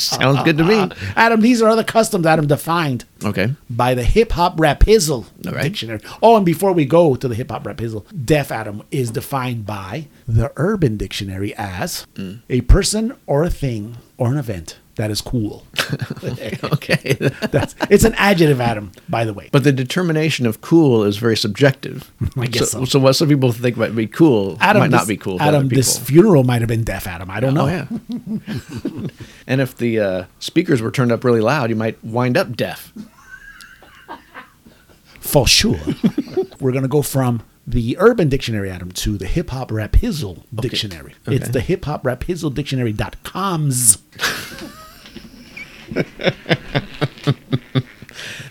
[SPEAKER 2] Sounds good
[SPEAKER 1] *laughs*
[SPEAKER 2] to me.
[SPEAKER 1] Adam, these are other customs Adam defined
[SPEAKER 2] Okay.
[SPEAKER 1] by the Hip Hop Rap Hizzle
[SPEAKER 2] All right.
[SPEAKER 1] Dictionary. Oh, and before we go to the Hip Hop Rap Hizzle, deaf Adam is defined by the Urban Dictionary as
[SPEAKER 2] Mm.
[SPEAKER 1] a person or a thing or an event that is
[SPEAKER 2] *laughs*
[SPEAKER 1] cool.
[SPEAKER 2] Okay.
[SPEAKER 1] That's it's an adjective, Adam. By the way,
[SPEAKER 2] But the determination of cool is very subjective.
[SPEAKER 1] I guess so.
[SPEAKER 2] so. what some people think might be cool
[SPEAKER 1] Adam
[SPEAKER 2] might
[SPEAKER 1] this-
[SPEAKER 2] not be cool. To
[SPEAKER 1] Adam,
[SPEAKER 2] other
[SPEAKER 1] this
[SPEAKER 2] people.
[SPEAKER 1] funeral might have been deaf, Adam. I don't know.
[SPEAKER 2] oh yeah. *laughs* and if the uh, speakers were turned up really loud, you might wind up deaf.
[SPEAKER 1] for
[SPEAKER 2] *laughs*
[SPEAKER 1] sure. We're going to go from the Urban Dictionary, Adam, to the Hip Hop Rap Hizzle Dictionary. It's the Hip Hop Rap Hizzle Dictionary.coms.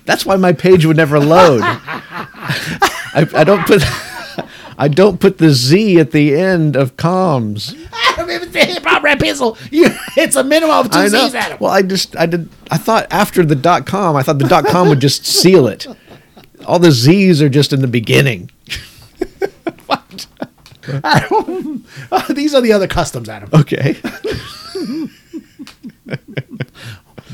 [SPEAKER 2] That's why my page would never load. I, I don't put. I don't put the Z at the end of comms.
[SPEAKER 1] Adam, if it's the Hip Hop Rap Hizzle, you, it's a minimum of two
[SPEAKER 2] *laughs* I know.
[SPEAKER 1] Z's, Adam.
[SPEAKER 2] Well, I just I did. I thought after the dot com, I thought the dot com would just seal it. All the Z's are just in the beginning.
[SPEAKER 1] *laughs* Uh, These are the other customs, Adam.
[SPEAKER 2] Okay.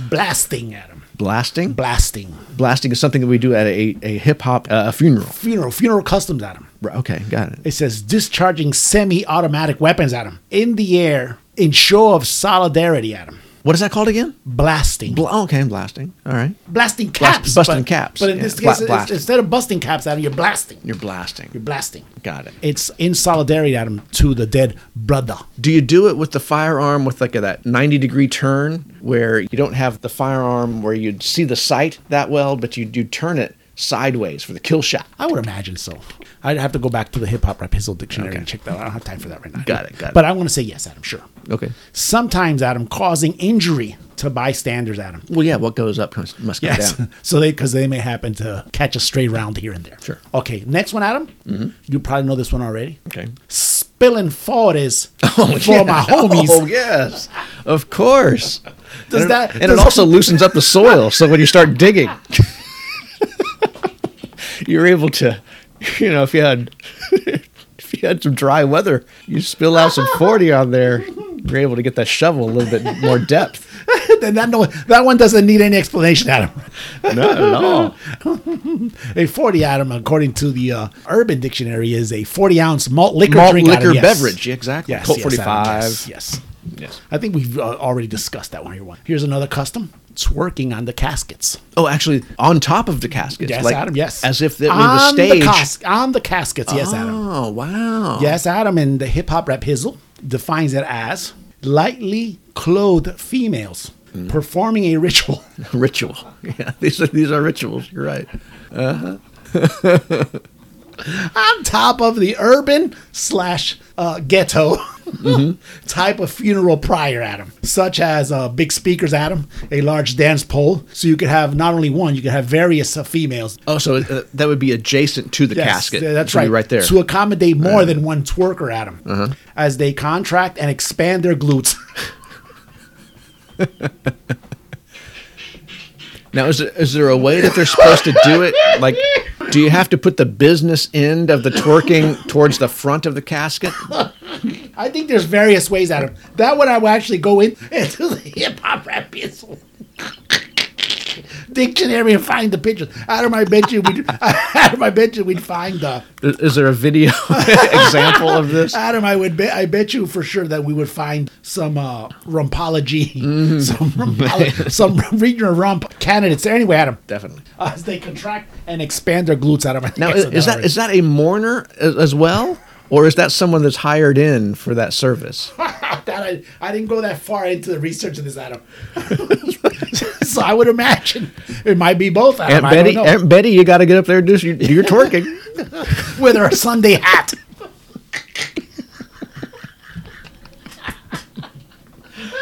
[SPEAKER 1] Blasting, Adam.
[SPEAKER 2] *laughs* Blasting.
[SPEAKER 1] Blasting.
[SPEAKER 2] Blasting is something that we do at a, a hip hop uh, funeral.
[SPEAKER 1] Funeral. Funeral customs, Adam.
[SPEAKER 2] Right, Okay, got it.
[SPEAKER 1] It says discharging semi automatic weapons, Adam, in the air in show of solidarity, Adam.
[SPEAKER 2] What is that called again?
[SPEAKER 1] Blasting.
[SPEAKER 2] Bl- oh, okay, blasting. All right.
[SPEAKER 1] blasting caps.
[SPEAKER 2] busting
[SPEAKER 1] but-
[SPEAKER 2] caps,
[SPEAKER 1] But in
[SPEAKER 2] yeah.
[SPEAKER 1] this
[SPEAKER 2] Bla-
[SPEAKER 1] case, it's-
[SPEAKER 2] blasting.
[SPEAKER 1] instead of busting caps, Adam, you're blasting.
[SPEAKER 2] You're blasting.
[SPEAKER 1] You're blasting.
[SPEAKER 2] Got it.
[SPEAKER 1] It's in solidarity, Adam, to the dead brother.
[SPEAKER 2] Do you do it with the firearm with like a, that 90 degree turn where you don't have the firearm where you'd see the sight that well, but you do turn it sideways for the kill shot?
[SPEAKER 1] I would imagine so. I'd have to go back to the hip hop rap hizzle dictionary and check that out. I don't have time for that right now.
[SPEAKER 2] Got it, got it.
[SPEAKER 1] But I want to say yes, Adam, sure.
[SPEAKER 2] Okay.
[SPEAKER 1] Sometimes, Adam, causing injury to bystanders, Adam.
[SPEAKER 2] Well, yeah, what goes up comes, must go down.
[SPEAKER 1] *laughs* so they, because they may happen to catch a stray round here and there.
[SPEAKER 2] Sure. Mm-hmm.
[SPEAKER 1] Okay. Next one, Adam. You probably know this one already.
[SPEAKER 2] Okay.
[SPEAKER 1] Spilling
[SPEAKER 2] *laughs*
[SPEAKER 1] forties for my homies.
[SPEAKER 2] Oh, yes. Of course.
[SPEAKER 1] Does
[SPEAKER 2] and
[SPEAKER 1] that-
[SPEAKER 2] it, and
[SPEAKER 1] does-
[SPEAKER 2] it also loosens up the soil, so when you start digging, *laughs* you're able to, you know, if you had *laughs* if you had some dry weather, you spill out some forty on there, you're able to get that shovel a little bit more depth.
[SPEAKER 1] Then *laughs* that, no, that one doesn't need any explanation, Adam.
[SPEAKER 2] Not *laughs* at all.
[SPEAKER 1] A 40 Adam, according to the uh, Urban Dictionary, is a 40 ounce malt liquor
[SPEAKER 2] Malt
[SPEAKER 1] drink.
[SPEAKER 2] liquor
[SPEAKER 1] Adam, yes.
[SPEAKER 2] beverage, yeah, exactly.
[SPEAKER 1] Yes,
[SPEAKER 2] Colt
[SPEAKER 1] yes, Adam,
[SPEAKER 2] 45.
[SPEAKER 1] yes, yes.
[SPEAKER 2] Yes.
[SPEAKER 1] I think we've uh, already discussed that one here. One. Here's another custom. It's working on the caskets.
[SPEAKER 2] Oh, actually, on top of the caskets,
[SPEAKER 1] Yes,
[SPEAKER 2] like,
[SPEAKER 1] Adam. Yes.
[SPEAKER 2] as if that were the
[SPEAKER 1] on
[SPEAKER 2] stage.
[SPEAKER 1] The cas- on the caskets. Yes, Adam.
[SPEAKER 2] Oh, wow.
[SPEAKER 1] Yes, Adam. And the hip hop rap hizzle defines it as lightly clothed females
[SPEAKER 2] Hmm.
[SPEAKER 1] performing a ritual.
[SPEAKER 2] *laughs* ritual. Yeah, these are these are rituals. You're right.
[SPEAKER 1] on top of the urban slash uh, ghetto *laughs*
[SPEAKER 2] Mm-hmm.
[SPEAKER 1] type of funeral pyre at 'em, such as uh, big speakers at 'em, a large dance pole. So you could have not only one, you could have various uh, females.
[SPEAKER 2] Oh, so uh, that would be adjacent to the
[SPEAKER 1] Yes,
[SPEAKER 2] casket.
[SPEAKER 1] th- That's
[SPEAKER 2] It would
[SPEAKER 1] right.
[SPEAKER 2] be Right there. Uh-huh.
[SPEAKER 1] To accommodate more than one twerker at 'em, as they contract and expand their glutes. *laughs*
[SPEAKER 2] Now, is there, is there a way that they're supposed to do it? Like, do you have to put the business end of the twerking towards the front of the casket?
[SPEAKER 1] I think there's various ways at 'em. That one I would actually go in *laughs* into the hip hop rap pencil. *laughs* dictionary and find the pictures. Out of my bedroom, we'd, *laughs* out of my bedroom, we'd find uh, the.
[SPEAKER 2] Is is there a video *laughs* example of this?
[SPEAKER 1] Adam, I would bet I bet you for sure that we would find some uh, rumpology, *laughs*
[SPEAKER 2] Mm-hmm.
[SPEAKER 1] some
[SPEAKER 2] *laughs*
[SPEAKER 1] rumpolo- some regional rump candidates. Anyway, Adam,
[SPEAKER 2] Definitely.
[SPEAKER 1] as they contract and expand their glutes, Adam.
[SPEAKER 2] Now, is, is that is that a mourner as, as well, or is that someone that's hired in for that service?
[SPEAKER 1] that I, I didn't go that far into the research of this, Adam. *laughs* so I would imagine it might be both. Adam.
[SPEAKER 2] Aunt
[SPEAKER 1] I don't
[SPEAKER 2] Betty,
[SPEAKER 1] know.
[SPEAKER 2] Aunt Betty, you got to get up there and do your, do your twerking.
[SPEAKER 1] with her Sunday hat. *laughs*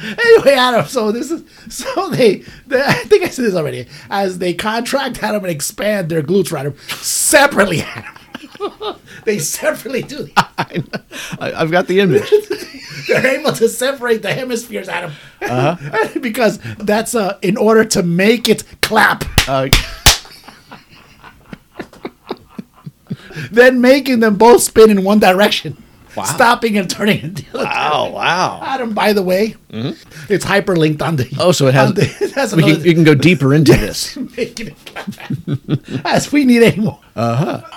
[SPEAKER 1] anyway, Adam. So this is so they, they. I think I said this already. As they contract Adam and expand their glutes for Adam separately. Adam. *laughs* they separately do. That.
[SPEAKER 2] I, I've got
[SPEAKER 1] *laughs*
[SPEAKER 2] the image.
[SPEAKER 1] They're able to separate the hemispheres, Adam,
[SPEAKER 2] Uh-huh.
[SPEAKER 1] *laughs* because that's uh, in order to make it clap.
[SPEAKER 2] Uh,
[SPEAKER 1] then making them both spin in one direction, stopping and turning. In the other wow, Oh, wow. Adam, by the way, it's hyperlinked on the.
[SPEAKER 2] Mm-hmm. oh, so it
[SPEAKER 1] on
[SPEAKER 2] has.
[SPEAKER 1] the- *laughs* it has
[SPEAKER 2] we can,
[SPEAKER 1] another-
[SPEAKER 2] you can go deeper into this.
[SPEAKER 1] *laughs* making it clap. As we need any more,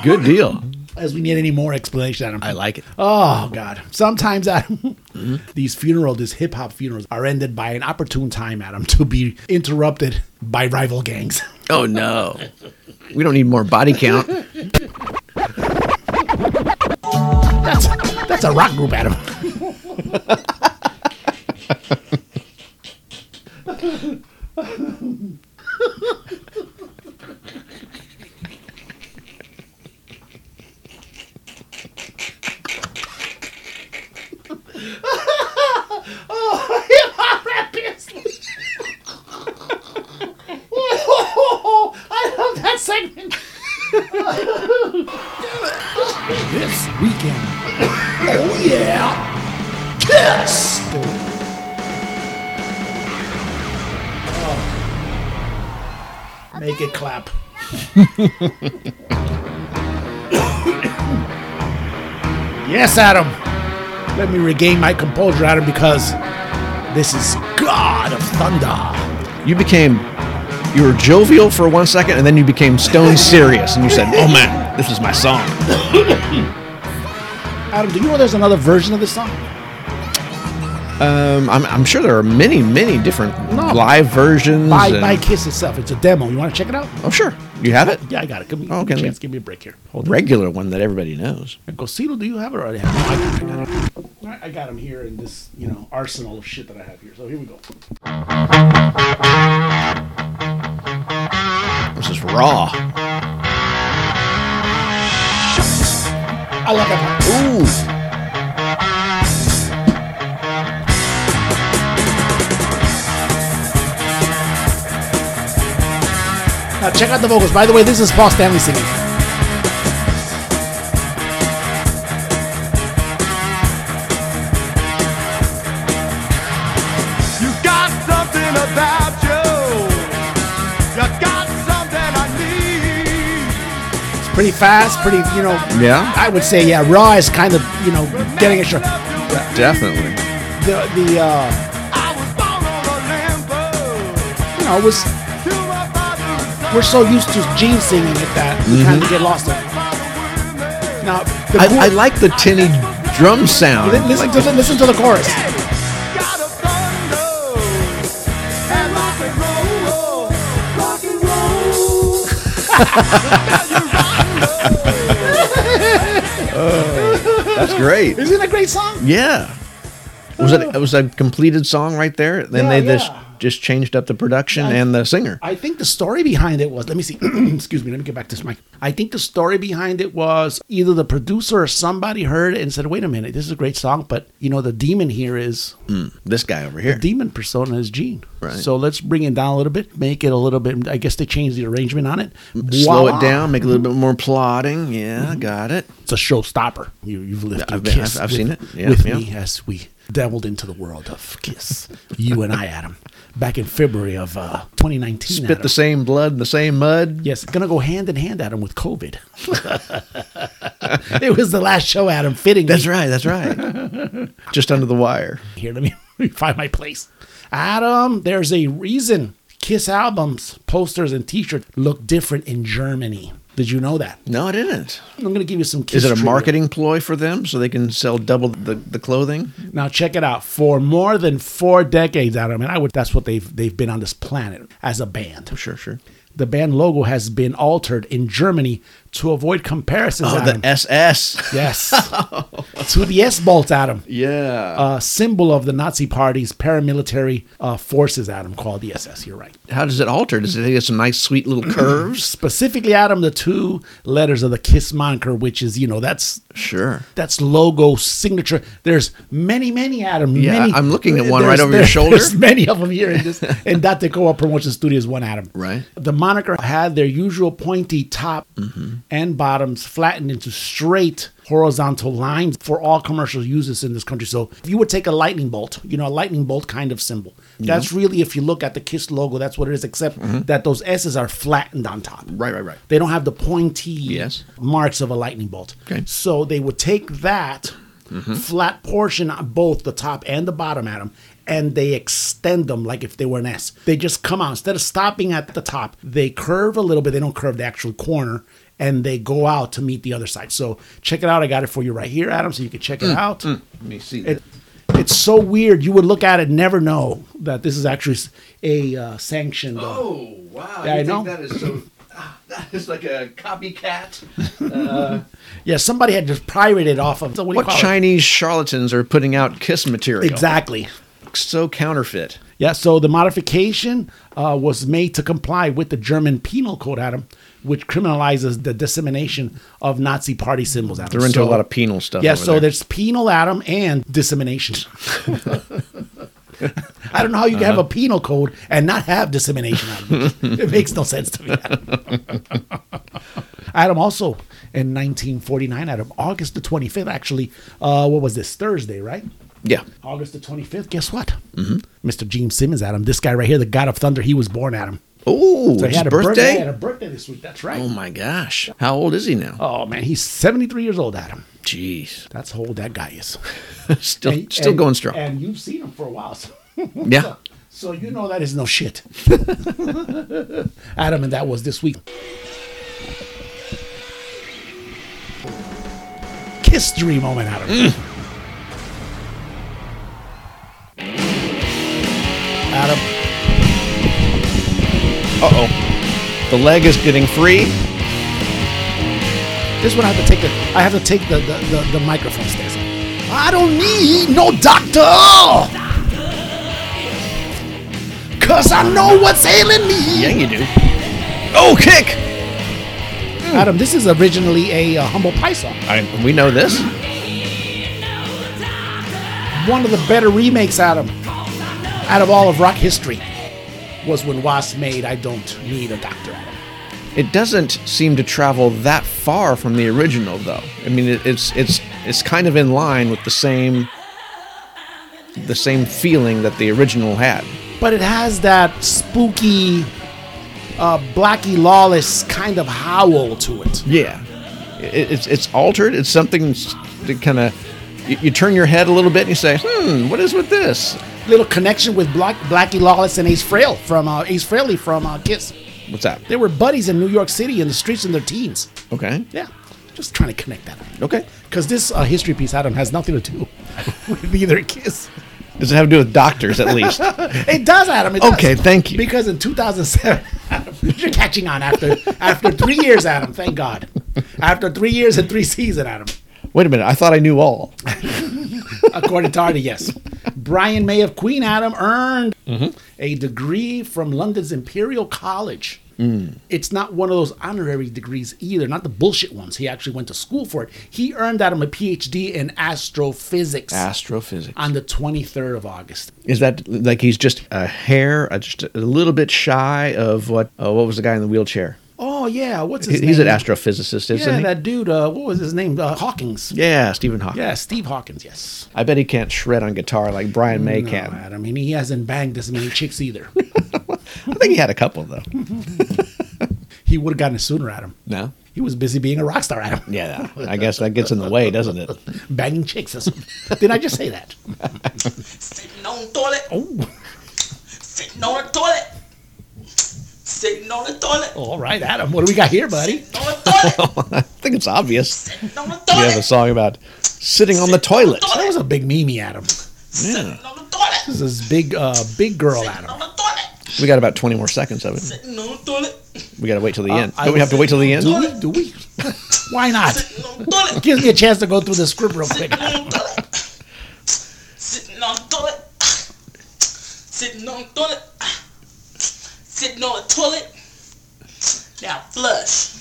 [SPEAKER 2] Good deal.
[SPEAKER 1] as we need any more explanation, Adam.
[SPEAKER 2] I like it. Mm-hmm.
[SPEAKER 1] Oh God! Sometimes Adam, *laughs* these funeral, these hip hop funerals, are ended by an opportune time, Adam, to be interrupted by rival gangs. *laughs*
[SPEAKER 2] Oh no, we don't need more body count.
[SPEAKER 1] That's that's a rock group, Adam.
[SPEAKER 7] Oh, *laughs* I love that segment.
[SPEAKER 1] this weekend. oh yeah, Kiss. Make it clap. *coughs* yes, Adam. Let me regain my composure, Adam, because this is God of Thunder.
[SPEAKER 2] You became, you were jovial for one second, and then you became stone serious, and you said, "Oh man, this is my song."
[SPEAKER 1] Adam, do you know there's another version of this song?
[SPEAKER 2] Um, I'm, I'm sure there are many, many different live versions.
[SPEAKER 1] By,
[SPEAKER 2] and-
[SPEAKER 1] by Kiss itself. It's a demo. You want to check it out?
[SPEAKER 2] oh sure, you have it.
[SPEAKER 1] Yeah, I got it. Give me,
[SPEAKER 2] Oh, okay,
[SPEAKER 1] give me a
[SPEAKER 2] let me-
[SPEAKER 1] chance. Give me a break here. Hold
[SPEAKER 2] Regular one that everybody knows.
[SPEAKER 1] Cosito, do you have it already? No, I, I got it. I- I got him here in this, you know, arsenal of shit that I have here. So here we go.
[SPEAKER 2] This is raw.
[SPEAKER 1] I love that part.
[SPEAKER 2] Ooh,
[SPEAKER 1] Now check out the vocals. By the way, this is Paul Stanley singing.
[SPEAKER 8] You got something about you. You got something I need.
[SPEAKER 1] It's pretty fast, pretty, you know.
[SPEAKER 2] Yeah.
[SPEAKER 1] I would say, yeah, raw is kind of, you know, getting a shot.
[SPEAKER 2] definitely.
[SPEAKER 1] The, the uh,
[SPEAKER 8] I was born on a limbo.
[SPEAKER 1] you know, it was
[SPEAKER 8] You were by the side
[SPEAKER 1] we're so used to Gene singing it that we kind of get lost in. it.
[SPEAKER 8] of the women.
[SPEAKER 1] Now, the chor-
[SPEAKER 2] I, I like the tinny drum sound.
[SPEAKER 1] li- listen
[SPEAKER 2] Like-
[SPEAKER 1] to the, listen to the chorus.
[SPEAKER 8] Got a thunder. And rock and roll. Rock and roll.
[SPEAKER 2] that's great.
[SPEAKER 1] Isn't it a great song?
[SPEAKER 2] Yeah. Was it? It was a completed song right there. Then
[SPEAKER 1] Yeah,
[SPEAKER 2] they just
[SPEAKER 1] yeah.
[SPEAKER 2] just changed up the production and the singer.
[SPEAKER 1] I think the story behind it was let me see. *clears throat* excuse me, let me get back to this mic. I think the story behind it was either the producer or somebody heard it and said, "Wait a minute, this is a great song, but you know the demon here is
[SPEAKER 2] this guy over here.
[SPEAKER 1] demon persona is Gene.
[SPEAKER 2] Right.
[SPEAKER 1] So let's bring it down a little bit, make it a little bit. I guess they changed the arrangement on it.
[SPEAKER 2] Slow
[SPEAKER 1] Voila.
[SPEAKER 2] it down, make a little bit more plotting. Yeah, Mm-hmm. got it.
[SPEAKER 1] It's a showstopper. You, you've lived.
[SPEAKER 2] I've
[SPEAKER 1] in
[SPEAKER 2] been-
[SPEAKER 1] Kiss
[SPEAKER 2] I've- I've
[SPEAKER 1] with-
[SPEAKER 2] seen it. Yeah,
[SPEAKER 1] with
[SPEAKER 2] yeah.
[SPEAKER 1] me as we dabbled into the world of Kiss. *laughs* you and I, Adam, back in February of uh, 2019.
[SPEAKER 2] Spit
[SPEAKER 1] Adam.
[SPEAKER 2] the same blood, the same mud.
[SPEAKER 1] Yes, gonna go hand in hand, Adam, with COVID. *laughs* it was the last show, Adam. Fitting.
[SPEAKER 2] That's right. That's right. *laughs* just under the wire.
[SPEAKER 1] Here, let me, *laughs* let me find my place. Adam, there's a reason Kiss albums, posters, and T-shirts look different in Germany. Did you know that?
[SPEAKER 2] No, it isn't.
[SPEAKER 1] I'm gonna give you some. Kiss
[SPEAKER 2] Is it a
[SPEAKER 1] trivia.
[SPEAKER 2] marketing ploy for them so they can sell double the, the clothing?
[SPEAKER 1] Now check it out. For more than four decades, Adam, and I would. That's what they've they've been on this planet as a band.
[SPEAKER 2] Sure, sure.
[SPEAKER 1] The band logo has been altered in Germany to avoid comparisons.
[SPEAKER 2] Oh,
[SPEAKER 1] Adam.
[SPEAKER 2] the SS. *laughs*
[SPEAKER 1] Yes. to the S bolts, Adam.
[SPEAKER 2] Yeah.
[SPEAKER 1] uh, symbol of the Nazi Party's paramilitary uh, forces, Adam, called the SS. You're right.
[SPEAKER 2] How does it alter? Does it get some nice, sweet little
[SPEAKER 1] *clears throat*
[SPEAKER 2] curves?
[SPEAKER 1] Specifically, Adam, the two letters of the Kiss moniker, which is, you know, that's
[SPEAKER 2] sure.
[SPEAKER 1] that's logo signature. There's many, many, Adam.
[SPEAKER 2] Yeah,
[SPEAKER 1] many,
[SPEAKER 2] I- I'm looking at one right
[SPEAKER 1] there's- *laughs*
[SPEAKER 2] over your shoulder.
[SPEAKER 1] There's many of them here in
[SPEAKER 2] *laughs*
[SPEAKER 1] this. and that Decoa Promotion Studios, one Adam.
[SPEAKER 2] Right.
[SPEAKER 1] The moniker had their usual pointy top
[SPEAKER 2] Mm-hmm.
[SPEAKER 1] and bottoms flattened into straight horizontal lines for all commercial uses in this country. So if you would take a lightning bolt, you know, a lightning bolt kind of symbol. That's really, if you look at the KISS logo, that's what it is, except
[SPEAKER 2] Mm-hmm.
[SPEAKER 1] that those S's are flattened on top.
[SPEAKER 2] Right, right, right.
[SPEAKER 1] They don't have the pointy
[SPEAKER 2] Yes.
[SPEAKER 1] marks of a lightning bolt.
[SPEAKER 2] Okay. Mm-hmm.
[SPEAKER 1] So they would take that flat portion on both the top and the bottom atom and they extend them like if they were an S. They just come out. Instead of stopping at the top, they curve a little bit. They don't curve the actual corner and they go out to meet the other side. So check it out. I got it for you right here, Adam, so you can check it
[SPEAKER 2] Mm.
[SPEAKER 1] out.
[SPEAKER 2] Let me see.
[SPEAKER 1] It, it's so weird. You would look at it and never know that this is actually s- a uh, sanctioned. uh,
[SPEAKER 2] oh, wow.
[SPEAKER 1] Yeah, I know.
[SPEAKER 2] is so. ah, That is like a copycat.
[SPEAKER 1] Yeah, somebody had just pirated off of. so do you
[SPEAKER 2] What
[SPEAKER 1] call it?
[SPEAKER 2] Chinese charlatans are putting out kiss material?
[SPEAKER 1] Exactly.
[SPEAKER 2] So counterfeit.
[SPEAKER 1] Yeah, so the modification uh, was made to comply with the German Penal Code, Adam, which criminalizes the dissemination of Nazi party symbols. Adam.
[SPEAKER 2] They're into a lot of penal stuff
[SPEAKER 1] Yeah,
[SPEAKER 2] over
[SPEAKER 1] so
[SPEAKER 2] there.
[SPEAKER 1] there's penal, Adam, and
[SPEAKER 2] *laughs*
[SPEAKER 1] dissemination. I don't know how you can
[SPEAKER 2] Uh-huh.
[SPEAKER 1] have a penal code and not have dissemination, Adam.
[SPEAKER 2] *laughs*
[SPEAKER 1] it makes no sense to me. Adam also in 1949, Adam, August the 25th, actually, uh, what was this, Thursday, right?
[SPEAKER 2] Yeah.
[SPEAKER 1] August the 25th, guess what? Mm-hmm. Mr. Gene Simmons, Adam. This guy right here, the God of Thunder, he was born, Adam.
[SPEAKER 2] Oh,
[SPEAKER 1] So
[SPEAKER 2] his birthday?
[SPEAKER 1] He had a birthday this week. That's right.
[SPEAKER 2] oh, my gosh. How old is he now?
[SPEAKER 1] Oh, man, he's 73 years old, Adam.
[SPEAKER 2] Jeez.
[SPEAKER 1] That's how old that guy is.
[SPEAKER 2] *laughs* Still,
[SPEAKER 1] And-
[SPEAKER 2] still
[SPEAKER 1] and-
[SPEAKER 2] going strong.
[SPEAKER 1] And you've seen him for a while. So, *laughs*
[SPEAKER 2] yeah.
[SPEAKER 1] so you know that is no shit. *laughs* Adam, and that was this week. Kiss dream moment, Adam.
[SPEAKER 2] Mm.
[SPEAKER 1] Adam.
[SPEAKER 2] The leg is getting free.
[SPEAKER 1] This one I have to take the I have to take the the, the, the microphone stairs. I don't need no doctor Cause I know what's ailing me.
[SPEAKER 2] Yeah, you do. Oh, kick!
[SPEAKER 1] Adam, this is originally a uh, humble pie song.
[SPEAKER 2] I, we know this.
[SPEAKER 1] One of the better remakes, Adam, out of all of rock history, was when Wasp made "I Don't Need a Doctor." Adam.
[SPEAKER 2] It doesn't seem to travel that far from the original, though. I mean, it, it's it's it's kind of in line with the same the same feeling that the original had.
[SPEAKER 1] but it has that spooky, uh, Blackie Lawless kind of howl to it.
[SPEAKER 2] Yeah, it, it's it's altered. It's something s- that kind of you, you turn your head a little bit and you say, "Hmm, what is with this?"
[SPEAKER 1] little connection with Black, Blackie Lawless and Ace Frail from uh, Ace Frehley from uh, Kiss.
[SPEAKER 2] What's that?
[SPEAKER 1] They were buddies in New York City in the streets in their teens.
[SPEAKER 2] Okay.
[SPEAKER 1] Yeah, just trying to connect that.
[SPEAKER 2] Okay.
[SPEAKER 1] Because this uh, history piece, Adam, has nothing to do *laughs* with either Kiss.
[SPEAKER 2] Does it have to do with doctors at *laughs* least?
[SPEAKER 1] It does, Adam. It does.
[SPEAKER 2] Okay, thank you.
[SPEAKER 1] Because in 2007, Adam, *laughs* you're catching on after after three years, Adam. Thank God. After three years and three seasons, Adam.
[SPEAKER 2] Wait a minute. I thought I knew all.
[SPEAKER 1] According to Artie, yes. Brian May of Queen Adam earned
[SPEAKER 2] Mm-hmm.
[SPEAKER 1] a degree from London's Imperial College.
[SPEAKER 2] Mm.
[SPEAKER 1] It's not one of those honorary degrees either, not the bullshit ones. He actually went to school for it. He earned out of him a PhD in astrophysics
[SPEAKER 2] Astrophysics.
[SPEAKER 1] on the 23rd of August.
[SPEAKER 2] Is that like he's just a hair, uh, just a little bit shy of what? Uh, what was the guy in the wheelchair?
[SPEAKER 1] Oh, yeah. What's his
[SPEAKER 2] He- He's an
[SPEAKER 1] name?
[SPEAKER 2] astrophysicist, isn't
[SPEAKER 1] Yeah,
[SPEAKER 2] he?
[SPEAKER 1] that dude, uh, what was his name? Uh, Hawkins.
[SPEAKER 2] yeah, Stephen Hawking.
[SPEAKER 1] Yeah, Steve Hawkins, yes.
[SPEAKER 2] I bet he can't shred on guitar like Brian May
[SPEAKER 1] No,
[SPEAKER 2] can.
[SPEAKER 1] Adam, I mean, he hasn't banged as many chicks either.
[SPEAKER 2] I think he had a
[SPEAKER 1] *laughs*
[SPEAKER 2] couple though.
[SPEAKER 1] he would have gotten it sooner, Adam.
[SPEAKER 2] No.
[SPEAKER 1] He was busy being a rock star, Adam.
[SPEAKER 2] Yeah, I guess that gets in the way, doesn't it?
[SPEAKER 1] Banging chicks. That's- Did I just say that?
[SPEAKER 10] Sitting on the toilet. Sitting on the toilet. Sitting on the toilet.
[SPEAKER 1] All right, Adam. What do we got here, buddy?
[SPEAKER 10] On the toilet.
[SPEAKER 2] I think it's
[SPEAKER 10] *laughs*
[SPEAKER 2] obvious.
[SPEAKER 10] on the
[SPEAKER 2] We have a *laughs*
[SPEAKER 10] toilet.
[SPEAKER 2] song about sitting on the toilet.
[SPEAKER 1] Oh, That was a big Mimi, Adam.
[SPEAKER 2] Yeah.
[SPEAKER 10] On the toilet.
[SPEAKER 1] This is big, uh, big girl, Adam.
[SPEAKER 10] On the toilet.
[SPEAKER 2] We got about 20 more seconds of it.
[SPEAKER 10] Sitting on the toilet.
[SPEAKER 2] We got to wait till the
[SPEAKER 1] Uh,
[SPEAKER 2] end.
[SPEAKER 1] I
[SPEAKER 2] Don't we have to wait till the
[SPEAKER 1] Do
[SPEAKER 2] end?
[SPEAKER 1] we? Do we? Why not?
[SPEAKER 10] Sitting on the toilet.
[SPEAKER 1] Gives me a chance to go through the script real quick.
[SPEAKER 10] Sitting on the toilet. Sitting on the toilet. Sitting on the toilet. Sitting on the toilet. Now flush.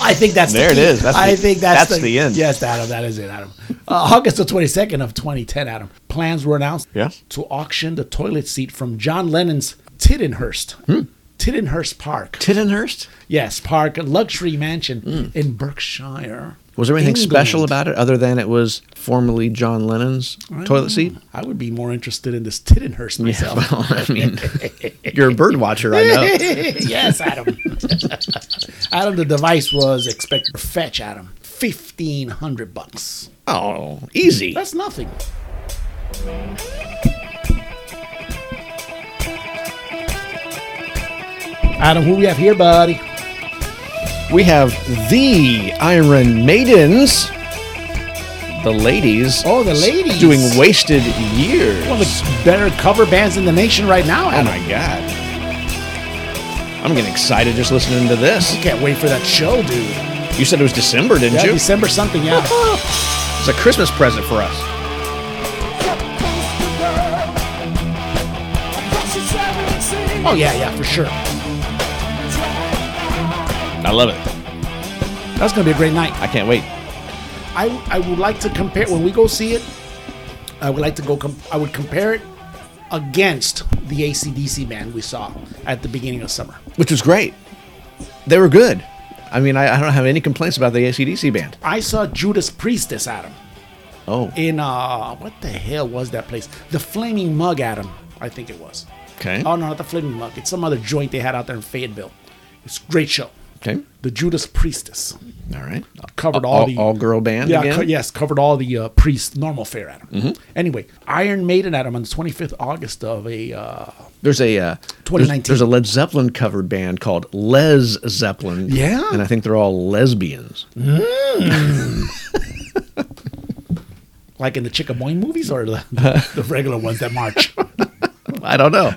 [SPEAKER 1] I think that's
[SPEAKER 2] There it
[SPEAKER 1] the key.
[SPEAKER 2] is. That's
[SPEAKER 1] I
[SPEAKER 2] the-
[SPEAKER 1] think that's,
[SPEAKER 2] that's the end.
[SPEAKER 1] Yes, Adam, that is it, Adam. Uh, August the twenty second of twenty ten, Adam. Plans were announced
[SPEAKER 2] Yes.
[SPEAKER 1] to auction the toilet seat from John Lennon's Tiddenhurst,
[SPEAKER 2] Hmm.
[SPEAKER 1] Tiddenhurst Park.
[SPEAKER 2] Tiddenhurst?
[SPEAKER 1] yes, Park, a luxury mansion in Berkshire.
[SPEAKER 2] Hmm. Was there anything
[SPEAKER 1] England.
[SPEAKER 2] special about it other than it was formerly John Lennon's toilet seat?
[SPEAKER 1] Mm, I would be more interested in this Tiddenhurst myself.
[SPEAKER 2] *laughs* Well, I mean, you're a bird watcher, I know.
[SPEAKER 1] yes, Adam. Adam, the device was expected to fetch Adam fifteen hundred bucks.
[SPEAKER 2] *laughs* Oh, easy.
[SPEAKER 1] That's nothing. Adam, who we have here, buddy?
[SPEAKER 2] We have the Iron Maidens. The ladies.
[SPEAKER 1] Oh, the ladies.
[SPEAKER 2] Doing Wasted Years.
[SPEAKER 1] One of the better cover bands in the nation right now.
[SPEAKER 2] Oh
[SPEAKER 1] Adam.
[SPEAKER 2] my god. I'm getting excited just listening to this.
[SPEAKER 1] Can't wait for that show, dude.
[SPEAKER 2] You said it was December, didn't
[SPEAKER 1] Yeah,
[SPEAKER 2] you?
[SPEAKER 1] December something, yeah.
[SPEAKER 2] It's a Christmas present for us.
[SPEAKER 1] oh yeah, yeah, for sure.
[SPEAKER 2] I love it.
[SPEAKER 1] That's gonna be a great night.
[SPEAKER 2] I can't wait.
[SPEAKER 1] I I would like to compare when we go see it. I would like to go. Com- I would compare it against the ACDC band we saw at the beginning of summer.
[SPEAKER 2] Which was great. They were good. I mean, I, I don't have any complaints about the ACDC band.
[SPEAKER 1] I saw Judas Priestess, Adam.
[SPEAKER 2] Oh,
[SPEAKER 1] in uh what the hell was that place? The Flaming Mug, Adam, I think it was.
[SPEAKER 2] okay.
[SPEAKER 1] Oh no, not the Flaming Mug. It's some other joint they had out there in Fayetteville. It's a great show.
[SPEAKER 2] Okay.
[SPEAKER 1] The Judas Priestess
[SPEAKER 2] All right.
[SPEAKER 1] covered all,
[SPEAKER 2] All,
[SPEAKER 1] the
[SPEAKER 2] all girl band
[SPEAKER 1] yeah
[SPEAKER 2] again? Mm-hmm.
[SPEAKER 1] co- yes covered all the uh, priest normal fare Adam. Anyway, Iron Maiden Adam on the 25th August of a uh,
[SPEAKER 2] There's a uh, there's,
[SPEAKER 1] 2019.
[SPEAKER 2] there's a Led Zeppelin covered band called Les Zeppelin.
[SPEAKER 1] Yeah.
[SPEAKER 2] and I think they're all lesbians.
[SPEAKER 1] like in the Chickaboyne movies or the,
[SPEAKER 2] *laughs*
[SPEAKER 1] the, regular ones that march. *laughs*
[SPEAKER 2] I don't know.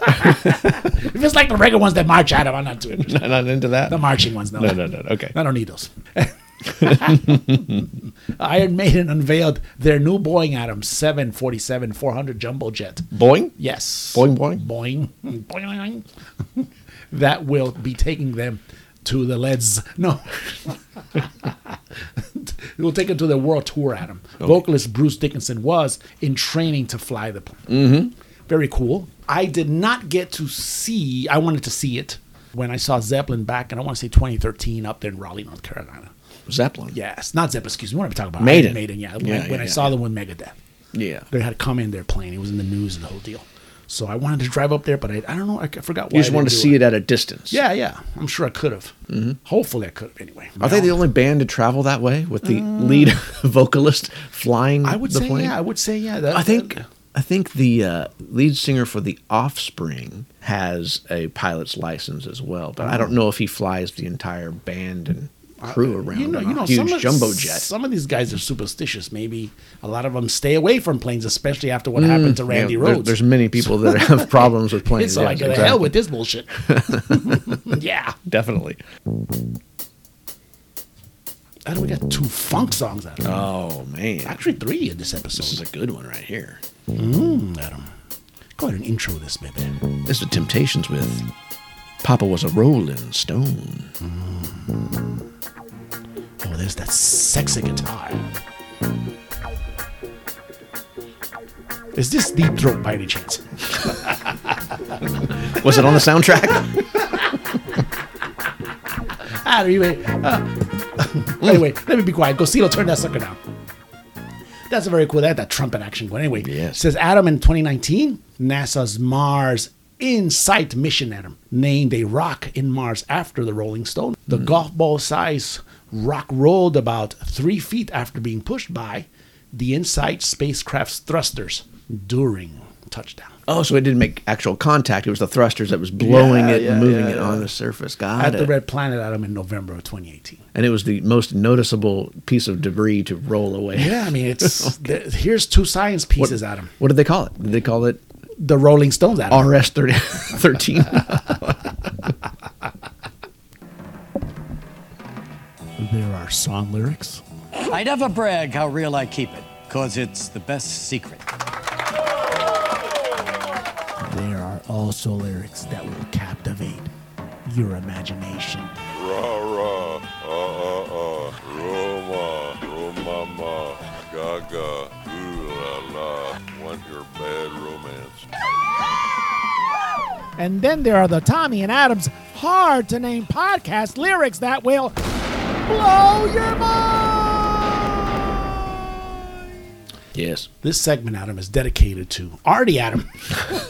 [SPEAKER 1] if it's like the regular ones that march Adam, I'm not doing it.
[SPEAKER 2] I'm not into that.
[SPEAKER 1] The marching ones, no.
[SPEAKER 2] No, no, no. Okay.
[SPEAKER 1] I don't need those. *laughs* Iron Maiden unveiled their new Boeing Adam 747 400 jumbo jet.
[SPEAKER 2] Boing.
[SPEAKER 1] Yes.
[SPEAKER 2] Boing, boing.
[SPEAKER 1] Boing. Boing. *laughs* that will be taking them to the Leds. No. *laughs* it will take them to the world tour, Adam. Vocalist Bruce Dickinson was in training to fly the plane. Mm-hmm. Very cool. I did not get to see, I wanted to see it when I saw Zeppelin back, and I want to say 2013 up there in Raleigh, North Carolina.
[SPEAKER 2] Zeppelin.
[SPEAKER 1] Yes, not Zeppelin, excuse me. What am I talking about?
[SPEAKER 2] Maiden.
[SPEAKER 1] Iron Maiden, yeah. When,
[SPEAKER 2] Yeah,
[SPEAKER 1] when
[SPEAKER 2] yeah,
[SPEAKER 1] I
[SPEAKER 2] yeah,
[SPEAKER 1] saw them with Megadeth
[SPEAKER 2] Yeah.
[SPEAKER 1] they had come in their plane. It was in the news and the whole deal. So I wanted to drive up there, but I, I don't know. I, c- forgot why.
[SPEAKER 2] You just
[SPEAKER 1] I
[SPEAKER 2] wanted to
[SPEAKER 1] didn't do
[SPEAKER 2] see it at a distance.
[SPEAKER 1] Yeah, yeah. I'm sure I could have. Hopefully, I could have anyway.
[SPEAKER 2] Are they the only band to travel that way with the lead *laughs* vocalist flying
[SPEAKER 1] Uh. I would
[SPEAKER 2] the
[SPEAKER 1] say
[SPEAKER 2] plane?
[SPEAKER 1] yeah. I would say yeah. That,
[SPEAKER 2] I think
[SPEAKER 1] that-
[SPEAKER 2] I think the uh, lead singer for the Offspring has a pilot's license as well, but I don't know if he flies the entire band and crew around
[SPEAKER 1] Oh. you know,
[SPEAKER 2] on
[SPEAKER 1] you
[SPEAKER 2] a
[SPEAKER 1] know,
[SPEAKER 2] huge
[SPEAKER 1] some of-
[SPEAKER 2] jumbo jet.
[SPEAKER 1] Some of these guys are superstitious. Maybe a lot of them stay away from planes, especially after what happened to Randy
[SPEAKER 2] Mm, Yeah, there-
[SPEAKER 1] Rhodes.
[SPEAKER 2] there's many
[SPEAKER 1] *laughs*
[SPEAKER 2] people that have problems with
[SPEAKER 1] it's
[SPEAKER 2] planes.
[SPEAKER 1] like
[SPEAKER 2] yes,
[SPEAKER 1] the hell
[SPEAKER 2] exactly.
[SPEAKER 1] with *laughs* this bullshit.
[SPEAKER 2] *laughs*
[SPEAKER 1] yeah.
[SPEAKER 2] definitely.
[SPEAKER 1] I know we got two funk songs out of it.
[SPEAKER 2] Oh man,
[SPEAKER 1] Actually, three in this episode.
[SPEAKER 2] this is a good one right here.
[SPEAKER 1] Adam. Go ahead and intro this, baby.
[SPEAKER 2] This is the Temptations with "Papa Was a Rolling Stone."
[SPEAKER 1] Oh, there's that sexy guitar. Is this deep throat by any chance?
[SPEAKER 2] Was it on the
[SPEAKER 1] *laughs*
[SPEAKER 2] soundtrack?
[SPEAKER 1] Ah, anyway, uh,
[SPEAKER 2] *laughs*
[SPEAKER 1] anyway, let me be quiet. Gosilo, turn that sucker down. That's a very cool. That that trumpet action going. Anyway,
[SPEAKER 2] Yes.
[SPEAKER 1] says Adam in 2019, NASA's Mars InSight mission. Adam named a rock in Mars after the Rolling Stone. The
[SPEAKER 2] Hmm.
[SPEAKER 1] golf ball size rock rolled about three feet after being pushed by the InSight spacecraft's thrusters during touchdown.
[SPEAKER 2] oh, so it didn't make actual contact. It was the thrusters that was blowing
[SPEAKER 1] Yeah,
[SPEAKER 2] it
[SPEAKER 1] yeah,
[SPEAKER 2] and moving
[SPEAKER 1] yeah,
[SPEAKER 2] it
[SPEAKER 1] yeah.
[SPEAKER 2] on the surface.
[SPEAKER 1] At
[SPEAKER 2] Got
[SPEAKER 1] the
[SPEAKER 2] it.
[SPEAKER 1] Red Planet, Adam, in November of
[SPEAKER 2] *laughs*
[SPEAKER 1] 2018.
[SPEAKER 2] and it was the most noticeable piece of debris to roll away.
[SPEAKER 1] Yeah, I mean, it's *laughs* th- here's two science pieces, Adam.
[SPEAKER 2] *laughs* What did they call it? Did they call it
[SPEAKER 1] The Rolling Stones, Adam.
[SPEAKER 2] RS *laughs* 13?
[SPEAKER 1] There are song lyrics.
[SPEAKER 7] I never brag how real I keep it, cause it's the best secret.
[SPEAKER 1] There are also lyrics that will captivate your imagination.
[SPEAKER 8] Rah, rah, uh, uh, uh, Roma, Romama, Gaga, ooh la la, want your bad romance.
[SPEAKER 5] And then there are the Tommy and Adams hard to name podcast lyrics that will blow your mind.
[SPEAKER 2] yes.
[SPEAKER 1] This segment, Adam, is dedicated to Artie Adam.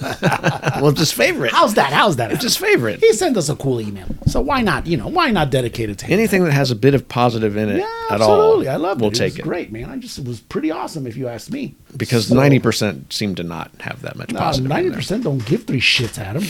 [SPEAKER 2] Well, it's his favorite. *laughs*
[SPEAKER 1] How's that? How's that?
[SPEAKER 2] It's his favorite.
[SPEAKER 1] He sent us a cool email. So why not, you know, why not dedicate it to him?
[SPEAKER 2] Anything that has a bit of positive in it
[SPEAKER 1] Yeah,
[SPEAKER 2] at all.
[SPEAKER 1] absolutely. I love it.
[SPEAKER 2] We'll
[SPEAKER 1] It was
[SPEAKER 2] take it.
[SPEAKER 1] great, man. I just, it was pretty awesome if you ask me.
[SPEAKER 2] Because
[SPEAKER 1] So-
[SPEAKER 2] 90% seem to not have that much
[SPEAKER 1] Nah,
[SPEAKER 2] positive. in there.
[SPEAKER 1] 90% don't give three shits, Adam.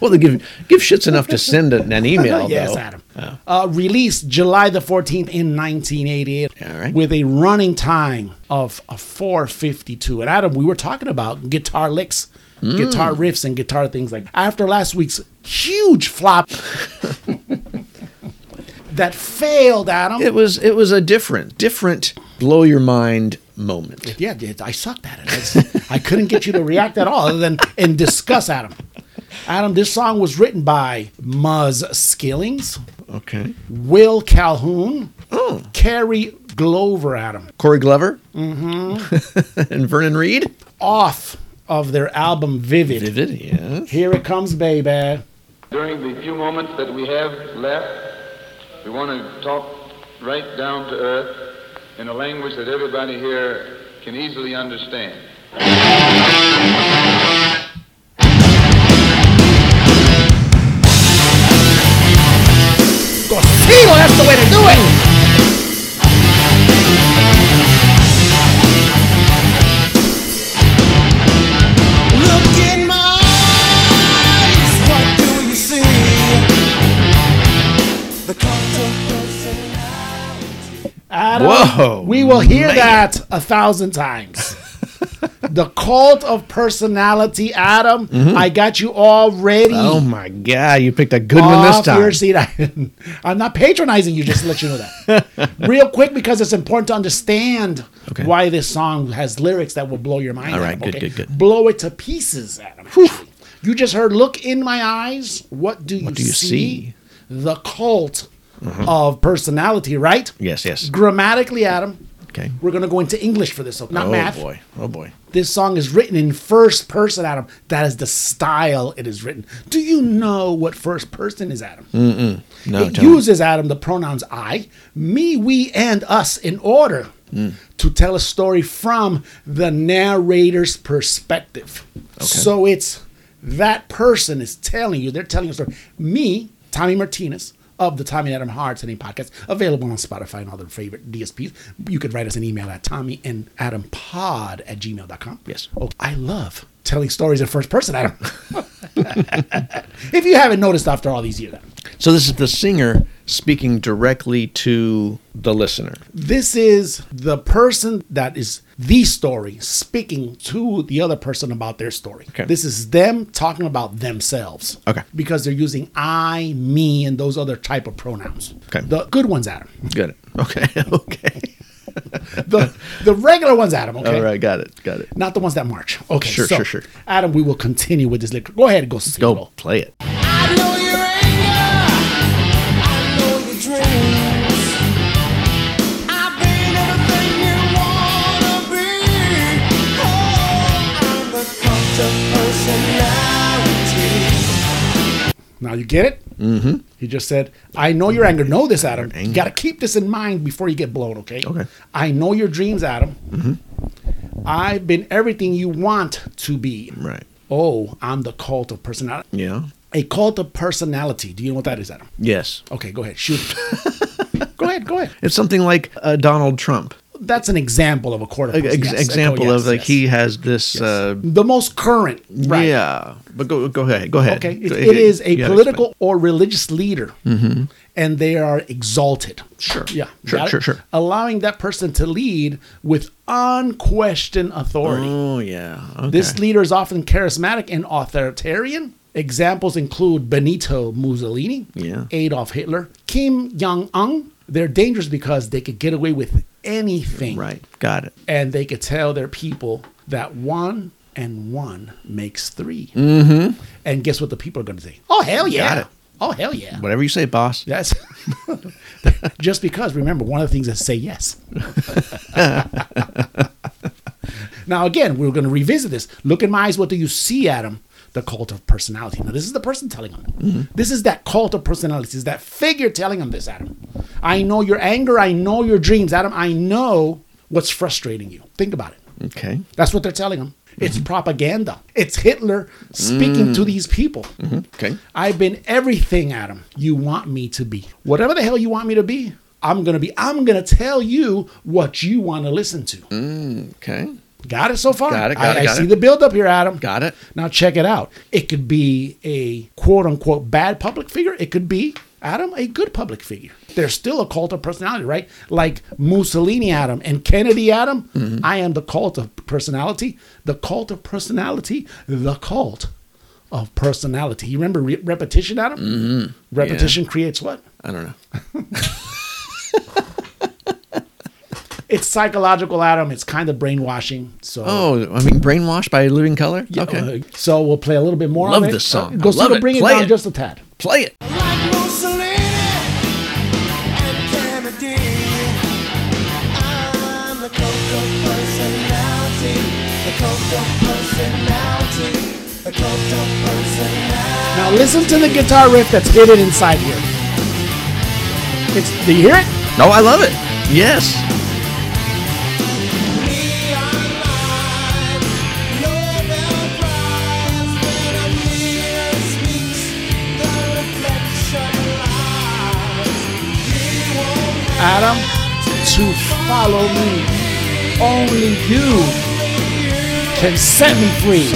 [SPEAKER 2] Well, they give give shits enough to send
[SPEAKER 1] *laughs*
[SPEAKER 2] an, an email.
[SPEAKER 1] yes,
[SPEAKER 2] though.
[SPEAKER 1] Adam. Uh, released July the 14th in 1988
[SPEAKER 2] All right.
[SPEAKER 1] with a running time of a 452. And Adam, we were talking about guitar licks,
[SPEAKER 2] Mm.
[SPEAKER 1] guitar riffs, and guitar things like after last week's huge
[SPEAKER 2] *laughs*
[SPEAKER 1] flop that failed, Adam.
[SPEAKER 2] It was it was a different different blow your mind moment.
[SPEAKER 1] yeah, dude, I sucked at it. That's- I couldn't get you to react at all other than and discuss, Adam. Adam, this song was written by Muzz Skillings,
[SPEAKER 2] Okay.
[SPEAKER 1] Will Calhoun, Carrie Glover, Adam,
[SPEAKER 2] Corey Glover
[SPEAKER 1] Mm-hmm.
[SPEAKER 2] *laughs* and Vernon Reed.
[SPEAKER 1] off of their album Vivid.
[SPEAKER 2] Vivid, yes.
[SPEAKER 1] Here it comes, baby.
[SPEAKER 12] During the few moments that we have left, we want to talk right down to earth in a language that everybody here can easily understand.
[SPEAKER 1] Gotilo, that's the way to do it.
[SPEAKER 11] Look in my eyes, what do you see? The cult of personality.
[SPEAKER 1] Adam,
[SPEAKER 2] Whoa,
[SPEAKER 1] we will hear
[SPEAKER 2] Oh, man.
[SPEAKER 1] that a thousand times. the cult of personality, Adam. I got you all ready.
[SPEAKER 2] Oh my god, you picked a good one
[SPEAKER 1] off
[SPEAKER 2] this time.
[SPEAKER 1] your seat. *laughs* I'm not patronizing you, just to let you know
[SPEAKER 2] *laughs*
[SPEAKER 1] that. Real quick, because it's important to understand
[SPEAKER 2] Okay.
[SPEAKER 1] why this song has lyrics that will blow your mind.
[SPEAKER 2] All
[SPEAKER 1] Adam,
[SPEAKER 2] right, good, good, good.
[SPEAKER 1] Blow it to pieces, Adam. actually. You just heard Look in My Eyes. What do you,
[SPEAKER 2] do you see? Mm-hmm.
[SPEAKER 1] The cult of personality, right?
[SPEAKER 2] Yes, yes.
[SPEAKER 1] Grammatically, Adam.
[SPEAKER 2] Okay.
[SPEAKER 1] We're going to go into English for this, so not
[SPEAKER 2] Oh
[SPEAKER 1] math.
[SPEAKER 2] boy. Oh boy.
[SPEAKER 1] This song is written in first person, Adam. That is the style it is written. Do you know what first person is, Adam?
[SPEAKER 2] No,
[SPEAKER 1] it
[SPEAKER 2] tell me.
[SPEAKER 1] uses, Adam, the pronouns I, me, we, and us in order to tell a story from the narrator's perspective. So it's that person is telling you, they're telling you a story. Me, Tommy Martinez. Of the Tommy and Adam Hard Hitting Podcast, available on Spotify and all their favorite DSPs. You could write us an email at Tommy and Adam Pod at gmail.com.
[SPEAKER 2] Yes.
[SPEAKER 1] Oh, I love telling stories in first person, *laughs* Adam. if you haven't noticed after all these years, Adam.
[SPEAKER 2] So this is the singer speaking directly to the listener.
[SPEAKER 1] This is the person that is the story speaking to the other person about their story.
[SPEAKER 2] Okay.
[SPEAKER 1] This is them talking about themselves.
[SPEAKER 2] Okay.
[SPEAKER 1] Because they're using I, me, and those other type of pronouns.
[SPEAKER 2] Okay.
[SPEAKER 1] The good ones, Adam. *laughs*
[SPEAKER 2] Got it. Okay. okay.
[SPEAKER 1] The the regular ones, Adam. Okay.
[SPEAKER 2] All right. Got it. Got it.
[SPEAKER 1] Not the ones that march. Okay.
[SPEAKER 2] Sure,
[SPEAKER 1] so,
[SPEAKER 2] sure, sure.
[SPEAKER 1] Adam, we will continue with this lecture. Go ahead, go. see
[SPEAKER 2] Go
[SPEAKER 1] it all.
[SPEAKER 2] play it.
[SPEAKER 11] I know your anger. I know your dreams. I've been everything you wanna be. Oh, I'm the cult of personality.
[SPEAKER 1] Now you get it? Mm-hmm. He just said, I know your anger. Know this, Adam. You got to keep this in mind before you get blown, okay?
[SPEAKER 2] Okay. Mm-hmm.
[SPEAKER 1] I know your dreams, Adam. I've been everything you want to be.
[SPEAKER 2] Right.
[SPEAKER 1] Oh, I'm the cult of personality.
[SPEAKER 2] Yeah.
[SPEAKER 1] A cult of personality. Do you know what that is, Adam?
[SPEAKER 2] Yes.
[SPEAKER 1] Okay, go ahead. Shoot. *laughs* it. go ahead. Go ahead.
[SPEAKER 2] It's something like uh, Donald Trump.
[SPEAKER 1] That's an example of a quarter.
[SPEAKER 2] Ex- example of like he has this. Uh,
[SPEAKER 1] The most current. Right.
[SPEAKER 2] Yeah. But go go ahead. Go ahead.
[SPEAKER 1] Okay, it,
[SPEAKER 2] Go-
[SPEAKER 1] it is a
[SPEAKER 2] you gotta Mm-hmm.
[SPEAKER 1] political or religious leader, and they are exalted.
[SPEAKER 2] Sure.
[SPEAKER 1] Yeah.
[SPEAKER 2] Sure,
[SPEAKER 1] Got it?
[SPEAKER 2] sure, sure.
[SPEAKER 1] Allowing that person to lead with unquestioned authority.
[SPEAKER 2] explain. Oh yeah. Okay.
[SPEAKER 1] This leader is often charismatic and authoritarian. Examples include Benito Mussolini,
[SPEAKER 2] Yeah.
[SPEAKER 1] Adolf Hitler, Kim Jong Un. They're dangerous because they could get away with anything,
[SPEAKER 2] right. Got it.
[SPEAKER 1] And they could tell their people that one and one makes 3 And guess what the people are going to say? Oh hell yeah!
[SPEAKER 2] it.
[SPEAKER 1] Oh hell yeah!
[SPEAKER 2] Whatever you say, boss.
[SPEAKER 1] That's *laughs* just because. Remember, one of the things is say yes. now, again, we're going to revisit this. Look in my eyes. What do you see, Adam? The cult of personality. Now, this is the person telling him. This is that cult of personality. This is that figure telling him this, Adam. I know your anger. I know your dreams, Adam. I know what's frustrating you. Think about it.
[SPEAKER 2] Okay.
[SPEAKER 1] That's what they're telling him. It's propaganda. It's Hitler speaking to these people.
[SPEAKER 2] Okay.
[SPEAKER 1] I've been everything, Adam, you want me to be. Whatever the hell you want me to be, I'm going to be. I'm going to tell you what you want to listen to.
[SPEAKER 2] Okay.
[SPEAKER 1] Got it so far?
[SPEAKER 2] Got it, got
[SPEAKER 1] I,
[SPEAKER 2] it,
[SPEAKER 1] I
[SPEAKER 2] got
[SPEAKER 1] see
[SPEAKER 2] it.
[SPEAKER 1] the build up here, Adam.
[SPEAKER 2] Got it.
[SPEAKER 1] Now check it out. It could be a quote unquote bad public figure. It could be Adam, a good public figure. There's still a cult of personality, right? Like Mussolini Adam and Kennedy Adam.
[SPEAKER 2] Mm-hmm.
[SPEAKER 1] I am the cult of personality. The cult of personality. The cult of personality. You remember re- repetition, Adam?
[SPEAKER 2] Mm-hmm.
[SPEAKER 1] Repetition creates what?
[SPEAKER 2] I don't know.
[SPEAKER 1] It's psychological, Adam. It's kind of brainwashing. So
[SPEAKER 2] Oh, I mean, brainwashed by Living Color.
[SPEAKER 1] okay.
[SPEAKER 2] okay.
[SPEAKER 1] So we'll play a little bit more.
[SPEAKER 2] Love
[SPEAKER 1] of it.
[SPEAKER 2] this song.
[SPEAKER 1] Uh, Go
[SPEAKER 2] I love
[SPEAKER 1] Sito,
[SPEAKER 2] it.
[SPEAKER 1] bring
[SPEAKER 2] Play
[SPEAKER 1] it down
[SPEAKER 2] it.
[SPEAKER 1] just a tad.
[SPEAKER 2] Play it.
[SPEAKER 11] Like Mussolini and Kennedy. I'm the cult of personality. The cult of personality. The cult of personality.
[SPEAKER 1] Now listen to the guitar riff that's hidden inside here. It's do you hear it?
[SPEAKER 2] No, I love it. Yes.
[SPEAKER 11] Neon lights, Nobel Prize, when a mirror speaks, the reflection lies. He won't
[SPEAKER 1] Adam, to follow me. Only you can set me free.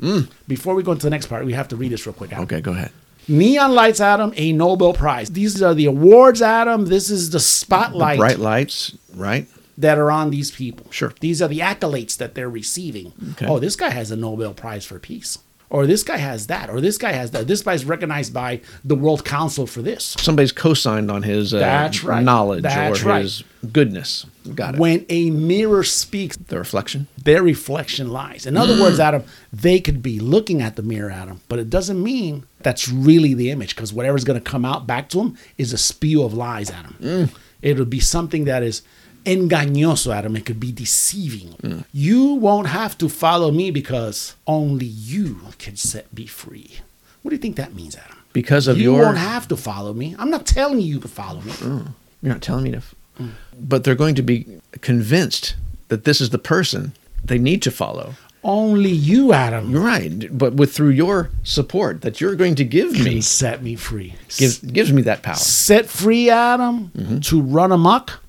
[SPEAKER 1] Mm. Before we go into the next part, we have to read this real quick. Adam.
[SPEAKER 2] Okay, go ahead.
[SPEAKER 1] Neon Lights, Adam, a Nobel Prize. These are the awards, Adam. This is the spotlight
[SPEAKER 2] Bright lights, right?
[SPEAKER 1] that are on these people.
[SPEAKER 2] Sure.
[SPEAKER 1] These are the accolades that they're receiving.
[SPEAKER 2] Okay.
[SPEAKER 1] Oh, this guy has a Nobel Prize for Peace. Or this guy has that. Or this guy has that. This guy is recognized by the World Council for this.
[SPEAKER 2] Somebody's co-signed on his uh,
[SPEAKER 1] That's right.
[SPEAKER 2] knowledge
[SPEAKER 1] That's
[SPEAKER 2] or
[SPEAKER 1] right.
[SPEAKER 2] his goodness. Got it.
[SPEAKER 1] When a mirror speaks,
[SPEAKER 2] the reflection.
[SPEAKER 1] their reflection lies. In other words, Adam, they could be looking at the mirror, Adam, but it doesn't mean that's really the image because whatever's going to come out back to them is a spew of lies, Adam.
[SPEAKER 2] Mm.
[SPEAKER 1] It'll be something that is engañoso, Adam. It could be deceiving.
[SPEAKER 2] Mm.
[SPEAKER 1] You won't have to follow me because only you can set me free. What do you think that means, Adam?
[SPEAKER 2] Because of
[SPEAKER 1] you
[SPEAKER 2] your, Mm.
[SPEAKER 1] won't have to follow me. I'm not telling you you can follow me.
[SPEAKER 2] you're not telling me to. F-
[SPEAKER 1] Mm.
[SPEAKER 2] But they're going to be convinced that this is the person they need to follow.
[SPEAKER 1] Only you, Adam,
[SPEAKER 2] You're right, but with through your support that you're going to give me
[SPEAKER 1] can set me free.
[SPEAKER 2] gives gives me that power.
[SPEAKER 1] set free Adam to run amok,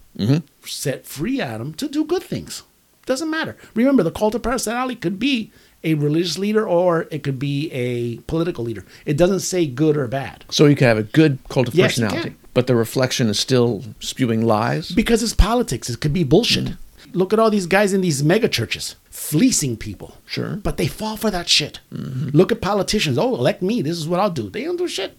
[SPEAKER 1] set free Adam to do good things. Doesn't matter. Remember, the cult of personality could be a religious leader or it could be a political leader. It doesn't say good or bad
[SPEAKER 2] So you could have a good cult of
[SPEAKER 1] Yes, you
[SPEAKER 2] personality,
[SPEAKER 1] can.
[SPEAKER 2] but the reflection is still spewing lies.
[SPEAKER 1] because it's politics. It could be bullshit. Look at all these guys in these mega churches fleecing people.
[SPEAKER 2] Sure.
[SPEAKER 1] But they fall for that shit. Look at politicians. Oh, elect me. This is what I'll do. They don't do shit.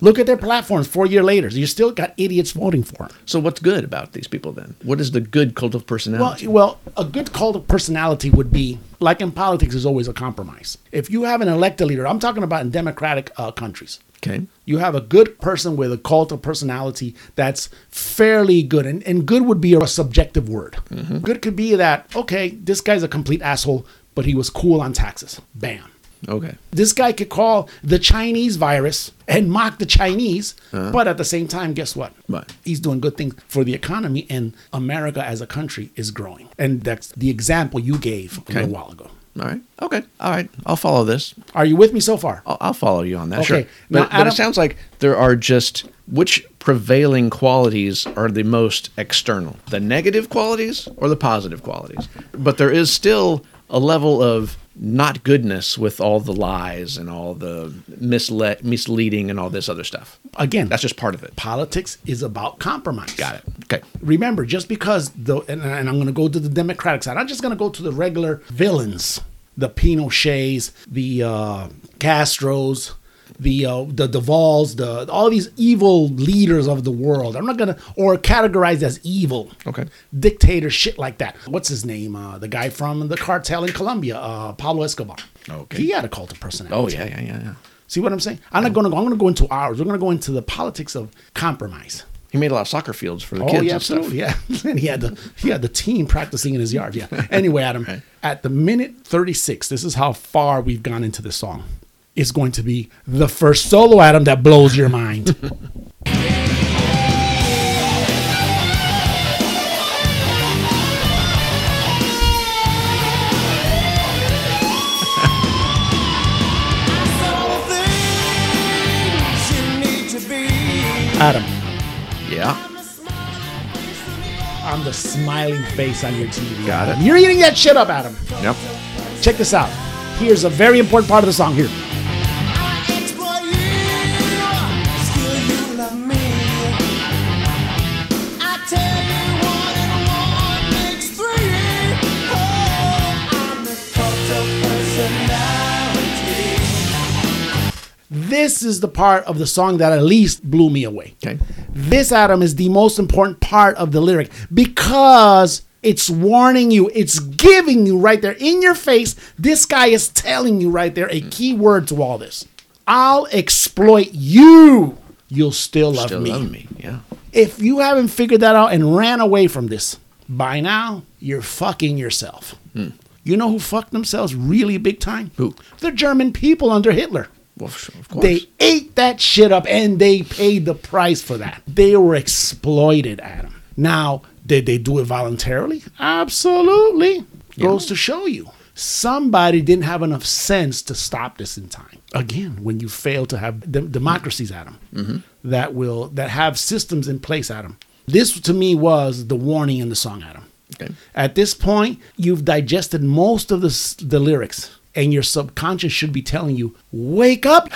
[SPEAKER 1] Look at their platforms four years later. You still got idiots voting for them.
[SPEAKER 2] So what's good about these people then? What is the good cult of
[SPEAKER 1] Well,
[SPEAKER 2] personality?
[SPEAKER 1] well, a good cult of personality would be like in politics is always a compromise. If you have an elected leader, I'm talking about in democratic uh, countries.
[SPEAKER 2] okay.
[SPEAKER 1] You have a good person with a cult of personality that's fairly good. And, and good would be a subjective word. Good could be that, okay, this guy's a complete asshole, but he was cool on taxes. Bam.
[SPEAKER 2] Okay.
[SPEAKER 1] This guy could call the Chinese virus and mock the Chinese, but at the same time, guess what?
[SPEAKER 2] Uh-huh. What?
[SPEAKER 1] He's doing good things for the economy, and America as a country is growing. And that's the example you gave a
[SPEAKER 2] Okay.
[SPEAKER 1] little while ago.
[SPEAKER 2] All right. Okay. All right. I'll follow this.
[SPEAKER 1] Are you with me so far?
[SPEAKER 2] I'll, I'll follow you on that.
[SPEAKER 1] Okay.
[SPEAKER 2] Sure.
[SPEAKER 1] Now,
[SPEAKER 2] But, but
[SPEAKER 1] Adam-
[SPEAKER 2] it sounds like there are just which prevailing qualities are the most external the negative qualities or the positive qualities? But there is still a level of not goodness with all the lies and all the misle- misleading and all this other stuff.
[SPEAKER 1] Again,
[SPEAKER 2] That's just part of it.
[SPEAKER 1] politics is about compromise.
[SPEAKER 2] Got it. Okay.
[SPEAKER 1] remember, just because the and, and I'm going to go to the Democratic side. I'm just going to go to the regular villains, the Pinochets, the uh, Castros, the uh, the Duvals, the all these evil leaders of the world. I'm not going to or categorized as evil.
[SPEAKER 2] Okay.
[SPEAKER 1] Dictator shit like that. What's his name? Uh, the guy from the cartel in Colombia, uh, Pablo Escobar.
[SPEAKER 2] Okay.
[SPEAKER 1] He had a cult of personality.
[SPEAKER 2] Oh, yeah, yeah, yeah, yeah.
[SPEAKER 1] See what I'm saying? I'm not going to go. I'm going to go into ours. We're going to go into the politics of compromise.
[SPEAKER 2] He made a lot of soccer fields for the kids
[SPEAKER 1] Oh, yeah,
[SPEAKER 2] and stuff.
[SPEAKER 1] absolutely. Yeah, *laughs* and he had the he had the team practicing in his yard.
[SPEAKER 2] *laughs*
[SPEAKER 1] Yeah. Anyway, Adam, at the minute thirty six, this is how far we've gone into this song. It's going to be the first solo, Adam, that blows your mind.
[SPEAKER 2] *laughs*
[SPEAKER 1] Adam,
[SPEAKER 2] Yeah.
[SPEAKER 1] I'm the smiling face on your TV.
[SPEAKER 2] Got
[SPEAKER 1] Adam. You're eating that shit up, Adam.
[SPEAKER 2] Yep.
[SPEAKER 1] Check this out. Here's a very important part of the song here. This is the part of the song that at least blew me away.
[SPEAKER 2] Okay.
[SPEAKER 1] This, Adam, is the most important part of the lyric because it's warning you, it's giving you right there in your face. This guy is telling you right there a key word to all this I'll exploit you. You'll still love,
[SPEAKER 2] Still
[SPEAKER 1] me.
[SPEAKER 2] love me. Yeah.
[SPEAKER 1] If you haven't figured that out and ran away from this, by now, you're fucking yourself. You know who fucked themselves really big time?
[SPEAKER 2] Hmm. Who?
[SPEAKER 1] The German people under Hitler.
[SPEAKER 2] Well, sure, of course.
[SPEAKER 1] They ate that shit up and they paid the price for that. They were exploited, Adam. Now, did they do it voluntarily? Absolutely. Goes to show you. Somebody didn't have enough sense to stop this in time. Again, when you fail to have dem- democracies, Adam,
[SPEAKER 2] Mm-hmm.
[SPEAKER 1] that will that have systems in place, Adam. This to me was the warning in the song, Adam.
[SPEAKER 2] Okay.
[SPEAKER 1] At this point, you've digested most of the, s- the lyrics, and your subconscious should be telling you, wake up.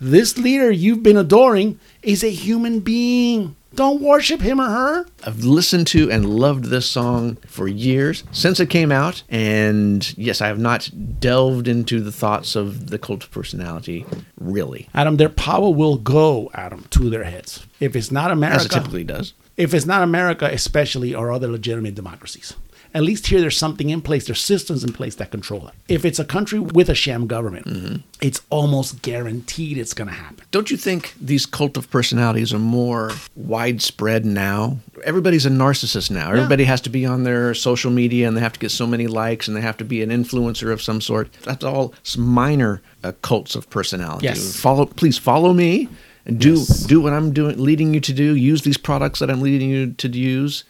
[SPEAKER 1] this leader you've been adoring is a human being. Don't worship him or her.
[SPEAKER 2] I've listened to and loved this song for years since it came out. And yes, I have not delved into the thoughts of the cult of personality really,
[SPEAKER 1] Adam, their power will go, Adam, to their heads. If it's not America,
[SPEAKER 2] as it typically does.
[SPEAKER 1] if it's not America, especially, or other legitimate democracies. At least here, there's something in place, there's systems in place that control it. If it's a country with a sham government,
[SPEAKER 2] Mm-hmm.
[SPEAKER 1] it's almost guaranteed it's going to happen.
[SPEAKER 2] Don't you think these cult of personalities are more widespread now? Everybody's a narcissist now. Everybody has to be on their social media and they have to get so many likes and they have to be an influencer of some sort. That's all s- minor uh, cults of personality.
[SPEAKER 1] Yes.
[SPEAKER 2] Follow, please follow me and do do what I'm doing, leading you to do. Use these products that I'm leading you to use.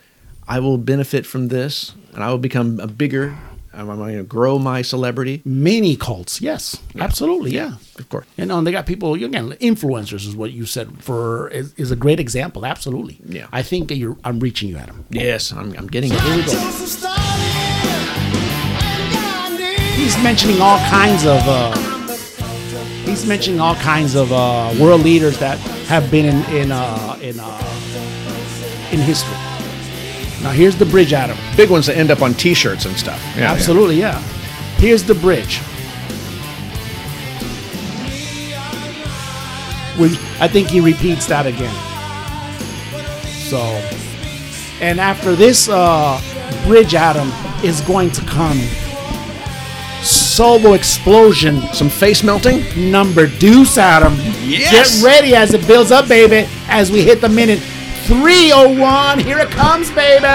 [SPEAKER 2] I will benefit from this and I will become a bigger. I'm, I'm going to grow my celebrity.
[SPEAKER 1] Many cults, yes, absolutely, yeah.
[SPEAKER 2] Of course.
[SPEAKER 1] You know, and they got people again. Influencers is what you said for is, is a great example. Absolutely.
[SPEAKER 2] Yeah.
[SPEAKER 1] I think that you're. I'm reaching you, Adam.
[SPEAKER 2] Yes, I'm, I'm getting it.
[SPEAKER 1] He's mentioning all kinds of. Uh, he's mentioning all kinds of uh, world leaders that have been in in uh, in uh, in history. Now here's the bridge, Adam.
[SPEAKER 2] Big ones that end up on T-shirts and stuff. Yeah, yeah.
[SPEAKER 1] Absolutely, yeah. Here's the bridge. Which I think he repeats that again. So, and after this uh, bridge, Adam is going to come solo explosion.
[SPEAKER 2] Some face melting.
[SPEAKER 1] Number deuce, Adam.
[SPEAKER 2] Yes!
[SPEAKER 1] Get ready as it builds up, baby. As we hit the minute 301, here it comes, baby.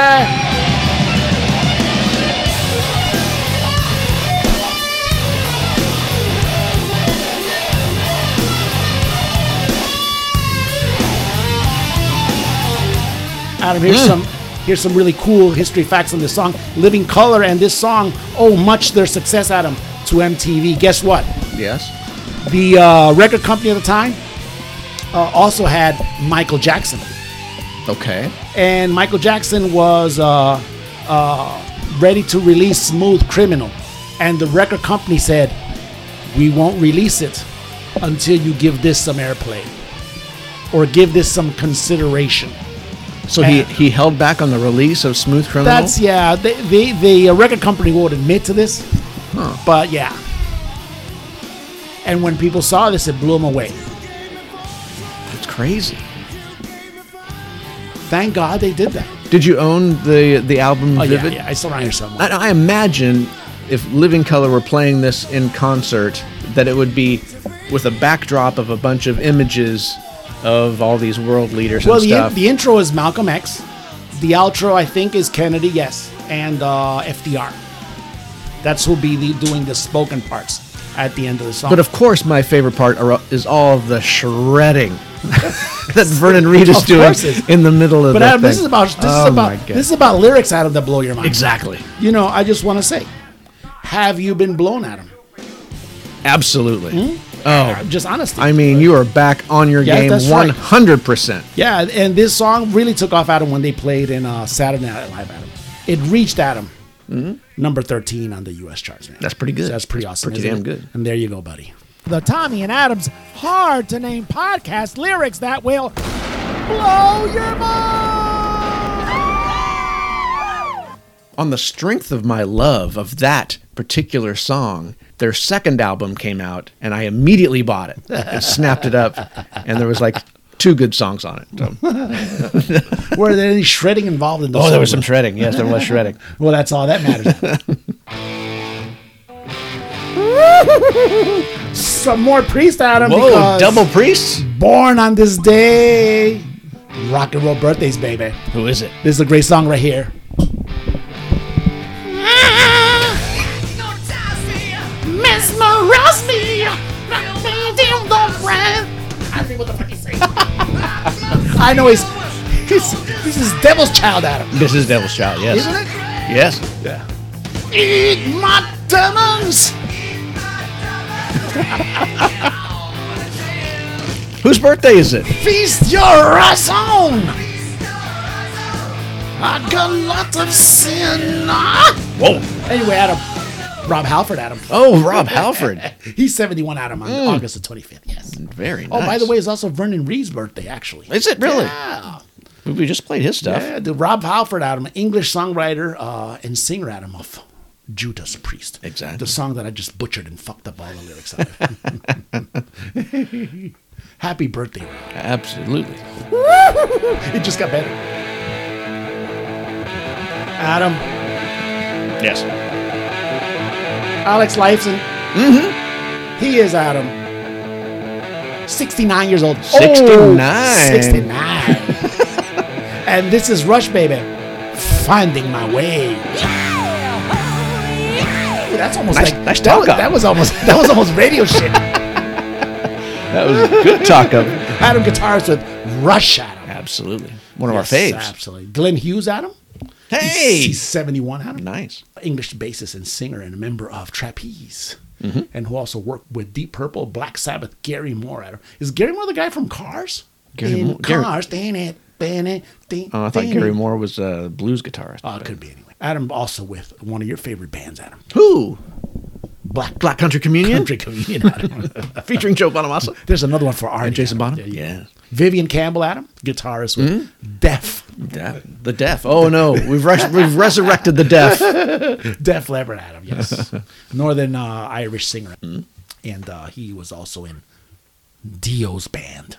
[SPEAKER 1] Adam, here's some here's some really cool history facts on this song. Living Color and this song owe much their success, Adam, to MTV. Guess what?
[SPEAKER 2] Yes.
[SPEAKER 1] The uh, record company at the time uh, also had Michael Jackson,
[SPEAKER 2] Okay.
[SPEAKER 1] and Michael Jackson was uh, uh, ready to release Smooth Criminal, and the record company said, "We won't release it until you give this some airplay." Or give this some consideration.
[SPEAKER 2] So he, he held back on the release of Smooth Criminal.
[SPEAKER 1] That's yeah. The the, the uh, record company won't admit to this, but yeah. And when people saw this, it blew them away.
[SPEAKER 2] That's crazy.
[SPEAKER 1] Thank God they did that.
[SPEAKER 2] Did you own the the album
[SPEAKER 1] Oh yeah,
[SPEAKER 2] Vivid?
[SPEAKER 1] yeah. I still around here somewhere.
[SPEAKER 2] I, I imagine if Living Color were playing this in concert, that it would be with a backdrop of a bunch of images of all these world leaders
[SPEAKER 1] well,
[SPEAKER 2] and
[SPEAKER 1] the, in,
[SPEAKER 2] stuff.
[SPEAKER 1] the intro is Malcolm X. The outro, I think, is Kennedy. Yes, and uh, FDR. That's who'll be the, doing the spoken parts at the end of the song.
[SPEAKER 2] but of course, my favorite part are, is all of the shredding *laughs* that Vernon Reed is
[SPEAKER 1] Of
[SPEAKER 2] doing
[SPEAKER 1] course it's-
[SPEAKER 2] in the middle of
[SPEAKER 1] But
[SPEAKER 2] that
[SPEAKER 1] Adam, this
[SPEAKER 2] thing.
[SPEAKER 1] is about this
[SPEAKER 2] Oh
[SPEAKER 1] is
[SPEAKER 2] my
[SPEAKER 1] about
[SPEAKER 2] God.
[SPEAKER 1] this is about lyrics, Adam, that blow your mind.
[SPEAKER 2] exactly,
[SPEAKER 1] You know, I just want to say, have you been blown, Adam?
[SPEAKER 2] absolutely.
[SPEAKER 1] Uh,
[SPEAKER 2] Oh,
[SPEAKER 1] Just honestly.
[SPEAKER 2] I mean, you are back on your
[SPEAKER 1] Yeah, that's
[SPEAKER 2] game
[SPEAKER 1] right.
[SPEAKER 2] one hundred percent.
[SPEAKER 1] Yeah, and this song really took off, Adam, when they played in uh, Saturday Night Live, Adam. It reached Adam number 13 on the U.S. charts, man.
[SPEAKER 2] Mm-hmm. That's pretty good.
[SPEAKER 1] So that's pretty
[SPEAKER 2] That's
[SPEAKER 1] awesome.
[SPEAKER 2] pretty
[SPEAKER 1] isn't
[SPEAKER 2] damn
[SPEAKER 1] it?
[SPEAKER 2] good.
[SPEAKER 1] And there you go, buddy.
[SPEAKER 5] The Tommy and Adams hard to name podcast lyrics that
[SPEAKER 2] *laughs*
[SPEAKER 5] will blow your mind.
[SPEAKER 2] on the strength of my love of that particular song, their second album came out, and I immediately bought it and snapped it up, and there was like two good songs on it. So.
[SPEAKER 1] Were there any shredding involved in the
[SPEAKER 2] Oh, there
[SPEAKER 1] song?
[SPEAKER 2] was some shredding. Yes, there
[SPEAKER 1] *laughs*
[SPEAKER 2] was shredding.
[SPEAKER 1] Well, that's all that
[SPEAKER 2] *laughs*
[SPEAKER 1] matters. some more Priest, Adam.
[SPEAKER 2] Whoa,
[SPEAKER 1] because
[SPEAKER 2] double priests.
[SPEAKER 1] Born on this day. Rock and roll birthdays, baby.
[SPEAKER 2] Who is it?
[SPEAKER 1] This is a great song right here.
[SPEAKER 11] Mesmerize me, knock me down the ground.
[SPEAKER 1] I know he's, he's this is Devil's Child, Adam.
[SPEAKER 2] This is Devil's Child. Yes.
[SPEAKER 1] Isn't it?
[SPEAKER 2] Yes.
[SPEAKER 1] Yeah.
[SPEAKER 11] Eat my demons.
[SPEAKER 2] Whose birthday is it?
[SPEAKER 11] Feast your eyes on. I got lots of sin. Ah.
[SPEAKER 2] Whoa.
[SPEAKER 1] Anyway, Adam, Rob Halford, Adam.
[SPEAKER 2] Oh,
[SPEAKER 1] *laughs*
[SPEAKER 2] Rob Halford.
[SPEAKER 1] He's 71, Adam, on August the 25th. Yes.
[SPEAKER 2] Very Mm. nice.
[SPEAKER 1] Oh, by the way, it's also Vernon Reed's birthday, actually.
[SPEAKER 2] is it really?
[SPEAKER 1] Yeah.
[SPEAKER 2] We just played his stuff.
[SPEAKER 1] Yeah, the Rob Halford, Adam, English songwriter uh, and singer, Adam, of Judas Priest.
[SPEAKER 2] Exactly.
[SPEAKER 1] The song that I just butchered and fucked up all the lyrics of. Happy birthday, Rob.
[SPEAKER 2] Absolutely.
[SPEAKER 1] It just got better. Adam.
[SPEAKER 2] Yes.
[SPEAKER 1] Alex Lifeson. Mm-hmm. He is Adam. 69 years old.
[SPEAKER 2] 69.
[SPEAKER 1] Oh, 69. and this is Rush Baby. Finding my way. Ooh, that's almost
[SPEAKER 2] Nice-
[SPEAKER 1] like
[SPEAKER 2] nice
[SPEAKER 1] that,
[SPEAKER 2] talk
[SPEAKER 1] was,
[SPEAKER 2] up.
[SPEAKER 1] that was almost that was almost radio
[SPEAKER 2] *laughs*
[SPEAKER 1] shit.
[SPEAKER 2] That was good talk of.
[SPEAKER 1] Adam guitarist with Rush Adam.
[SPEAKER 2] Absolutely. One of
[SPEAKER 1] Yes,
[SPEAKER 2] our faves.
[SPEAKER 1] Absolutely. Glenn Hughes Adam. He's-
[SPEAKER 2] Hey.
[SPEAKER 1] He's 71 Adam.
[SPEAKER 2] Nice.
[SPEAKER 1] English bassist and singer and a member of Trapeze,
[SPEAKER 2] Mm-hmm.
[SPEAKER 1] and who also worked with Deep Purple, Black Sabbath, Gary Moore. I don't- Is Gary Moore the guy from Cars?
[SPEAKER 2] Gary
[SPEAKER 1] In
[SPEAKER 2] Moore- Gary-
[SPEAKER 1] Cars. Dang it, dang it, dang,
[SPEAKER 2] Oh, I thought
[SPEAKER 1] dang
[SPEAKER 2] Gary
[SPEAKER 1] it.
[SPEAKER 2] Moore was a blues guitarist.
[SPEAKER 1] Oh, it could be anyway. Adam also with one of your favorite bands, Adam.
[SPEAKER 2] Who?
[SPEAKER 1] Black
[SPEAKER 2] Black Country
[SPEAKER 1] *laughs*
[SPEAKER 2] Communion,
[SPEAKER 1] Country Communion. Adam.
[SPEAKER 2] *laughs* featuring
[SPEAKER 1] *laughs*
[SPEAKER 2] Joe Bonamassa
[SPEAKER 1] There's another one for R
[SPEAKER 2] and Jason Bonham.
[SPEAKER 1] Yeah, yeah. Vivian Campbell, Adam, guitarist with
[SPEAKER 2] Mm-hmm.
[SPEAKER 1] Def,
[SPEAKER 2] Deaf- the deaf. Oh
[SPEAKER 1] *laughs*
[SPEAKER 2] no, we've res- we've resurrected the deaf.
[SPEAKER 1] Def Leppard, Adam,
[SPEAKER 2] *laughs*
[SPEAKER 1] yes, Northern uh, Irish singer, and uh, he was also in Dio's band.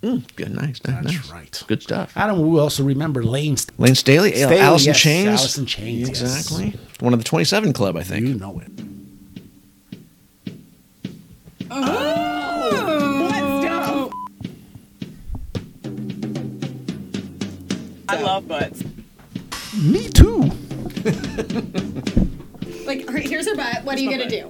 [SPEAKER 2] Good, nice, nice,
[SPEAKER 1] That's
[SPEAKER 2] nice.
[SPEAKER 1] right.
[SPEAKER 2] Good stuff.
[SPEAKER 1] Adam, we also remember Lane. St-
[SPEAKER 2] Lane Staley, Al-
[SPEAKER 1] Staley,
[SPEAKER 2] Alice in
[SPEAKER 1] yes,
[SPEAKER 2] Chains,
[SPEAKER 1] Alice in Chains, yes.
[SPEAKER 2] exactly. One of the Twenty Seven Club, I think.
[SPEAKER 1] You know it.
[SPEAKER 13] I love butts.
[SPEAKER 1] Me too.
[SPEAKER 14] Like, all right, here's her butt. What are you gonna do?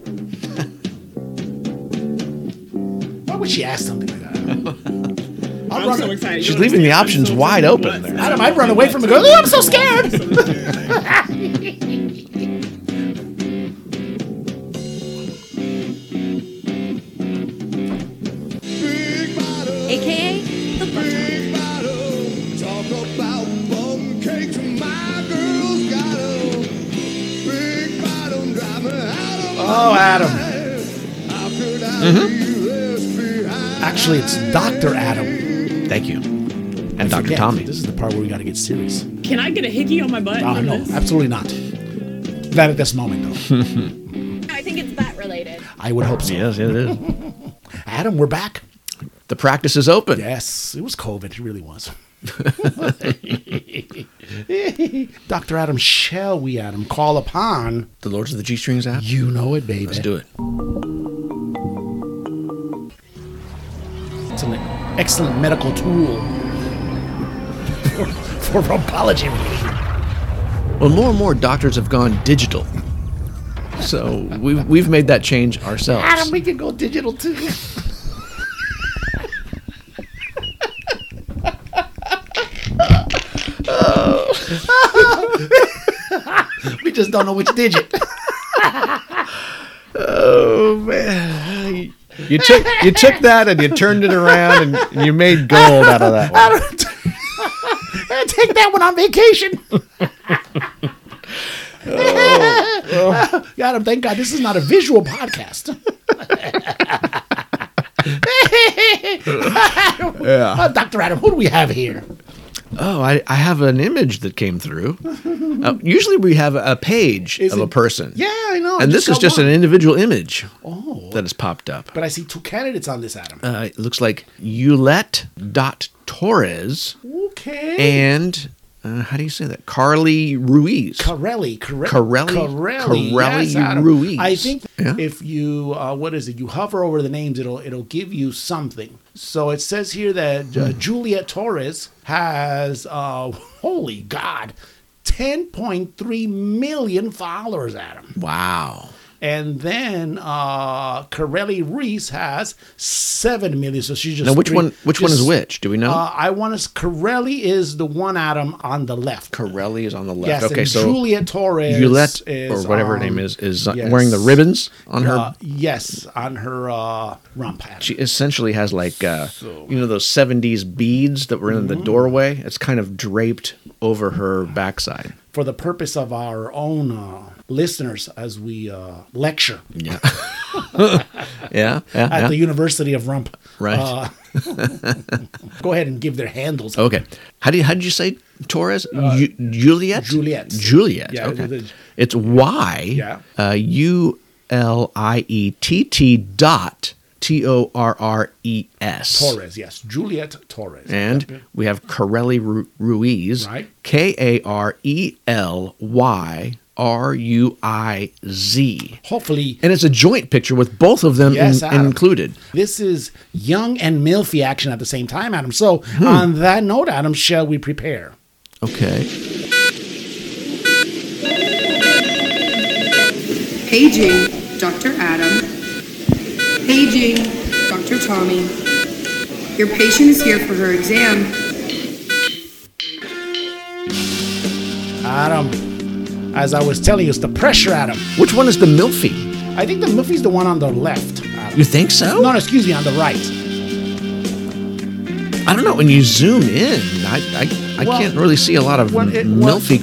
[SPEAKER 1] Why would she ask something like that?
[SPEAKER 13] I'm
[SPEAKER 1] run
[SPEAKER 13] so
[SPEAKER 1] it.
[SPEAKER 13] excited.
[SPEAKER 2] She's leaving the options wide open there.
[SPEAKER 1] Adam, I'd run away from it. Go, "Oh, I'm so scared.
[SPEAKER 14] AKA the butt.
[SPEAKER 11] Talk about bum cakes. My girl's got a big bottom driver out of
[SPEAKER 1] Oh, Adam.
[SPEAKER 11] How could I leave this behind?
[SPEAKER 1] Actually, it's Dr. Adam.
[SPEAKER 2] Thank you. And Dr.
[SPEAKER 1] Forget.
[SPEAKER 2] Tommy.
[SPEAKER 1] This is the part where we got to get serious.
[SPEAKER 13] Can I get a hickey on my butt?
[SPEAKER 1] Oh,
[SPEAKER 13] on
[SPEAKER 1] no,
[SPEAKER 13] this?
[SPEAKER 1] absolutely not. Not at this moment, though.
[SPEAKER 14] I think it's butt related.
[SPEAKER 2] Hmm.
[SPEAKER 1] I would hope so.
[SPEAKER 2] Yes, it is.
[SPEAKER 1] Adam, we're back.
[SPEAKER 2] The practice is open.
[SPEAKER 1] Yes, it was COVID. It really *laughs* was. Dr. Adam, shall we, Adam, call upon?
[SPEAKER 2] The Lords of the G Strings app.
[SPEAKER 1] You know it, baby.
[SPEAKER 2] Let's do it.
[SPEAKER 1] It's an excellent medical tool *laughs* for, for rompology reading.
[SPEAKER 2] Well, more and more doctors have gone digital. So we've, we've made that change ourselves.
[SPEAKER 1] Adam, we can go digital too. *laughs* we just don't know which digit.
[SPEAKER 2] Oh, You took you took that and you turned it around and, and you made gold out of that. One.
[SPEAKER 1] Take that one on vacation. *laughs* Adam, thank God this is not a visual *laughs* podcast.
[SPEAKER 2] Yeah.
[SPEAKER 1] Uh, Dr. Adam, who do we have here?
[SPEAKER 2] Oh, I, I have an image that
[SPEAKER 1] *laughs*
[SPEAKER 2] came through. Uh, usually we have a page
[SPEAKER 1] Is
[SPEAKER 2] of
[SPEAKER 1] it-
[SPEAKER 2] a person.
[SPEAKER 1] Yeah, I know. I
[SPEAKER 2] And this is
[SPEAKER 1] got
[SPEAKER 2] just
[SPEAKER 1] one.
[SPEAKER 2] an individual image
[SPEAKER 1] Oh.
[SPEAKER 2] that has popped up.
[SPEAKER 1] But I see two candidates on this, Adam.
[SPEAKER 2] Uh, it looks like Yulette.Torres
[SPEAKER 1] okay.
[SPEAKER 2] and, uh, how do you say that? Carly Ruiz.
[SPEAKER 1] Corelli, Corre-
[SPEAKER 2] Corelli?
[SPEAKER 1] Corelli,
[SPEAKER 2] Corelli
[SPEAKER 1] yes, Adam.
[SPEAKER 2] Ruiz.
[SPEAKER 1] I think
[SPEAKER 2] Yeah.
[SPEAKER 1] if you uh, what is it? You hover over the names, it'll it'll give you something. So it says here that uh,
[SPEAKER 2] Hmm.
[SPEAKER 1] Juliet Torres has uh, *laughs* holy God, ten point three million followers, Adam,
[SPEAKER 2] wow.
[SPEAKER 1] and then uh, Corelli Reese has seven million. So she's just
[SPEAKER 2] Now, which
[SPEAKER 1] three-
[SPEAKER 2] one? Which one is
[SPEAKER 1] just-
[SPEAKER 2] which? Do we know?
[SPEAKER 1] Uh, I want to. Corelli is the one Adam on the left.
[SPEAKER 2] Corelli is on the left.
[SPEAKER 1] Yes,
[SPEAKER 2] okay,
[SPEAKER 1] and
[SPEAKER 2] so
[SPEAKER 1] Juliet Torres,
[SPEAKER 2] Yulette
[SPEAKER 1] is,
[SPEAKER 2] or whatever
[SPEAKER 1] um,
[SPEAKER 2] her name is is uh,
[SPEAKER 1] yes.
[SPEAKER 2] wearing the ribbons on her.
[SPEAKER 1] Uh, yes, on her uh, rump hat.
[SPEAKER 2] she essentially has like uh, you know those '70s beads that were in
[SPEAKER 1] Mm-hmm.
[SPEAKER 2] the doorway. It's kind of draped over her backside.
[SPEAKER 1] For the purpose of our own uh, listeners, as we uh, lecture
[SPEAKER 2] Yeah. *laughs* yeah. Yeah.
[SPEAKER 1] at
[SPEAKER 2] yeah.
[SPEAKER 1] the University of Rump.
[SPEAKER 2] Right.
[SPEAKER 1] Uh, *laughs* go ahead and give their handles.
[SPEAKER 2] okay. How do you, how did you say Torres? Ju- Juliet.
[SPEAKER 1] Uh, Juliet.
[SPEAKER 2] Juliet.
[SPEAKER 1] Yeah,
[SPEAKER 2] okay.
[SPEAKER 1] the- the-
[SPEAKER 2] it's Y.
[SPEAKER 1] Yeah.
[SPEAKER 2] Uh, U L I E T T dot T O R R E S.
[SPEAKER 1] Torres, yes. Juliet Torres.
[SPEAKER 2] And we have Corelli Ru- Ruiz,
[SPEAKER 1] Right.
[SPEAKER 2] K A R E L Y R U I Z.
[SPEAKER 1] Hopefully,
[SPEAKER 2] And it's a joint picture with both of them
[SPEAKER 1] Yes,
[SPEAKER 2] in-
[SPEAKER 1] Adam.
[SPEAKER 2] included.
[SPEAKER 1] this is young and milfy action at the same time, Adam. So,
[SPEAKER 2] Hmm.
[SPEAKER 1] on that note, Adam, shall we prepare?
[SPEAKER 2] Okay.
[SPEAKER 15] Paging Dr. Adam. Paging Dr. Tommy. Your patient is here for her exam.
[SPEAKER 1] Adam, as I was telling you, it's the pressure, Adam.
[SPEAKER 2] Which one is the Milfy?
[SPEAKER 1] I think the milfy's the one on the left. Adam.
[SPEAKER 2] You think so?
[SPEAKER 1] No, no, excuse me, on the right.
[SPEAKER 2] I don't know. When you zoom in, I, I, I can't really see a lot of
[SPEAKER 1] when it- when-
[SPEAKER 2] milfy
[SPEAKER 1] if-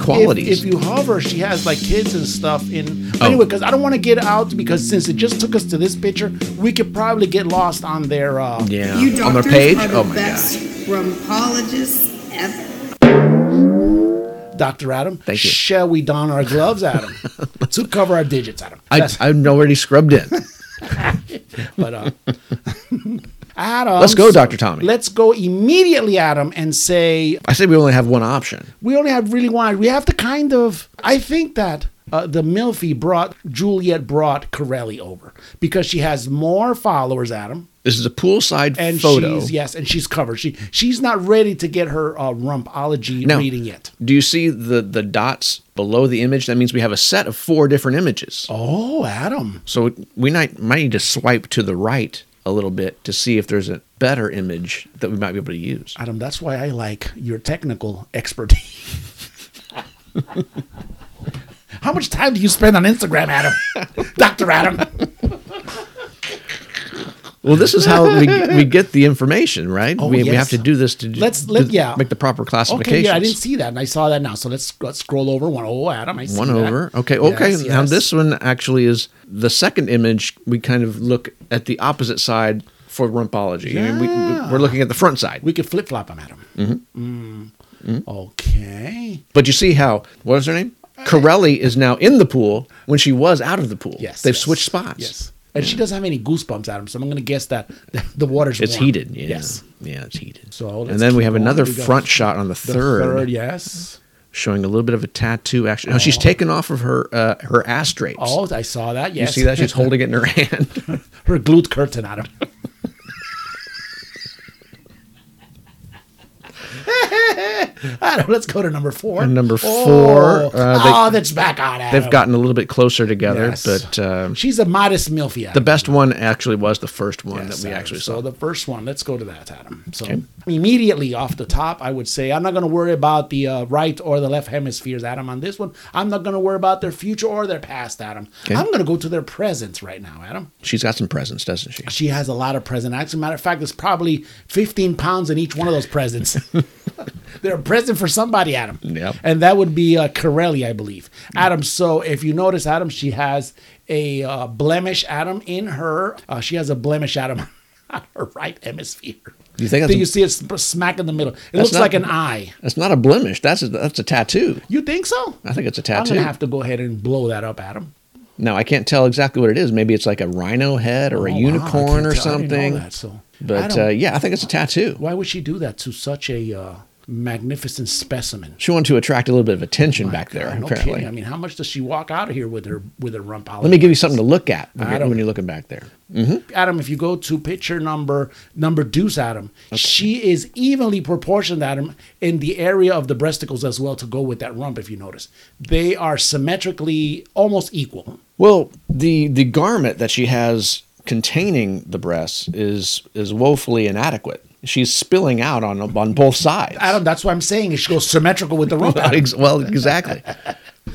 [SPEAKER 1] If,
[SPEAKER 2] qualities.
[SPEAKER 1] you hover, she has like kids and stuff. In
[SPEAKER 2] Oh.
[SPEAKER 1] anyway, because I don't want to get out because since it just took us to this picture, we could probably get lost on their. Uh,
[SPEAKER 2] yeah,
[SPEAKER 15] You
[SPEAKER 2] on their
[SPEAKER 15] doctors
[SPEAKER 2] page.
[SPEAKER 15] are the
[SPEAKER 2] Oh my
[SPEAKER 15] best rheumatologists ever.
[SPEAKER 1] Doctor Adam. Thank you. Shall we don our gloves,
[SPEAKER 2] *laughs*
[SPEAKER 1] Adam, to cover our digits, Adam?
[SPEAKER 2] god, I, I'm already
[SPEAKER 1] *laughs*
[SPEAKER 2] scrubbed in.
[SPEAKER 1] But uh, *laughs* Adam,
[SPEAKER 2] Let's go, Dr. Tommy.
[SPEAKER 1] Let's go immediately, Adam, and say
[SPEAKER 2] I say we only have one option.
[SPEAKER 1] we only have really one. We have to kind of. I think that uh, the Milfy brought Juliet brought Corelli over because she has more followers. Adam
[SPEAKER 2] This is a poolside
[SPEAKER 1] and
[SPEAKER 2] photo.
[SPEAKER 1] she's yes, and she's covered. She she's not ready to get her uh, rumpology
[SPEAKER 2] Now,
[SPEAKER 1] reading yet.
[SPEAKER 2] Do you see the the dots below the image? That means we have a set of four different images.
[SPEAKER 1] Oh, Adam.
[SPEAKER 2] So we might might need to swipe to the right a little bit to see if there's a better image that we might be able to use.
[SPEAKER 1] Adam, that's why I like your technical expertise. *laughs* How much time do you spend on Instagram, Adam? *laughs* Dr. Adam.
[SPEAKER 2] Well, this is how we, we get the information, right?
[SPEAKER 1] Oh,
[SPEAKER 2] we, we
[SPEAKER 1] yes.
[SPEAKER 2] have to do this to do,
[SPEAKER 1] Let's let
[SPEAKER 2] to
[SPEAKER 1] yeah.
[SPEAKER 2] make the proper
[SPEAKER 1] Okay,
[SPEAKER 2] classifications.
[SPEAKER 1] yeah, I didn't see that, and I saw that now. So let's, let's scroll over one. Oh, Adam, I see
[SPEAKER 2] one
[SPEAKER 1] that.
[SPEAKER 2] over. Okay, okay.
[SPEAKER 1] Yes,
[SPEAKER 2] Now
[SPEAKER 1] yes.
[SPEAKER 2] this one actually is the second image. We kind of look at the opposite side for rumpology. I mean,
[SPEAKER 1] Yeah.
[SPEAKER 2] we, we're looking at the front side.
[SPEAKER 1] we could flip flop them, Adam.
[SPEAKER 2] Mhm.
[SPEAKER 1] Mm.
[SPEAKER 2] Mm-hmm.
[SPEAKER 1] Okay.
[SPEAKER 2] But you see how what was her name? Corelli is now in the pool when she was out of the pool. Yes, they've switched spots.
[SPEAKER 1] Yes. And she doesn't have any goosebumps, Adam. So I'm going to guess that *laughs* the water's
[SPEAKER 2] It's
[SPEAKER 1] warm.
[SPEAKER 2] heated. Yeah.
[SPEAKER 1] Yes.
[SPEAKER 2] Yeah, it's heated.
[SPEAKER 1] So
[SPEAKER 2] and then we have another front
[SPEAKER 1] shot.
[SPEAKER 2] shot on the third,
[SPEAKER 1] third, yes.
[SPEAKER 2] showing a little bit of a tattoo. Actually, no, she's taken off of her uh, her ass drapes.
[SPEAKER 1] Oh, I saw that. Yes.
[SPEAKER 2] You see that she's holding it in her *laughs* hand.
[SPEAKER 1] *laughs* her glute curtain at him. *laughs* Adam, let's go to number four.
[SPEAKER 2] And number
[SPEAKER 1] four.
[SPEAKER 2] four, uh, they-
[SPEAKER 1] oh, that's back on Adam.
[SPEAKER 2] They've gotten a little bit closer together,
[SPEAKER 1] Yes.
[SPEAKER 2] but um,
[SPEAKER 1] She's a modest milfy. Adam.
[SPEAKER 2] the best one actually was the first one
[SPEAKER 1] Yes,
[SPEAKER 2] that we
[SPEAKER 1] Adam.
[SPEAKER 2] actually
[SPEAKER 1] so
[SPEAKER 2] saw.
[SPEAKER 1] the first one. Let's go to that, Adam. So
[SPEAKER 2] Okay.
[SPEAKER 1] immediately off the top, I would say I'm not going to worry about the uh, right or the left hemispheres, Adam. On this one, I'm not going to worry about their future or their past, Adam.
[SPEAKER 2] Okay.
[SPEAKER 1] I'm going to go to their present right now, Adam.
[SPEAKER 2] She's got some presents, doesn't she?
[SPEAKER 1] She has a lot of presents. As a matter of fact, there's probably 15 pounds in each one of those presents. *laughs* They're a present for somebody, Adam.
[SPEAKER 2] Yep.
[SPEAKER 1] And that would be uh, Corelli, I believe. Adam, so if you notice, Adam, she has a uh, blemish, Adam, in her. Uh, she has a blemish, Adam, *laughs* on her right hemisphere.
[SPEAKER 2] Do you think that's
[SPEAKER 1] Then
[SPEAKER 2] a-
[SPEAKER 1] you see it sp- smack in the middle. It
[SPEAKER 2] That's
[SPEAKER 1] looks
[SPEAKER 2] not-
[SPEAKER 1] like an eye.
[SPEAKER 2] That's not a blemish. That's a, that's a tattoo.
[SPEAKER 1] You think so?
[SPEAKER 2] I think it's a
[SPEAKER 1] I'm
[SPEAKER 2] Uh, tattoo.
[SPEAKER 1] going to have to go ahead and blow that up, Adam.
[SPEAKER 2] Now I can't tell exactly what it is. Maybe it's like a rhino head or a
[SPEAKER 1] Oh, wow, I
[SPEAKER 2] unicorn
[SPEAKER 1] can't
[SPEAKER 2] or
[SPEAKER 1] tell. I
[SPEAKER 2] something.
[SPEAKER 1] didn't know that, so- I
[SPEAKER 2] But
[SPEAKER 1] don't-
[SPEAKER 2] uh, yeah, I think it's a tattoo.
[SPEAKER 1] Why would she do that to such a uh, magnificent specimen?
[SPEAKER 2] She wanted to attract a little bit of attention back there.
[SPEAKER 1] no
[SPEAKER 2] apparently,
[SPEAKER 1] kidding. I mean, how much does she walk out of here with her with her rump out?
[SPEAKER 2] let me give you something to look at when,
[SPEAKER 1] I
[SPEAKER 2] you're,
[SPEAKER 1] don't-
[SPEAKER 2] when you're looking back there. hmm
[SPEAKER 1] Adam, if you go to picture number number deuce, Adam, she is evenly proportioned, Adam, in the area of the breasticles as well to go with that rump. If you notice, they are symmetrically almost equal.
[SPEAKER 2] Well, the the garment that she has containing the breasts is is woefully inadequate. She's spilling out on on both sides.
[SPEAKER 1] Adam, that's what I'm saying. She goes symmetrical with the
[SPEAKER 2] *laughs*
[SPEAKER 1] rump. Adam.
[SPEAKER 2] Ex-
[SPEAKER 1] *laughs*
[SPEAKER 2] well, exactly.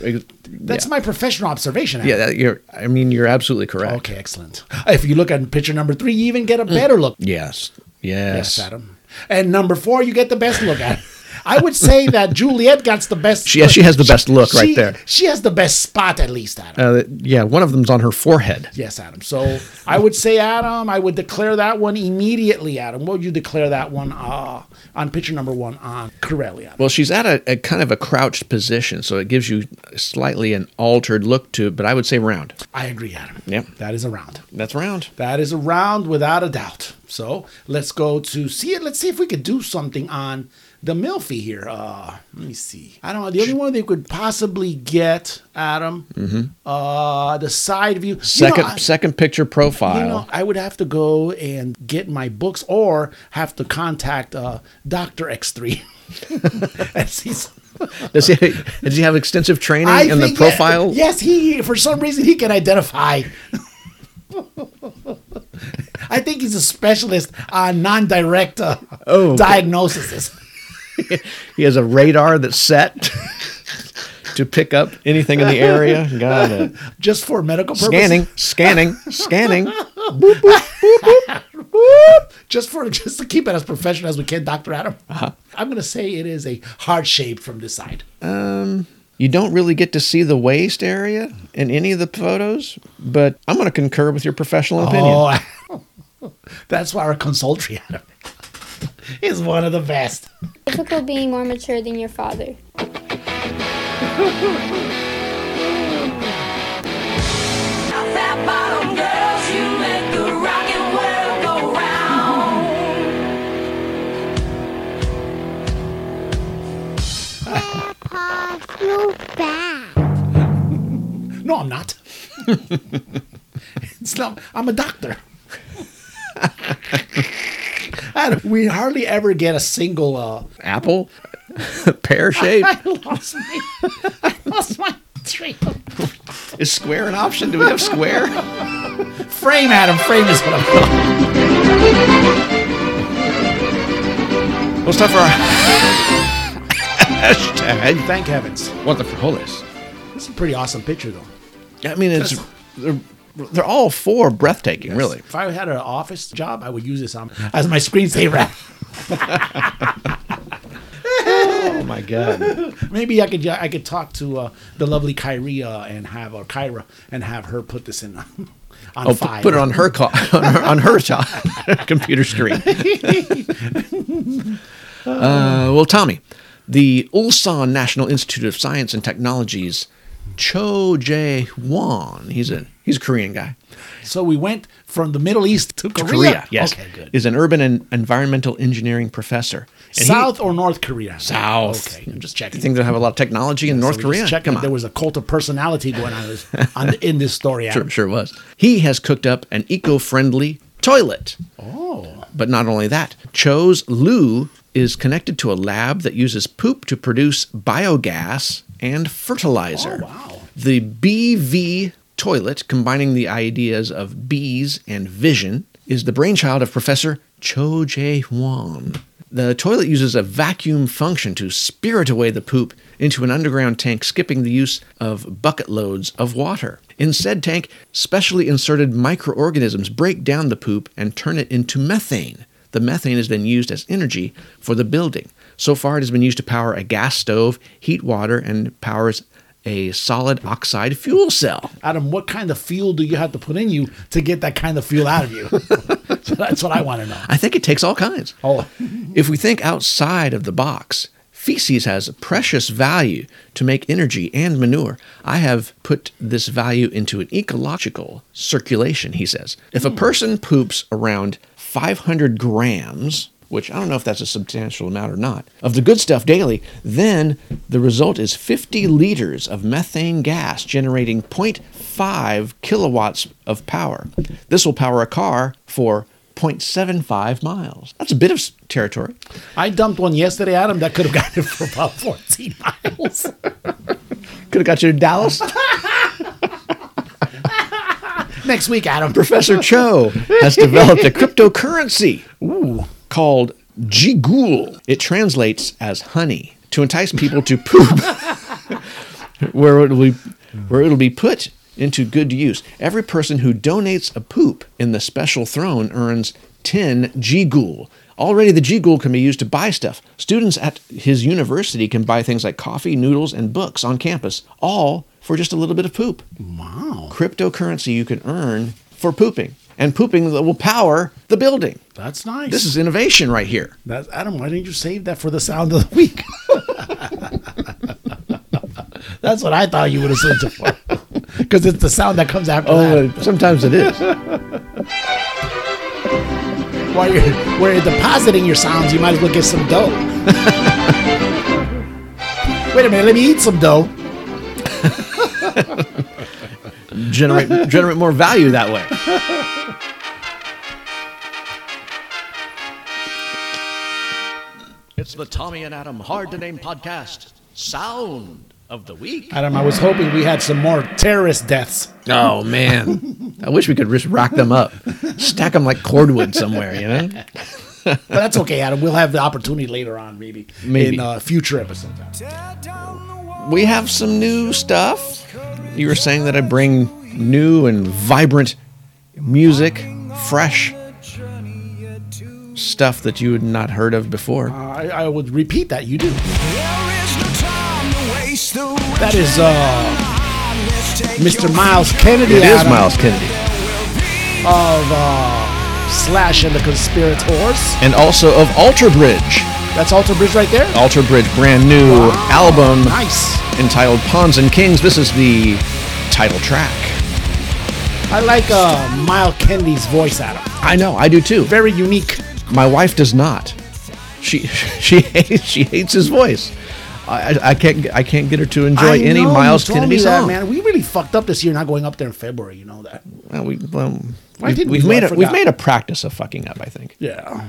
[SPEAKER 2] Ex-
[SPEAKER 1] That's
[SPEAKER 2] yeah.
[SPEAKER 1] my professional observation. Adam.
[SPEAKER 2] yeah. That, you're. I mean, you're absolutely correct.
[SPEAKER 1] Okay, excellent. If you look at picture number three, you even get a better look.
[SPEAKER 2] Yes. Yes.
[SPEAKER 1] Yes, Adam. And number four, you get the best look at. it. I
[SPEAKER 2] *laughs*
[SPEAKER 1] would say that Juliet gets the best.
[SPEAKER 2] She- yeah, she has the best look right
[SPEAKER 1] she-
[SPEAKER 2] there.
[SPEAKER 1] She has the best spot at least, Adam.
[SPEAKER 2] Uh, yeah. One of them's on her forehead.
[SPEAKER 1] Yes, Adam. So I would say, Adam, I would declare that one immediately, Adam. What would you declare that one uh, on picture number one on Corelli, Adam?
[SPEAKER 2] Well, she's at a, a kind of a crouched position, so it gives you slightly an altered look to it, but I would say round.
[SPEAKER 1] I agree, Adam.
[SPEAKER 2] Yep.
[SPEAKER 1] That is a round.
[SPEAKER 2] That's round.
[SPEAKER 1] That is a round without a doubt. So let's go to see it. Let's see if we could do something on the Milfy here. Uh, let me see. I don't know. The only one they could possibly get, Adam, uh, the side view. You know,
[SPEAKER 2] Second
[SPEAKER 1] I-
[SPEAKER 2] second picture profile.
[SPEAKER 1] You know, I would have to go and get my books or have to contact uh, Dr. X3. *laughs* and see some-
[SPEAKER 2] *laughs* does he does he have extensive training
[SPEAKER 1] I
[SPEAKER 2] in the
[SPEAKER 1] think-
[SPEAKER 2] profile?
[SPEAKER 1] yes, he, for some reason, he can identify. I think he's a specialist on non direct uh,
[SPEAKER 2] Oh, okay.
[SPEAKER 1] diagnoses.
[SPEAKER 2] He has a radar that's set *laughs* to pick up anything in the area.
[SPEAKER 1] *laughs*
[SPEAKER 2] Got it.
[SPEAKER 1] Just for medical purposes.
[SPEAKER 2] Scanning, scanning, scanning.
[SPEAKER 1] Whoop! *laughs* just for just to keep it as professional as we can, Doctor Adam.
[SPEAKER 2] Uh-huh.
[SPEAKER 1] I'm gonna say it is a heart shape from this side.
[SPEAKER 2] Um, you don't really get to see the waist area in any of the photos, but I'm going to concur with your professional opinion.
[SPEAKER 1] Oh, *laughs* that's why our consultry Adam is one of the best.
[SPEAKER 16] Difficult being more mature than your father.
[SPEAKER 1] No, I'm not. it's not. I'm a doctor. Adam, we hardly ever get a single uh,
[SPEAKER 2] Apple, *laughs* pear shape.
[SPEAKER 1] *laughs* I lost my, I lost my train.
[SPEAKER 2] Is square an option? Do we have *laughs* square?
[SPEAKER 1] frame, Adam. Frame is what I'm.
[SPEAKER 2] What's up for our *laughs* hashtag?
[SPEAKER 1] Thank heavens.
[SPEAKER 2] What the frijoles?
[SPEAKER 1] It's a pretty awesome picture, though.
[SPEAKER 2] I mean, it's they're, they're all four breathtaking, really.
[SPEAKER 1] If I had an office job, I would use this on, as my screensaver. *laughs*
[SPEAKER 2] Oh my god!
[SPEAKER 1] Maybe I could I could talk to uh, the lovely Kyria and have or Kyra and have her put this in *laughs* on
[SPEAKER 2] Oh, p-
[SPEAKER 1] file.
[SPEAKER 2] put it on her co- *laughs* on her, on her top *laughs* computer screen. *laughs* Uh, well, Tommy, the Ulsan National Institute of Science and Technologies, Cho Jae Won. He's a he's a Korean guy.
[SPEAKER 1] So we went from the Middle East to Korea.
[SPEAKER 2] yes,
[SPEAKER 1] Okay, good.
[SPEAKER 2] is an urban and environmental engineering professor. And he-
[SPEAKER 1] South or North Korea?
[SPEAKER 2] South.
[SPEAKER 1] Okay, I'm just
[SPEAKER 2] You
[SPEAKER 1] checking.
[SPEAKER 2] think they'll have a lot of technology in
[SPEAKER 1] So
[SPEAKER 2] North
[SPEAKER 1] we just
[SPEAKER 2] Korea?
[SPEAKER 1] checked
[SPEAKER 2] Come
[SPEAKER 1] that
[SPEAKER 2] on.
[SPEAKER 1] There was a cult of personality going on, this- on the- in this story.
[SPEAKER 2] Sure,
[SPEAKER 1] Adam.
[SPEAKER 2] sure was. He has cooked up an eco-friendly toilet.
[SPEAKER 1] Oh.
[SPEAKER 2] But not only that, Cho's Lu is connected to a lab that uses poop to produce biogas and fertilizer.
[SPEAKER 1] Oh, wow.
[SPEAKER 2] The BV toilet, combining the ideas of bees and vision, is the brainchild of Professor Cho Jae Hwan. The toilet uses a vacuum function to spirit away the poop into an underground tank, skipping the use of bucket loads of water. In said tank, specially inserted microorganisms break down the poop and turn it into methane. The methane is then used as energy for the building. So far, it has been used to power a gas stove, heat water, and powers a solid oxide fuel cell.
[SPEAKER 1] Adam, what kind of fuel do you have to put in you to get that kind of fuel out of you? *laughs* so that's what I want to know.
[SPEAKER 2] I think it takes all kinds.
[SPEAKER 1] Oh.
[SPEAKER 2] *laughs* If we think outside of the box, feces has precious value to make energy and manure. I have put this value into an ecological circulation, he says. If a person poops around 500 grams, which I don't know if that's a substantial amount or not, of the good stuff daily, then the result is 50 liters of methane gas generating 0.5 kilowatts of power. This will power a car for 0.75 miles. That's a bit of s- territory.
[SPEAKER 1] I dumped one yesterday, Adam, that could have gotten it for about 14 miles. *laughs*
[SPEAKER 2] Could have got you to Dallas.
[SPEAKER 1] Next week, Adam.
[SPEAKER 2] Professor Cho has developed a cryptocurrency called Jigul. It translates as honey to entice people to poop, *laughs* where it'll be, where it'll be put into good use. Every person who donates a poop in the special throne earns 10 Jigul. Already, the Jigul can be used to buy stuff. Students at his university can buy things like coffee, noodles, and books on campus, all for just a little bit of poop
[SPEAKER 1] Wow.
[SPEAKER 2] cryptocurrency you can earn for pooping and pooping that will power the building.
[SPEAKER 1] That's nice.
[SPEAKER 2] This is innovation right here.
[SPEAKER 1] That's, Adam, why didn't you save that for the sound of the week? *laughs* That's what I thought you would have said so *laughs* far. Because it's the sound that comes after that.
[SPEAKER 2] Oh, uh, sometimes it is.
[SPEAKER 1] While you're, while you're depositing your sounds, you might as well get some dough. *laughs* Wait a minute, let me eat some dough.
[SPEAKER 2] *laughs* generate generate more value that way. It's the Tommy and Adam Hard to Name podcast sound of the week.
[SPEAKER 1] Adam, I was hoping we had some more terrorist deaths.
[SPEAKER 2] Oh *laughs* man, I wish we could just rack them up, stack them like cordwood somewhere. You know,
[SPEAKER 1] But that's okay, Adam. We'll have the opportunity later on, maybe,
[SPEAKER 2] Maybe.
[SPEAKER 1] in uh, future episodes.
[SPEAKER 2] we have some new stuff. You were saying that I bring new and vibrant music, fresh stuff that you had not heard of before.
[SPEAKER 1] I, I would repeat that. You do.
[SPEAKER 5] That is uh,
[SPEAKER 1] Mr. Miles Kennedy.
[SPEAKER 2] It is
[SPEAKER 1] Adam,
[SPEAKER 2] Miles Kennedy.
[SPEAKER 1] Of uh, Slash and the Conspirators.
[SPEAKER 2] And also of Alter Bridge.
[SPEAKER 1] That's Alter Bridge right there.
[SPEAKER 2] Alter Bridge, brand new album.
[SPEAKER 1] nice.
[SPEAKER 2] Entitled Pawns and Kings. This is the title track.
[SPEAKER 1] I like uh, Miles Kennedy's voice, Adam.
[SPEAKER 2] I know, I do too.
[SPEAKER 1] Very unique.
[SPEAKER 2] My wife does not. She *laughs* she hates she hates his voice. I, I- I can't I can't get her to enjoy
[SPEAKER 1] I
[SPEAKER 2] any
[SPEAKER 1] know, you
[SPEAKER 2] Miles
[SPEAKER 1] told me
[SPEAKER 2] Kennedy
[SPEAKER 1] that,
[SPEAKER 2] song.
[SPEAKER 1] man. We really fucked up this year not going up there in February. You know that.
[SPEAKER 2] Well, we well,
[SPEAKER 1] Why
[SPEAKER 2] we've,
[SPEAKER 1] didn't
[SPEAKER 2] we've
[SPEAKER 1] we?
[SPEAKER 2] made
[SPEAKER 1] I
[SPEAKER 2] a, we've
[SPEAKER 1] forgot.
[SPEAKER 2] made a practice of fucking up, I think.
[SPEAKER 1] Yeah.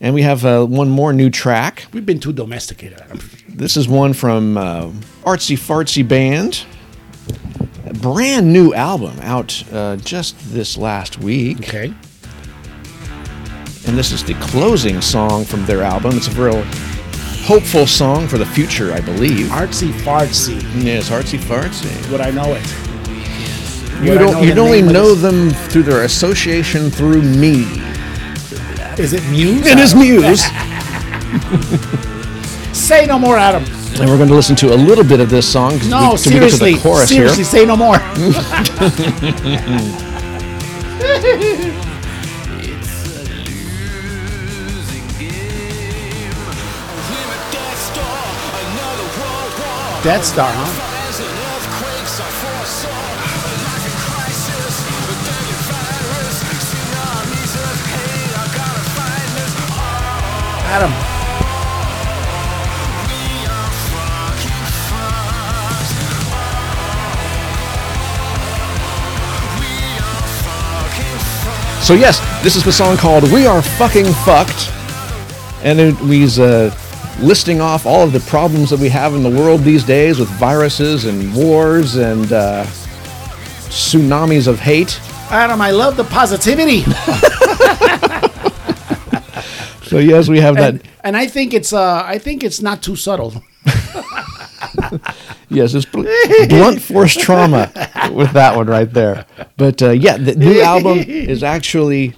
[SPEAKER 2] And we have uh, one more new track.
[SPEAKER 1] We've been too domesticated, Adam.
[SPEAKER 2] This is one from uh, Artsy Fartsy Band. A brand new album out uh, just this last week.
[SPEAKER 1] Okay.
[SPEAKER 2] And this is the closing song from their album. It's a real hopeful song for the future, I believe.
[SPEAKER 1] Artsy Fartsy.
[SPEAKER 2] Yes, Artsy Fartsy.
[SPEAKER 1] Would I know it?
[SPEAKER 2] You
[SPEAKER 1] Would I
[SPEAKER 2] don't,
[SPEAKER 1] know
[SPEAKER 2] you'd
[SPEAKER 1] the
[SPEAKER 2] only
[SPEAKER 1] name of
[SPEAKER 2] know
[SPEAKER 1] this-
[SPEAKER 2] them through their association through me.
[SPEAKER 1] Is it Muse?
[SPEAKER 2] It is
[SPEAKER 1] Adam?
[SPEAKER 2] *laughs* Muse.
[SPEAKER 1] Say no more, Adam.
[SPEAKER 2] And we're going to listen to a little bit of this song 'cause
[SPEAKER 1] No,
[SPEAKER 2] we, till
[SPEAKER 1] seriously.
[SPEAKER 2] we get to the chorus
[SPEAKER 1] seriously, say no
[SPEAKER 2] *laughs*
[SPEAKER 1] more.
[SPEAKER 2] here.
[SPEAKER 1] Death Star, huh? Adam.
[SPEAKER 2] so yes, this is the song called "We Are Fucking Fucked," and it, we's uh, listing off all of the problems that we have in the world these days with viruses and wars and uh, tsunamis of hate.
[SPEAKER 1] Adam, I love the positivity.
[SPEAKER 2] So yes, we have that.
[SPEAKER 1] and, and I think it's uh I think it's not too
[SPEAKER 2] *laughs*
[SPEAKER 1] subtle.
[SPEAKER 2] Yes,
[SPEAKER 1] *laughs*
[SPEAKER 2] it's bl- blunt force trauma with that one right there. But uh, yeah, the new album is actually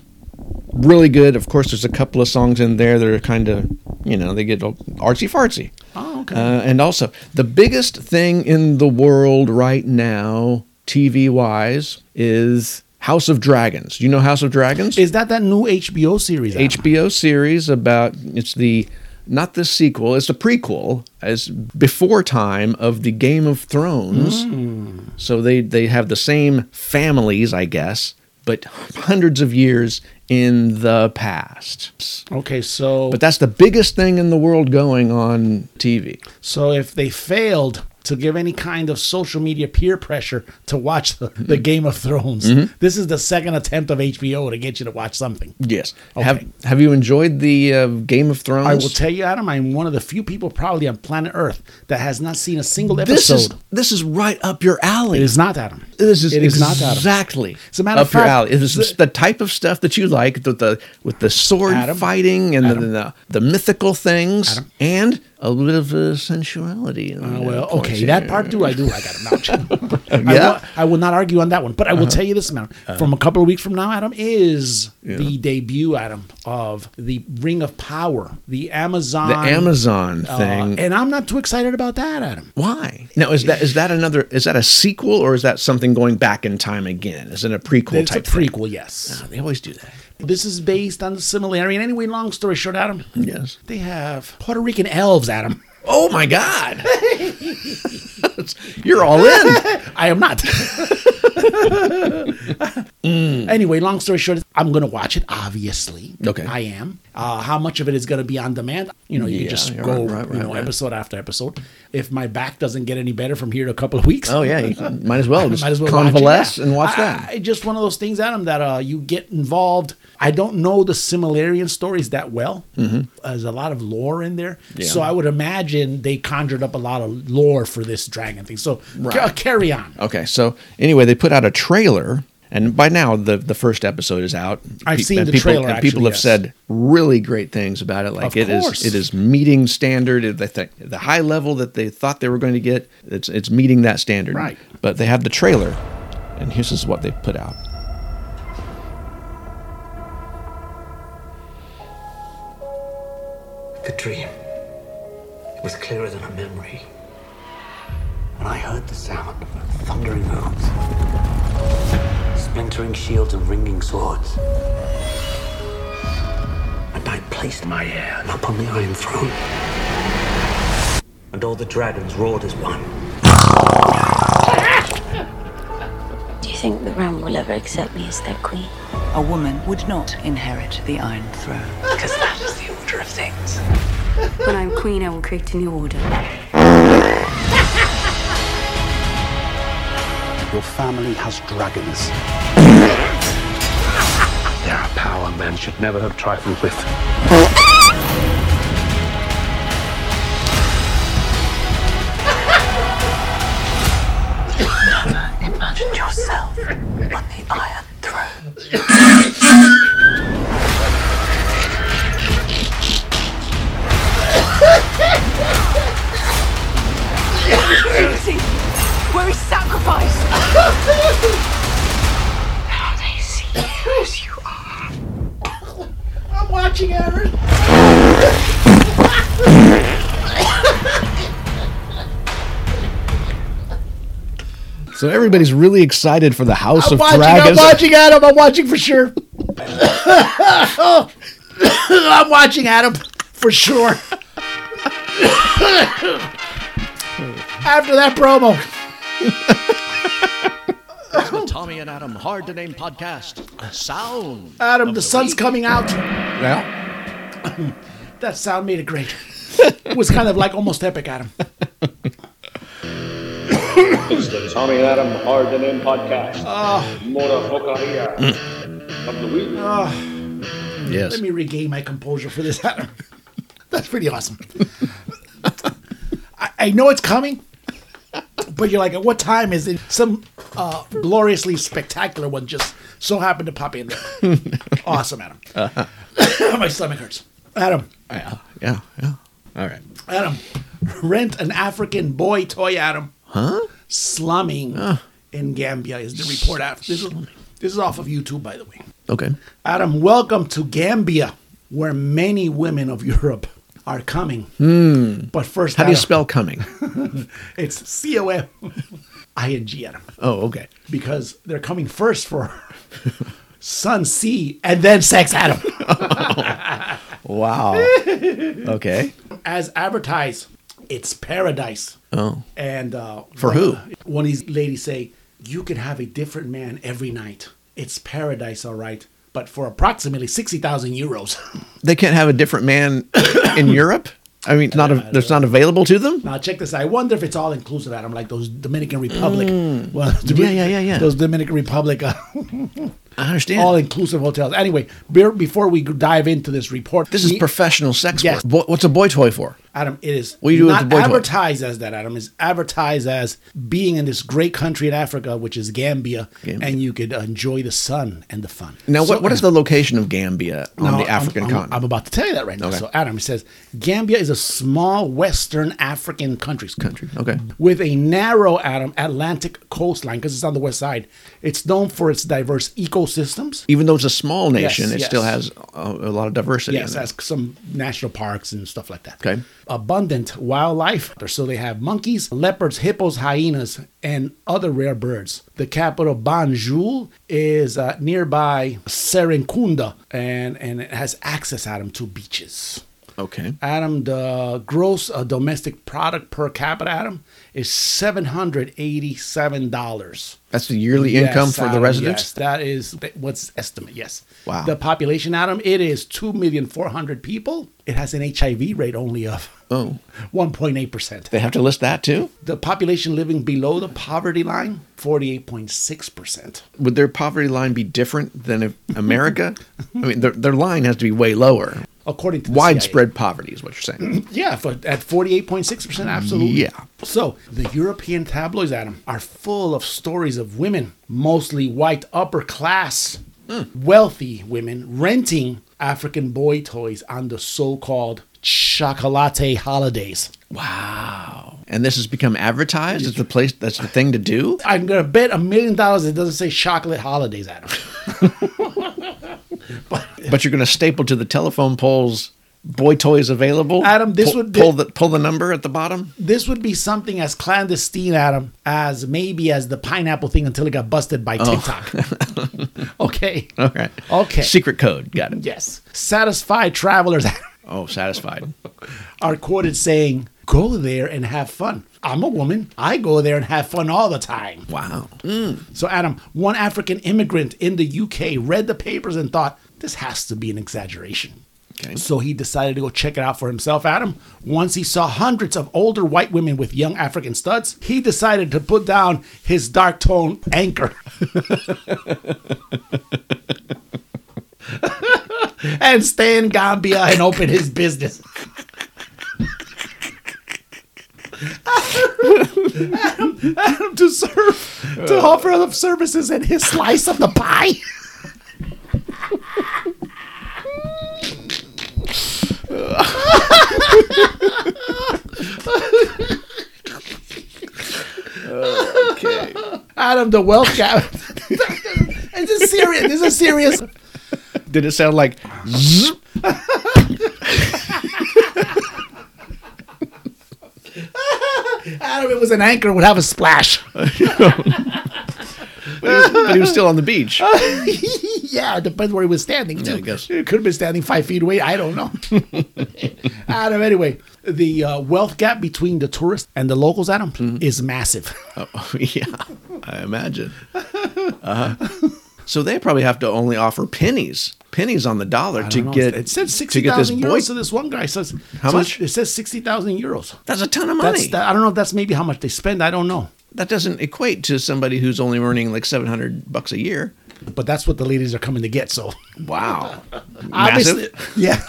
[SPEAKER 2] really good. Of course, there's a couple of songs in there that are kind of, you know, they get artsy fartsy.
[SPEAKER 1] Oh, okay.
[SPEAKER 2] Uh, and also, the biggest thing in the world right now, TV wise, is House of Dragons. Do you know House of Dragons?
[SPEAKER 1] Is that that new HBO series? Adam?
[SPEAKER 2] HBO series about it's the not the sequel, it's the prequel as before time of the Game of Thrones.
[SPEAKER 1] Hmm.
[SPEAKER 2] So they they have the same families, I guess, but hundreds of years in the past.
[SPEAKER 1] Okay, so
[SPEAKER 2] But that's the biggest thing in the world going on TV.
[SPEAKER 1] so if they failed to give any kind of social media peer pressure to watch the, the
[SPEAKER 2] Mm-hmm.
[SPEAKER 1] Game of Thrones,
[SPEAKER 2] Mhm.
[SPEAKER 1] this is the second attempt of HBO to get you to watch something.
[SPEAKER 2] Yes.
[SPEAKER 1] Okay.
[SPEAKER 2] Have Have you enjoyed the uh, Game of Thrones?
[SPEAKER 1] I will tell you, Adam, I'm one of the few people probably on planet Earth that has not seen a single episode.
[SPEAKER 2] This is this is right up your alley.
[SPEAKER 1] it is not Adam.
[SPEAKER 2] This is
[SPEAKER 1] It is not Adam.
[SPEAKER 2] exactly
[SPEAKER 1] As a matter of
[SPEAKER 2] up your
[SPEAKER 1] fact,
[SPEAKER 2] alley. It is the, type of stuff that you like with the with the sword
[SPEAKER 1] Adam,
[SPEAKER 2] fighting and the, the the mythical things and a little bit of uh, sensuality. in
[SPEAKER 1] Uh,
[SPEAKER 2] that
[SPEAKER 1] well,
[SPEAKER 2] point
[SPEAKER 1] okay,
[SPEAKER 2] here.
[SPEAKER 1] that part too, I do like Adam.
[SPEAKER 2] *laughs*
[SPEAKER 1] No, I'm joking. I,
[SPEAKER 2] Yeah.
[SPEAKER 1] will, I will not argue on that one, but I will
[SPEAKER 2] Uh-huh.
[SPEAKER 1] tell you this, man.
[SPEAKER 2] Uh-huh.
[SPEAKER 1] From a couple of weeks from now, Adam is
[SPEAKER 2] Yeah.
[SPEAKER 1] the debut, Adam, of the Ring of Power, the Amazon,
[SPEAKER 2] The Amazon
[SPEAKER 1] uh,
[SPEAKER 2] thing.
[SPEAKER 1] and I'm not too excited about that, Adam.
[SPEAKER 2] Why? Now is that is that another is that a sequel or is that something going back in time again? Is it a prequel
[SPEAKER 1] It's a
[SPEAKER 2] type thing?
[SPEAKER 1] prequel, yes.
[SPEAKER 2] Oh, they always do that.
[SPEAKER 1] This is based on the similarity. And anyway, long story short, Adam,
[SPEAKER 2] Yes.
[SPEAKER 1] they have Puerto Rican elves, Adam.
[SPEAKER 2] Oh my God! *laughs* You're all
[SPEAKER 1] *laughs*
[SPEAKER 2] in.
[SPEAKER 1] I am
[SPEAKER 2] *laughs*
[SPEAKER 1] not. Anyway, long story short, I'm going to watch it, obviously.
[SPEAKER 2] Okay.
[SPEAKER 1] I am. Uh, how much of it is going to be on demand? You know, you
[SPEAKER 2] Yeah,
[SPEAKER 1] can just
[SPEAKER 2] yeah,
[SPEAKER 1] go,
[SPEAKER 2] right, right,
[SPEAKER 1] you
[SPEAKER 2] right,
[SPEAKER 1] know,
[SPEAKER 2] right.
[SPEAKER 1] episode after episode. If my back doesn't get any better from here to a couple of weeks. *laughs*
[SPEAKER 2] Oh, yeah, you might as well
[SPEAKER 1] I
[SPEAKER 2] just
[SPEAKER 1] might as well watch it,
[SPEAKER 2] convalesce and watch
[SPEAKER 1] I-
[SPEAKER 2] that.
[SPEAKER 1] I- just one of those things, Adam, that uh, you get involved. I don't know the similarity in stories that well.
[SPEAKER 2] Mhm.
[SPEAKER 1] There's a lot of lore in there.
[SPEAKER 2] Yeah.
[SPEAKER 1] So I would imagine they conjured up a lot of lore for this dragon thing. So ca- carry on.
[SPEAKER 2] Okay, so anyway, they put out a trailer, and by now the the first episode is out.
[SPEAKER 1] I've
[SPEAKER 2] Pe-
[SPEAKER 1] seen
[SPEAKER 2] and
[SPEAKER 1] the
[SPEAKER 2] people,
[SPEAKER 1] trailer,
[SPEAKER 2] and people
[SPEAKER 1] actually,
[SPEAKER 2] have
[SPEAKER 1] yes.
[SPEAKER 2] said really great things about it. Like
[SPEAKER 1] Of
[SPEAKER 2] it is,
[SPEAKER 1] course.
[SPEAKER 2] it is meeting standard. It- They think the high level that they thought they were going to get, it's it's meeting that standard.
[SPEAKER 1] Right.
[SPEAKER 2] But they have the trailer, and here's is what they put out.
[SPEAKER 10] The dream it was clearer than a memory. And I heard the sound of thundering hooves, splintering shields, and ringing swords. And I placed my hand upon the Iron Throne. And all the dragons roared as one.
[SPEAKER 17] Do you think the realm will ever accept me as their queen?
[SPEAKER 18] A woman would not inherit the Iron Throne. Because that is the order of things.
[SPEAKER 17] when I'm queen, I will create a new order.
[SPEAKER 19] Your family has dragons. They're a power men should never have trifled with.
[SPEAKER 18] Never imagine yourself on the Iron Throne.
[SPEAKER 20] Crazy! Where is sacrifice? Now they see you as you are.
[SPEAKER 21] I'm watching Aaron.
[SPEAKER 2] So everybody's really excited for the House
[SPEAKER 1] I'm
[SPEAKER 2] of
[SPEAKER 1] watching, I'm
[SPEAKER 2] Dragons.
[SPEAKER 1] watching Adam. I'm watching for sure. *laughs* I'm watching Adam for sure. After that promo,
[SPEAKER 2] It's the Tommy and Adam Hard to Name podcast. Sound.
[SPEAKER 1] Adam, the sun's coming out.
[SPEAKER 2] Yeah.
[SPEAKER 1] *laughs* That sound made it great. *laughs* It was kind of like almost epic, Adam.
[SPEAKER 22] It's the Tommy and Adam Hard to Name podcast.
[SPEAKER 2] Ah.
[SPEAKER 22] Mora Hokaria of the week.
[SPEAKER 2] Yes.
[SPEAKER 1] Let me regain my composure for this, Adam. *laughs* That's pretty awesome. I, I know it's coming, but you're like, at what time is it? Some uh, gloriously spectacular one just so happened to pop in
[SPEAKER 2] *laughs*
[SPEAKER 1] there. awesome, Adam.
[SPEAKER 2] Uh-huh.
[SPEAKER 1] *coughs* my stomach hurts. Adam,
[SPEAKER 2] Yeah. Ah, Yeah. Yeah. All right.
[SPEAKER 1] Adam, rent an African boy toy, Adam.
[SPEAKER 2] Huh? Ah.
[SPEAKER 1] Slumming in Gambia is the report after. This is, this is off of YouTube, by the way.
[SPEAKER 2] Okay.
[SPEAKER 1] Adam, welcome to Gambia, where many women of Europe are coming.
[SPEAKER 2] Hmm.
[SPEAKER 1] But first,
[SPEAKER 2] How do you
[SPEAKER 1] Adam.
[SPEAKER 2] spell coming?
[SPEAKER 1] it's C O M *laughs* I N G, Adam.
[SPEAKER 2] Oh, okay.
[SPEAKER 1] Because they're coming first for *laughs* Sun C and then Sex Adam.
[SPEAKER 2] *laughs* Wow. okay.
[SPEAKER 1] As advertised, it's paradise.
[SPEAKER 2] Oh.
[SPEAKER 1] And uh,
[SPEAKER 2] For
[SPEAKER 1] one-
[SPEAKER 2] who?
[SPEAKER 1] One of these ladies say, "You can have a different man every night. It's paradise, all right, but for approximately sixty thousand euros, *laughs*
[SPEAKER 2] They can't have a different man in Europe. I mean, not a, there's not available to them.
[SPEAKER 1] Now check this. out. I wonder if it's all inclusive, Adam, like those Dominican Republic.
[SPEAKER 2] Mm.
[SPEAKER 1] Well,
[SPEAKER 2] Yeah, yeah, yeah,
[SPEAKER 1] *laughs*
[SPEAKER 2] yeah.
[SPEAKER 1] Those Dominican Republic. Uh,
[SPEAKER 2] I understand.
[SPEAKER 1] All inclusive hotels. Anyway, be- before we dive into this report,
[SPEAKER 2] This is
[SPEAKER 1] we-
[SPEAKER 2] professional sex
[SPEAKER 1] Yes.
[SPEAKER 2] work. Bo- what's a boy toy for?
[SPEAKER 1] Adam, it is
[SPEAKER 2] What do you do with
[SPEAKER 1] not
[SPEAKER 2] the boy toy?
[SPEAKER 1] advertised as that, Adam. It's advertised as being in this great country in Africa, which is Gambia,
[SPEAKER 2] Gambia.
[SPEAKER 1] and you could enjoy the sun and the fun.
[SPEAKER 2] Now,
[SPEAKER 1] So-
[SPEAKER 2] what, what is the location of Gambia on
[SPEAKER 1] No,
[SPEAKER 2] the African
[SPEAKER 1] I'm, I'm,
[SPEAKER 2] continent?
[SPEAKER 1] I'm about to tell you that right now.
[SPEAKER 2] Okay.
[SPEAKER 1] So Adam says Gambia is a small Western African country. Country.
[SPEAKER 2] okay.
[SPEAKER 1] With a narrow Adam Atlantic coastline because it's on the west side. It's known for its diverse ecosystems.
[SPEAKER 2] Even though it's a small
[SPEAKER 1] Yes,
[SPEAKER 2] nation, it still
[SPEAKER 1] yes.
[SPEAKER 2] has a, a lot of diversity.
[SPEAKER 1] yes,
[SPEAKER 2] in it.
[SPEAKER 1] that's some national parks and stuff like that.
[SPEAKER 2] Okay.
[SPEAKER 1] Abundant wildlife. So they have monkeys, leopards, hippos, hyenas, and other rare birds. The capital Banjul is uh, nearby Serenkunda, and and it has access, Adam, to beaches.
[SPEAKER 2] Okay.
[SPEAKER 1] Adam, the gross uh, domestic product per capita, Adam, is seven hundred eighty-seven dollars.
[SPEAKER 2] That's the yearly income for the residents?
[SPEAKER 1] um, Yes, that is th- what's estimate. Yes.
[SPEAKER 2] Wow.
[SPEAKER 1] The population, Adam, it is two million four hundred people. It has an HIV rate only of *laughs*
[SPEAKER 2] Oh.
[SPEAKER 1] one point eight percent.
[SPEAKER 2] They have to list that too?
[SPEAKER 1] The population living below the poverty line, forty-eight point six percent.
[SPEAKER 2] Would their poverty line be different than
[SPEAKER 1] *laughs*
[SPEAKER 2] if America? I mean, their, their line has to be way lower.
[SPEAKER 1] According to the
[SPEAKER 2] Widespread poverty is what you're saying.
[SPEAKER 1] Yeah, for, at 48.6%, absolutely.
[SPEAKER 2] Yeah.
[SPEAKER 1] So the European tabloids, Adam, are full of stories of women, mostly white upper class,
[SPEAKER 2] Mm.
[SPEAKER 1] wealthy women, renting African boy toys on the so called chocolate holidays. *clears throat* Wow.
[SPEAKER 2] And this has become advertised. It's the place. That's the thing
[SPEAKER 1] *laughs*
[SPEAKER 2] to do.
[SPEAKER 1] I'm going to bet a million dollars it doesn't say chocolate holidays, Adam. *laughs*
[SPEAKER 2] But you're going to staple to the telephone poles boy toys available.
[SPEAKER 1] Adam, this
[SPEAKER 2] pull,
[SPEAKER 1] would-
[SPEAKER 2] pull the pull the number at the bottom. *laughs*
[SPEAKER 1] This would be something as clandestine, Adam, as maybe as the pineapple thing until it got busted by
[SPEAKER 2] Oh.
[SPEAKER 1] TikTok.
[SPEAKER 2] *laughs*
[SPEAKER 1] okay.
[SPEAKER 2] All right.
[SPEAKER 1] Okay.
[SPEAKER 2] Secret code. Got it.
[SPEAKER 1] Yes. Satisfied travelers *laughs*
[SPEAKER 2] Oh, satisfied.
[SPEAKER 1] are quoted saying, Go there and have fun. I'm a woman. I go there and have fun all the time.
[SPEAKER 2] Wow.
[SPEAKER 1] So, Adam, one African immigrant in the UK read the papers and thought, this has to be an exaggeration.
[SPEAKER 2] Okay.
[SPEAKER 1] So he decided to go check it out for himself, Adam. Once he saw hundreds of older white women with young African studs, he decided to put down his dark tone anchor. *laughs* and stay in Gambia and open his business. Adam, Adam to serve, to offer of services and his slice of the pie. *laughs*
[SPEAKER 2] okay.
[SPEAKER 1] Adam, the wealth guy. it's a serious. *laughs* This is a serious.
[SPEAKER 2] Did it sound like? zzz?
[SPEAKER 1] Adam, it was an anchor would have a splash.
[SPEAKER 2] But he, was, but he was still on the
[SPEAKER 1] *laughs*
[SPEAKER 2] beach.
[SPEAKER 1] yeah, it depends where he was standing too.
[SPEAKER 2] Yeah, I guess.
[SPEAKER 1] It could have been standing five feet away. I don't know.
[SPEAKER 2] *laughs*
[SPEAKER 1] Adam, anyway, the uh, wealth gap between the tourists and the locals, Adam,
[SPEAKER 2] Mm-hmm.
[SPEAKER 1] is *laughs* massive.
[SPEAKER 2] Oh, *laughs* yeah, I *laughs* imagine. Uh-huh. So they probably have to only offer pennies, pennies on the dollar to
[SPEAKER 1] know.
[SPEAKER 2] get
[SPEAKER 1] it said
[SPEAKER 2] to
[SPEAKER 1] sixty
[SPEAKER 2] get this
[SPEAKER 1] thousand
[SPEAKER 2] boy.
[SPEAKER 1] euros. So this one guy says
[SPEAKER 2] How
[SPEAKER 1] so
[SPEAKER 2] much?
[SPEAKER 1] It says sixty thousand euros.
[SPEAKER 2] That's a ton of
[SPEAKER 1] That's-
[SPEAKER 2] money.
[SPEAKER 1] that- I don't know if that's maybe how much they spend. I don't know.
[SPEAKER 2] That doesn't equate to somebody who's only earning like seven hundred bucks a year.
[SPEAKER 1] But that's what the ladies are coming to get. So
[SPEAKER 2] Wow,
[SPEAKER 1] obviously,
[SPEAKER 2] massive.
[SPEAKER 1] yeah.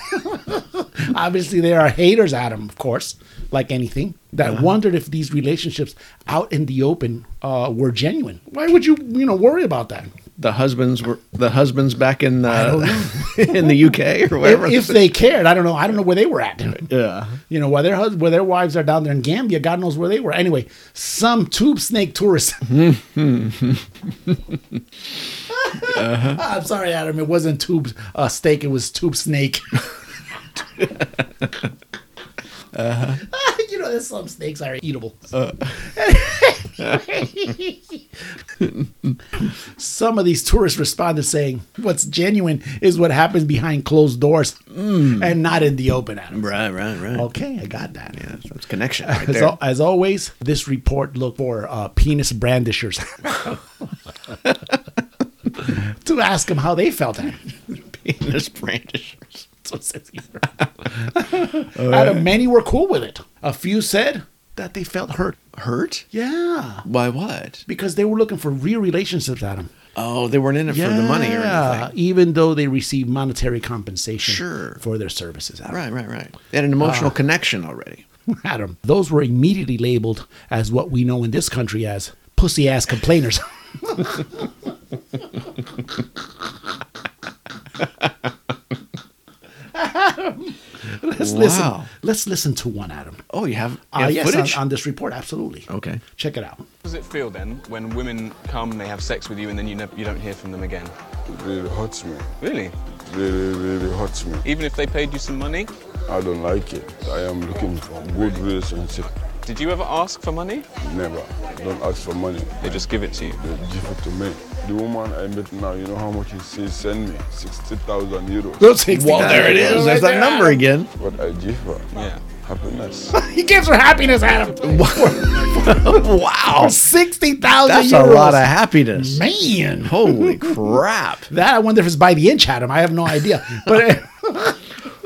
[SPEAKER 1] *laughs* obviously, there are haters, Adam, of course, like anything, that wondered if these relationships out in the open uh, were genuine. Why would you, you know, worry about that?
[SPEAKER 2] The husbands were the husbands back in uh, *laughs* in the UK or wherever.
[SPEAKER 1] If, if they cared, I don't know. I don't know where they were at.
[SPEAKER 2] yeah,
[SPEAKER 1] You know, where their hus- where their wives are down there in Gambia, God knows where they were. Anyway, some tube snake tourist. *laughs* I'm sorry, Adam. It wasn't tube uh, steak. It was tube snake. *laughs* *laughs* you know, there's some snakes are eatable. *laughs* some of these tourists responded saying, "What's genuine is what happens behind closed doors and not in the open." Adam.
[SPEAKER 2] right, right, right.
[SPEAKER 1] Okay, I got that.
[SPEAKER 2] Yeah, so *laughs* it's connection right
[SPEAKER 1] As,
[SPEAKER 2] there.
[SPEAKER 1] al- as always, this report looked for uh, penis *laughs* brandishers to ask them how they felt. Adam. *laughs*
[SPEAKER 2] penis brandishers.
[SPEAKER 1] So it says here. *laughs* Adam, many were cool with it. A few said that they felt hurt.
[SPEAKER 2] Hurt
[SPEAKER 1] Yeah,
[SPEAKER 2] by what?
[SPEAKER 1] because they were looking for real relationships, Adam.
[SPEAKER 2] Oh, they weren't in it for the money or anything.
[SPEAKER 1] even though they received monetary compensation
[SPEAKER 2] Sure.
[SPEAKER 1] for their services, Adam.
[SPEAKER 2] Right, right, right. They had an emotional
[SPEAKER 1] Ah.
[SPEAKER 2] connection already.
[SPEAKER 1] Adam, those were immediately labeled as what we know in this country as pussy ass complainers. *laughs* let's listen.
[SPEAKER 2] Wow.
[SPEAKER 1] Let's listen to one, Adam.
[SPEAKER 2] Oh, you have, you
[SPEAKER 1] Ah,
[SPEAKER 2] have
[SPEAKER 1] yes,
[SPEAKER 2] footage?
[SPEAKER 1] on, on this report, absolutely.
[SPEAKER 2] okay.
[SPEAKER 1] Check it out.
[SPEAKER 23] How does it feel then when women come, they have sex with you, and then you, nev- you don't hear from them again?
[SPEAKER 8] Really hurts me.
[SPEAKER 23] Really?
[SPEAKER 8] Really, really hurts me.
[SPEAKER 23] Even if they paid you some money?
[SPEAKER 8] I don't like it. I am looking for good relationship.
[SPEAKER 23] Did you ever ask for money?
[SPEAKER 8] Never. Don't ask for money.
[SPEAKER 23] They just give it to you.
[SPEAKER 8] They give it to me. The woman I met now, you know how much she send me? 60,000 euros.
[SPEAKER 2] Well, there it is. There's that number again.
[SPEAKER 8] What I give her?
[SPEAKER 23] Yeah.
[SPEAKER 8] Happiness.
[SPEAKER 1] He gives her happiness, Adam.
[SPEAKER 2] *laughs* wow.
[SPEAKER 1] Sixty thousand euros.
[SPEAKER 2] That's a lot of happiness.
[SPEAKER 1] man. *laughs*
[SPEAKER 2] Holy crap.
[SPEAKER 1] That I wonder if it's by the inch, Adam. I have no idea.
[SPEAKER 2] *laughs*
[SPEAKER 1] But *laughs*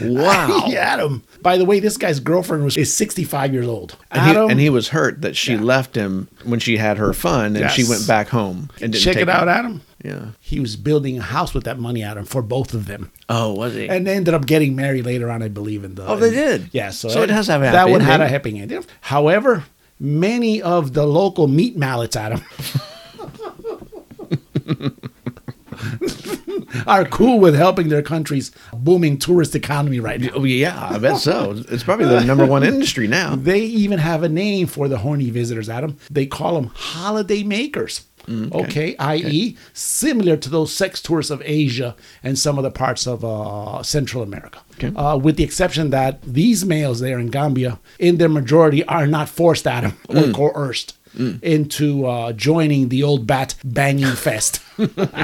[SPEAKER 2] Wow.
[SPEAKER 1] Adam. By the way, this guy's girlfriend was is sixty-five years old.
[SPEAKER 2] And he,
[SPEAKER 1] Adam,
[SPEAKER 2] and he was hurt that she left him when she had her fun and she
[SPEAKER 1] Yes.
[SPEAKER 2] went back home. And didn't
[SPEAKER 1] check
[SPEAKER 2] take
[SPEAKER 1] it out,
[SPEAKER 2] him.
[SPEAKER 1] Adam.
[SPEAKER 2] Yeah.
[SPEAKER 1] He was building a house with that money, Adam, for both of them,
[SPEAKER 2] Oh, was he?
[SPEAKER 1] and they ended up getting married later on, I believe. In the
[SPEAKER 2] Oh, they did?
[SPEAKER 1] yeah. So,
[SPEAKER 2] So it has to have a
[SPEAKER 1] that
[SPEAKER 2] happy
[SPEAKER 1] one had a
[SPEAKER 2] ending.
[SPEAKER 1] happy ending. However, many of the local meat mallets, Adam, *laughs* are cool with helping their country's booming tourist economy right now.
[SPEAKER 2] Oh, yeah, I bet so. It's probably the number one industry
[SPEAKER 1] *laughs*
[SPEAKER 2] now.
[SPEAKER 1] They even have a name for the horny visitors, Adam. They call them holiday makers.
[SPEAKER 2] Mm,
[SPEAKER 1] okay,
[SPEAKER 2] okay.
[SPEAKER 1] i.e., similar to those sex tours of Asia and some other parts of uh, Central America. Uh, with the exception that these males there in Gambia, in their majority, are not forced at 'em or
[SPEAKER 2] Mm.
[SPEAKER 1] coerced
[SPEAKER 2] Mm.
[SPEAKER 1] into uh, joining the old bat banging
[SPEAKER 2] *laughs*
[SPEAKER 1] fest.
[SPEAKER 2] wow.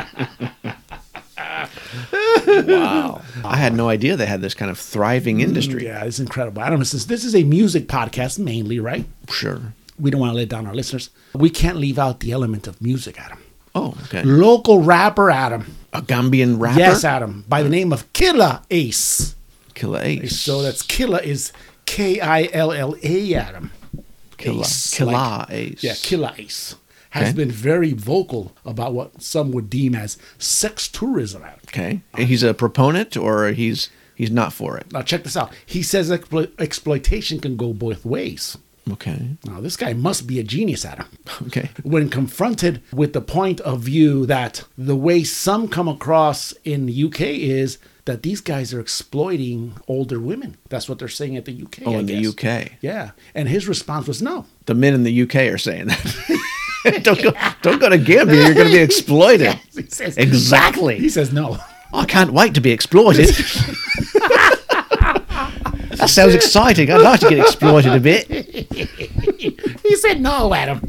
[SPEAKER 2] I had no idea they had this kind of thriving industry.
[SPEAKER 1] Mm, Yeah, it's incredible. Adam, since this is a music podcast mainly, right?
[SPEAKER 2] Sure.
[SPEAKER 1] We don't want to let down our listeners. We can't leave out the element of music, Adam.
[SPEAKER 2] Oh, okay.
[SPEAKER 1] Local rapper, Adam.
[SPEAKER 2] A Gambian rapper?
[SPEAKER 1] Yes, Adam. By the name of Killa Ace.
[SPEAKER 2] Killer Ace.
[SPEAKER 1] So that's Killa is K I L L A, Adam.
[SPEAKER 2] Killa.
[SPEAKER 1] Ace,
[SPEAKER 2] Killa
[SPEAKER 1] like-
[SPEAKER 2] Ace.
[SPEAKER 1] Yeah, Killa Ace has
[SPEAKER 2] Okay.
[SPEAKER 1] been very vocal about what some would deem as sex tourism, Adam.
[SPEAKER 2] Okay. And he's a proponent or he's he's not for it.
[SPEAKER 1] Now, check this out. He says explo- exploitation can go both ways.
[SPEAKER 2] Okay.
[SPEAKER 1] Now, this guy must be a genius, Adam.
[SPEAKER 2] Okay.
[SPEAKER 1] When confronted with the point of view that the way some come across in the UK is that these guys are exploiting older women. That's what they're saying at the UK.
[SPEAKER 2] oh,
[SPEAKER 1] I
[SPEAKER 2] in
[SPEAKER 1] guess.
[SPEAKER 2] the UK.
[SPEAKER 1] Yeah. And his response was no.
[SPEAKER 2] The men in the UK are saying that. *laughs* don't go don't go to Gambia, you're gonna be exploited.
[SPEAKER 1] He says-
[SPEAKER 2] exactly.
[SPEAKER 1] *laughs* He says no.
[SPEAKER 2] I can't wait to be exploited. that sounds exciting. I'd like to get exploited a bit.
[SPEAKER 1] he said no, Adam.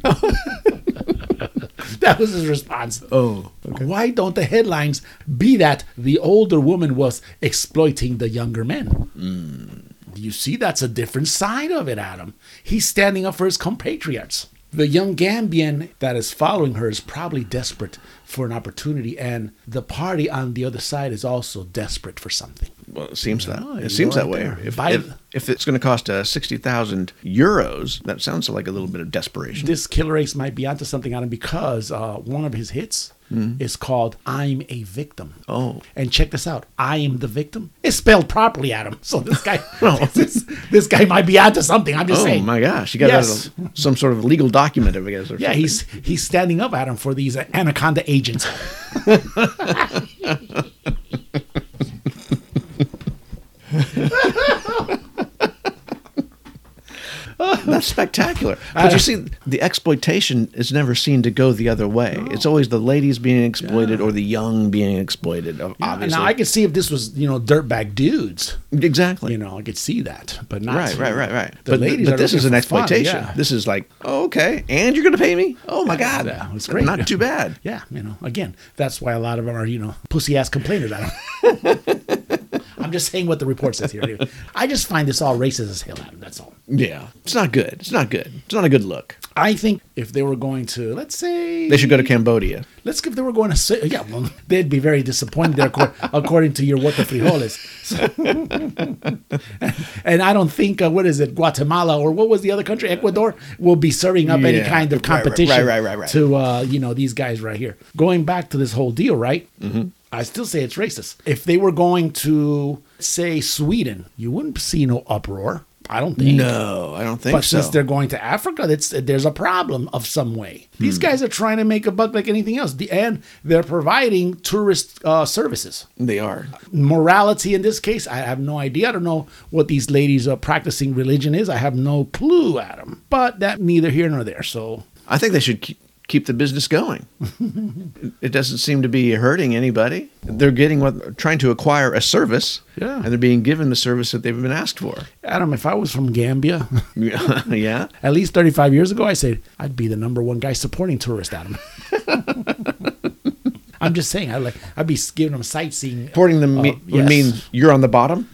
[SPEAKER 1] that was his response.
[SPEAKER 2] Oh.
[SPEAKER 1] Why don't the headlines be that the older woman was exploiting the younger men? You see, that's a different side of it, Adam. He's standing up for his compatriots. The young Gambian that is following her is probably desperate for an opportunity, and the party on the other side is also desperate for something.
[SPEAKER 2] Well, it seems that
[SPEAKER 1] you're
[SPEAKER 2] it seems that
[SPEAKER 1] right
[SPEAKER 2] way.
[SPEAKER 1] there.
[SPEAKER 2] If,
[SPEAKER 1] By-
[SPEAKER 2] if, if it's going to cost uh, sixty thousand euros, that sounds like a little bit of desperation.
[SPEAKER 1] This Killer Ace might be onto something on him because uh, one of his hits
[SPEAKER 2] Mhm.
[SPEAKER 1] is called I'm a Victim.
[SPEAKER 2] Oh,
[SPEAKER 1] And check this out. I am the victim. It's spelled properly, Adam. *laughs* So this
[SPEAKER 2] *laughs*
[SPEAKER 1] guy, *laughs* this, this guy might be onto something. I'm just
[SPEAKER 2] oh
[SPEAKER 1] saying.
[SPEAKER 2] my gosh! You got
[SPEAKER 1] Yes.
[SPEAKER 2] out of some sort of legal document, I guess. Or
[SPEAKER 1] Yeah,
[SPEAKER 2] something.
[SPEAKER 1] he's he's standing up, Adam, for these anaconda agents.
[SPEAKER 2] that's spectacular.
[SPEAKER 1] I-
[SPEAKER 2] But you see, the exploitation is never seen to go the other way. It's always the ladies being exploited or the young being exploited. ob- *laughs* Obviously,
[SPEAKER 1] Now I could see if this was you know dirtbag dudes.
[SPEAKER 2] Exactly.
[SPEAKER 1] You know, I could see that, but not
[SPEAKER 2] Right, right, right, right.
[SPEAKER 1] The
[SPEAKER 2] but
[SPEAKER 1] ladies
[SPEAKER 2] but
[SPEAKER 1] are
[SPEAKER 2] this
[SPEAKER 1] looking
[SPEAKER 2] is an
[SPEAKER 1] for fun,
[SPEAKER 2] exploitation.
[SPEAKER 1] yeah.
[SPEAKER 2] This is like, oh, okay, and you're going to pay me? Oh my God,
[SPEAKER 1] Yeah, it's great.
[SPEAKER 2] Not too bad.
[SPEAKER 1] Yeah, you know, again, that's why a lot of them are, you know, pussy ass complainers. I don't- I'm just saying what the report says here. Anyway, I just find this all racist as hell, Adam. That's all.
[SPEAKER 2] Yeah, it's not good. It's not good. It's not a good look.
[SPEAKER 1] I think if they were going to, let's say,
[SPEAKER 2] They should go to Cambodia.
[SPEAKER 1] Let's give they were going to say, yeah, well, *laughs* they'd be very disappointed there, according, *laughs* according to your what the frijoles. *laughs* and I don't think uh, what is it, Guatemala or what was the other country, Ecuador, will be serving up any
[SPEAKER 2] Yeah.
[SPEAKER 1] kind of
[SPEAKER 2] Right, right, right,
[SPEAKER 1] competition
[SPEAKER 2] right, right, right.
[SPEAKER 1] to uh, you know these guys right here. Going back to this whole deal, right?
[SPEAKER 2] Mm-hmm.
[SPEAKER 1] I still say it's racist. If they were going to say Sweden, you wouldn't see no uproar. I don't think.
[SPEAKER 2] No, I don't think
[SPEAKER 1] but
[SPEAKER 2] so.
[SPEAKER 1] since they're going to Africa, that's there's a problem of some way. These
[SPEAKER 2] Hmm.
[SPEAKER 1] guys are trying to make a buck like anything else, The- and they're providing tourist uh, services.
[SPEAKER 2] They are.
[SPEAKER 1] Morality in this case, I have no idea. I don't know what these ladies are practicing religion is. I have no clue, Adam. But that neither here nor there. So
[SPEAKER 2] I think they should keep, keep the business going. it doesn't seem to be hurting anybody. They're getting what trying to acquire a service,
[SPEAKER 1] Yeah.
[SPEAKER 2] and they're being given the service that they've been asked for.
[SPEAKER 1] Adam, if I was from Gambia,
[SPEAKER 2] *laughs*
[SPEAKER 1] *laughs*
[SPEAKER 2] yeah,
[SPEAKER 1] at least 35 years ago, I said I'd be the number one guy supporting tourists, Adam. *laughs* I'm just saying, I like I'd be giving them sightseeing.
[SPEAKER 2] supporting them
[SPEAKER 1] Oh,
[SPEAKER 2] me-
[SPEAKER 1] yes.
[SPEAKER 2] would mean you're on the bottom.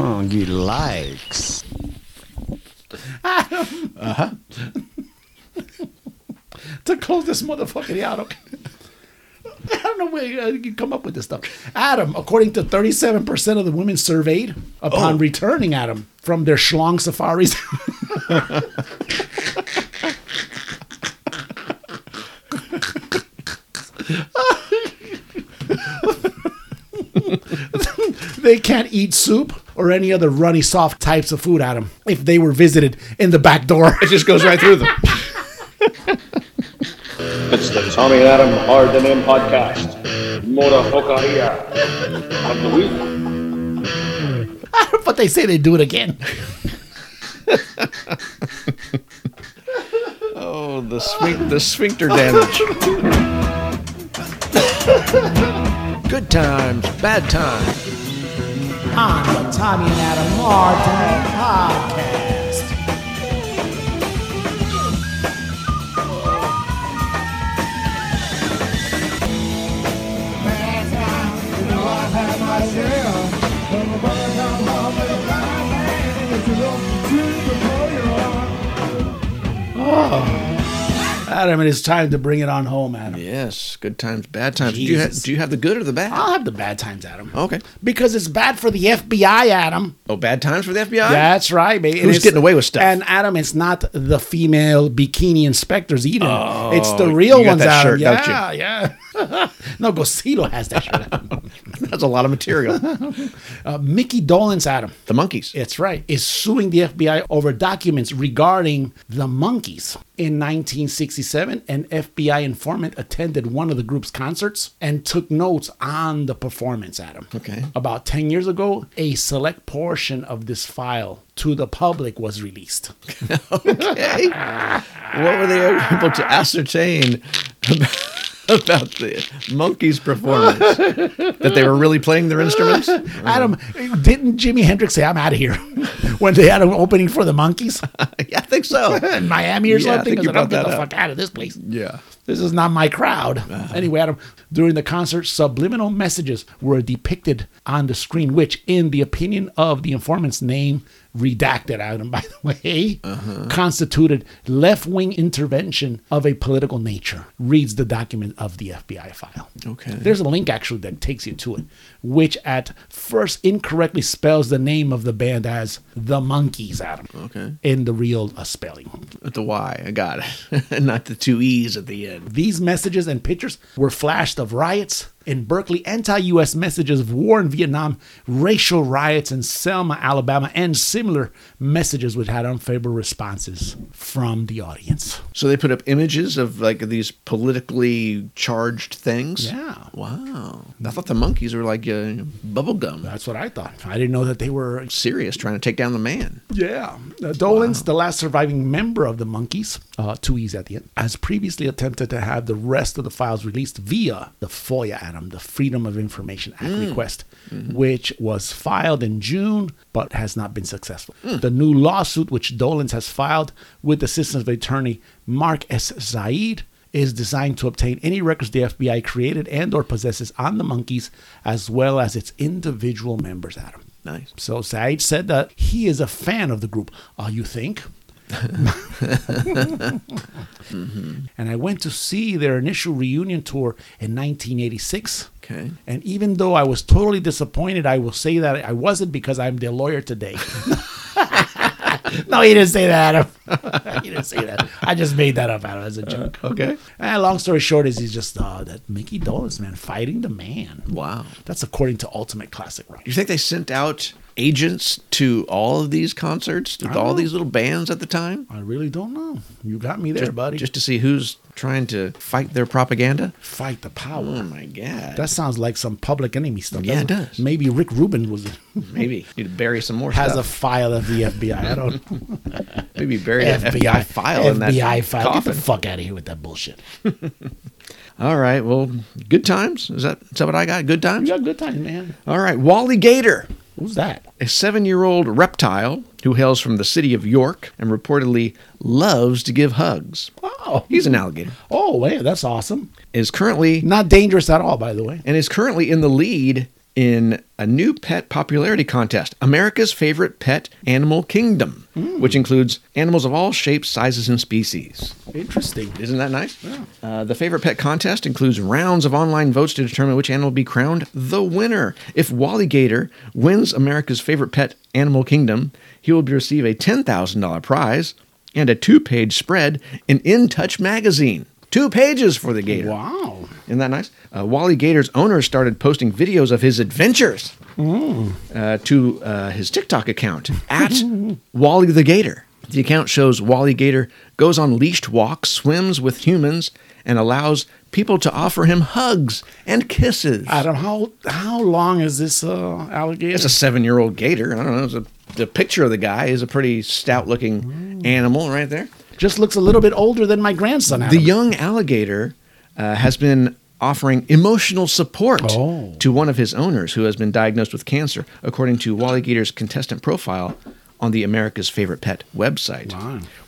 [SPEAKER 24] Oh, he likes.
[SPEAKER 1] uh huh. to close this motherfucking out. Okay. *laughs* I don't know where you- uh, you come up with this stuff. Adam, according to 37% of the women surveyed upon
[SPEAKER 2] Oh.
[SPEAKER 1] returning, Adam, from their schlong safaris. *laughs* they can't eat soup or any other runny, soft types of food, Adam, if they were visited in the back door.
[SPEAKER 2] It just goes right
[SPEAKER 1] *laughs*
[SPEAKER 2] through them.
[SPEAKER 25] It's the Tommy and Adam Hard to Name podcast. Mora Hokaria of the week.
[SPEAKER 1] but they say they do it again.
[SPEAKER 2] Oh, the, sphin- the sphincter damage. Good times, bad times.
[SPEAKER 7] on the Tommy and Adam Martin podcast.
[SPEAKER 1] Adam, it is time to bring it on home, Adam.
[SPEAKER 2] Yes, good times, bad times. Do you, ha-
[SPEAKER 1] Jesus.
[SPEAKER 2] do you have the good or the bad?
[SPEAKER 1] I'll have the bad times, Adam.
[SPEAKER 2] Okay.
[SPEAKER 1] Because it's bad for the FBI, Adam.
[SPEAKER 2] Oh, bad times for the FBI?
[SPEAKER 1] That's right, baby. And
[SPEAKER 2] Who's
[SPEAKER 1] it's-
[SPEAKER 2] getting away with stuff?
[SPEAKER 1] And Adam, it's not the female bikini inspectors either.
[SPEAKER 2] Oh,
[SPEAKER 1] it's the real
[SPEAKER 2] you got
[SPEAKER 1] ones,
[SPEAKER 2] that
[SPEAKER 1] Adam.
[SPEAKER 2] shirt, don't you?
[SPEAKER 1] yeah, yeah. *laughs* no, Gosilo has that shirt.
[SPEAKER 2] *laughs* That's a lot of material.
[SPEAKER 1] Uh, Mickey Dolenz, Adam.
[SPEAKER 2] The monkeys.
[SPEAKER 1] That's right. Is suing the FBI over documents regarding the monkeys. In 1967, an FBI informant attended one of the group's concerts and took notes on the performance, Adam.
[SPEAKER 2] Okay.
[SPEAKER 1] About 10 years ago, a select portion of this file to the public was released.
[SPEAKER 2] okay. What were they
[SPEAKER 1] Ah.
[SPEAKER 2] able to ascertain about, about the monkeys' performance? that they were really playing
[SPEAKER 1] *laughs*
[SPEAKER 2] their instruments?
[SPEAKER 1] Adam, didn't Jimi Hendrix say, I'm out of here *laughs* when they had an opening for the monkeys?
[SPEAKER 2] yeah, I think so.
[SPEAKER 1] In Miami or
[SPEAKER 2] Yeah, I
[SPEAKER 1] something?
[SPEAKER 2] think you
[SPEAKER 1] Because I don't
[SPEAKER 2] brought
[SPEAKER 1] get
[SPEAKER 2] that
[SPEAKER 1] the
[SPEAKER 2] up.
[SPEAKER 1] fuck out of this place.
[SPEAKER 2] Yeah.
[SPEAKER 1] This is not my crowd.
[SPEAKER 2] Uh-huh.
[SPEAKER 1] Anyway, Adam, during the concert, subliminal messages were depicted on the screen, which, in the opinion of the informant's name, redacted, Adam, *laughs* by the way,
[SPEAKER 2] Uh-huh.
[SPEAKER 1] constituted left wing intervention of a political nature, reads the document of the FBI file.
[SPEAKER 2] Okay.
[SPEAKER 1] There's a link actually that takes you to it, which at first incorrectly spells the name of the band as The Monkeys, Adam,
[SPEAKER 2] Okay.
[SPEAKER 1] in the real uh, spelling.
[SPEAKER 2] With the Y, I got it. *laughs* Not the two E's at the end.
[SPEAKER 1] These messages and pictures were flashed of riots in Berkeley, anti US messages of war in Vietnam, racial riots in Selma, Alabama, and similar messages which had unfavorable responses from the audience.
[SPEAKER 2] So they put up images of like these politically charged things.
[SPEAKER 1] Yeah.
[SPEAKER 2] Wow. I thought the monkeys were like uh, bubble gum,
[SPEAKER 1] That's what I thought. I didn't know that they were.
[SPEAKER 2] serious, trying to take down the man.
[SPEAKER 1] Yeah. Uh, Dolan's the last surviving member of the Monkees, uh, two E's at the end, has previously attempted to have the rest of the files released via the FOIA, Adam, the Freedom of Information Act request, which was filed in June but has not been successful. The new lawsuit, which Dolan's has filed with the assistance of attorney Mark S. Zaid, is designed to obtain any records the FBI created and or possesses on the monkeys as well as its individual members, Adam.
[SPEAKER 2] Nice.
[SPEAKER 1] So Said said that he is a fan of the group. Oh, you
[SPEAKER 2] *laughs*
[SPEAKER 1] think? *laughs* And I went to see their initial reunion tour in 1986.
[SPEAKER 2] Okay.
[SPEAKER 1] And even though I was totally disappointed, I will say that I wasn't because I'm their lawyer
[SPEAKER 2] *laughs*
[SPEAKER 1] today. *laughs* no, he didn't say that, *laughs* Adam. he didn't say that. I just made that up, Adam, as a joke.
[SPEAKER 2] Uh, okay.
[SPEAKER 1] Eh, long story short is he's just uh, that Mickey Dolenz, man, fighting the man.
[SPEAKER 2] Wow.
[SPEAKER 1] That's according to Ultimate Classic Rock.
[SPEAKER 2] Do you think they sent out agents to all of these concerts, to all these little bands at the time?
[SPEAKER 1] I really don't know. You got me there,
[SPEAKER 2] Just-
[SPEAKER 1] buddy.
[SPEAKER 2] Just to see who's trying to fight their propaganda?
[SPEAKER 1] fight the power.
[SPEAKER 2] Oh my God.
[SPEAKER 1] That sounds like some public enemy stuff.
[SPEAKER 2] Yeah, it
[SPEAKER 1] doesn't
[SPEAKER 2] does.
[SPEAKER 1] Maybe Rick Rubin
[SPEAKER 2] *laughs*
[SPEAKER 1] was
[SPEAKER 2] Maybe. Need to bury some more
[SPEAKER 1] has a
[SPEAKER 2] stuff.
[SPEAKER 1] file of the FBI. I don't
[SPEAKER 2] *laughs* Maybe bury an
[SPEAKER 1] FBI,
[SPEAKER 2] FBI file in that
[SPEAKER 1] FBI file.
[SPEAKER 2] coffin.
[SPEAKER 1] Get the fuck out of here with that bullshit.
[SPEAKER 2] All right. Well, good times. Is that, is that what I got? Good
[SPEAKER 1] You
[SPEAKER 2] times?
[SPEAKER 1] got good times, man.
[SPEAKER 2] All right. Wally Gator.
[SPEAKER 1] Who's that?
[SPEAKER 2] a seven year old reptile who hails from the city of York and reportedly loves to give hugs.
[SPEAKER 1] Oh,
[SPEAKER 2] He's an alligator.
[SPEAKER 1] oh, hey, that's awesome.
[SPEAKER 2] Is currently
[SPEAKER 1] Not dangerous at all, by the way.
[SPEAKER 2] and is currently in the lead in a new pet popularity contest, America's favorite pet animal kingdom, which includes animals of all shapes, sizes, and species.
[SPEAKER 1] Interesting.
[SPEAKER 2] Isn't that nice? Uh, the favorite pet contest includes rounds of online votes to determine which animal will be crowned the winner. If Wally Gator wins America's favorite pet animal kingdom, he will receive a $10,000 prize and a two page spread in In Touch magazine. Two pages for the gator.
[SPEAKER 1] Wow.
[SPEAKER 2] Isn't that nice? Uh, Wally Gator's owner started posting videos of his adventures uh, to uh, his TikTok account at Wally the Gator. The account shows Wally Gator goes on leashed walks, swims with humans, and allows people to offer him hugs and kisses.
[SPEAKER 1] Adam, how how long is this uh, alligator?
[SPEAKER 2] It's a seven-year-old gator. I don't know. It's a, the picture of the guy is a pretty stout-looking animal right there.
[SPEAKER 1] just looks a little bit older than my grandson.
[SPEAKER 2] The
[SPEAKER 1] Adam.
[SPEAKER 2] young alligator uh, has been offering emotional support to one of his owners who has been diagnosed with cancer, according to Wally Gator's contestant profile on the America's Favorite Pet website.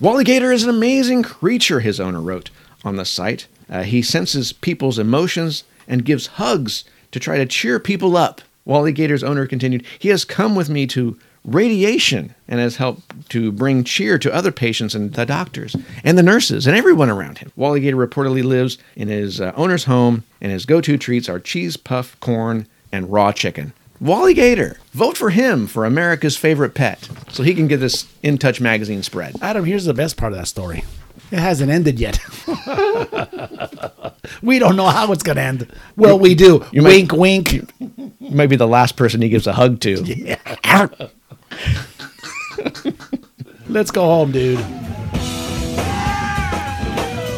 [SPEAKER 2] Wally Gator is an amazing creature, his owner wrote on the site. Uh, he senses people's emotions and gives hugs to try to cheer people up. Wally Gator's owner continued, He has come with me to radiation and has helped to bring cheer to other patients and the doctors and the nurses and everyone around him. Wally Gator reportedly lives in his uh, owner's home, and his go to treats are cheese puff, corn, and raw chicken. Wally Gator, vote for him for America's favorite pet so he can get this In Touch magazine spread.
[SPEAKER 1] Adam, here's the best part of that story. It hasn't ended yet. *laughs* we don't know how it's going to end. Well, we do.
[SPEAKER 2] You
[SPEAKER 1] wink,
[SPEAKER 2] might-
[SPEAKER 1] wink.
[SPEAKER 2] You might be the last person he gives a hug to.
[SPEAKER 1] *laughs* Let's go home, dude.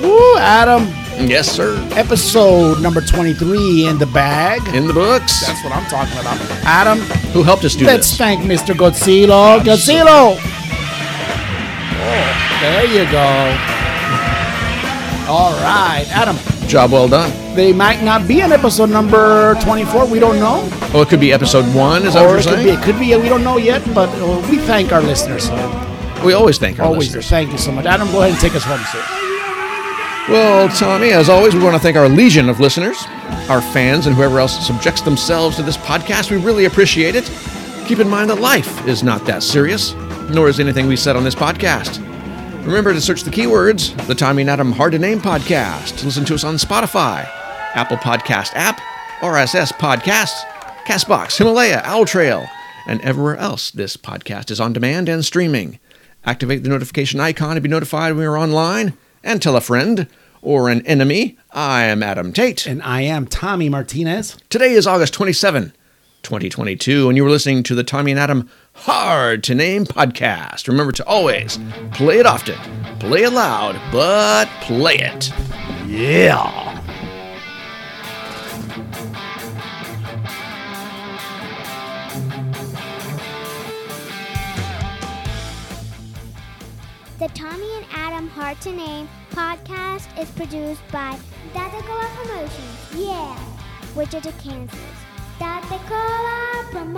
[SPEAKER 1] Woo, Adam.
[SPEAKER 2] Yes, sir.
[SPEAKER 1] Episode number 23 in the bag.
[SPEAKER 2] In the books.
[SPEAKER 1] That's what I'm talking about. Adam,
[SPEAKER 2] who helped us do
[SPEAKER 1] let's
[SPEAKER 2] this?
[SPEAKER 1] thank Mr. Godzilla. Godzilla! Oh, there you go. All right, Adam.
[SPEAKER 2] Job well done.
[SPEAKER 1] They might not be in episode number 24. We don't know.
[SPEAKER 2] Oh, it could be episode one. Is that
[SPEAKER 1] or
[SPEAKER 2] what
[SPEAKER 1] it
[SPEAKER 2] you're
[SPEAKER 1] could be.
[SPEAKER 2] saying?
[SPEAKER 1] It could be. We don't know yet, but uh, we thank our listeners.
[SPEAKER 2] We always thank our
[SPEAKER 1] Always.
[SPEAKER 2] listeners.
[SPEAKER 1] Thank you so much. Adam, go ahead and take us home, sir.
[SPEAKER 2] Well, Tommy, as always, we want to thank our legion of listeners, our fans, and whoever else subjects themselves to this podcast. We really appreciate it. Keep in mind that life is not that serious, nor is anything we said on this podcast. Remember to search the keywords, the Tommy and Adam Hard to Name podcast. Listen to us on Spotify, Apple Podcast app, RSS Podcasts, Castbox, Himalaya, Owl Trail, and everywhere else this podcast is on demand and streaming. Activate the notification icon to be notified when we're online and tell a friend or an enemy. I am Adam Tate.
[SPEAKER 1] And I am Tommy Martinez.
[SPEAKER 2] Today is August 27, 2022, and you were listening to the Tommy and Adam Hard to Name podcast. Remember to always play it often, play it loud, but play it.
[SPEAKER 1] Yeah.
[SPEAKER 17] The Tommy and Adam Hard to Name podcast is produced by Datacola Promotions, yeah, Wichita, Kansas. Datacola Promotion.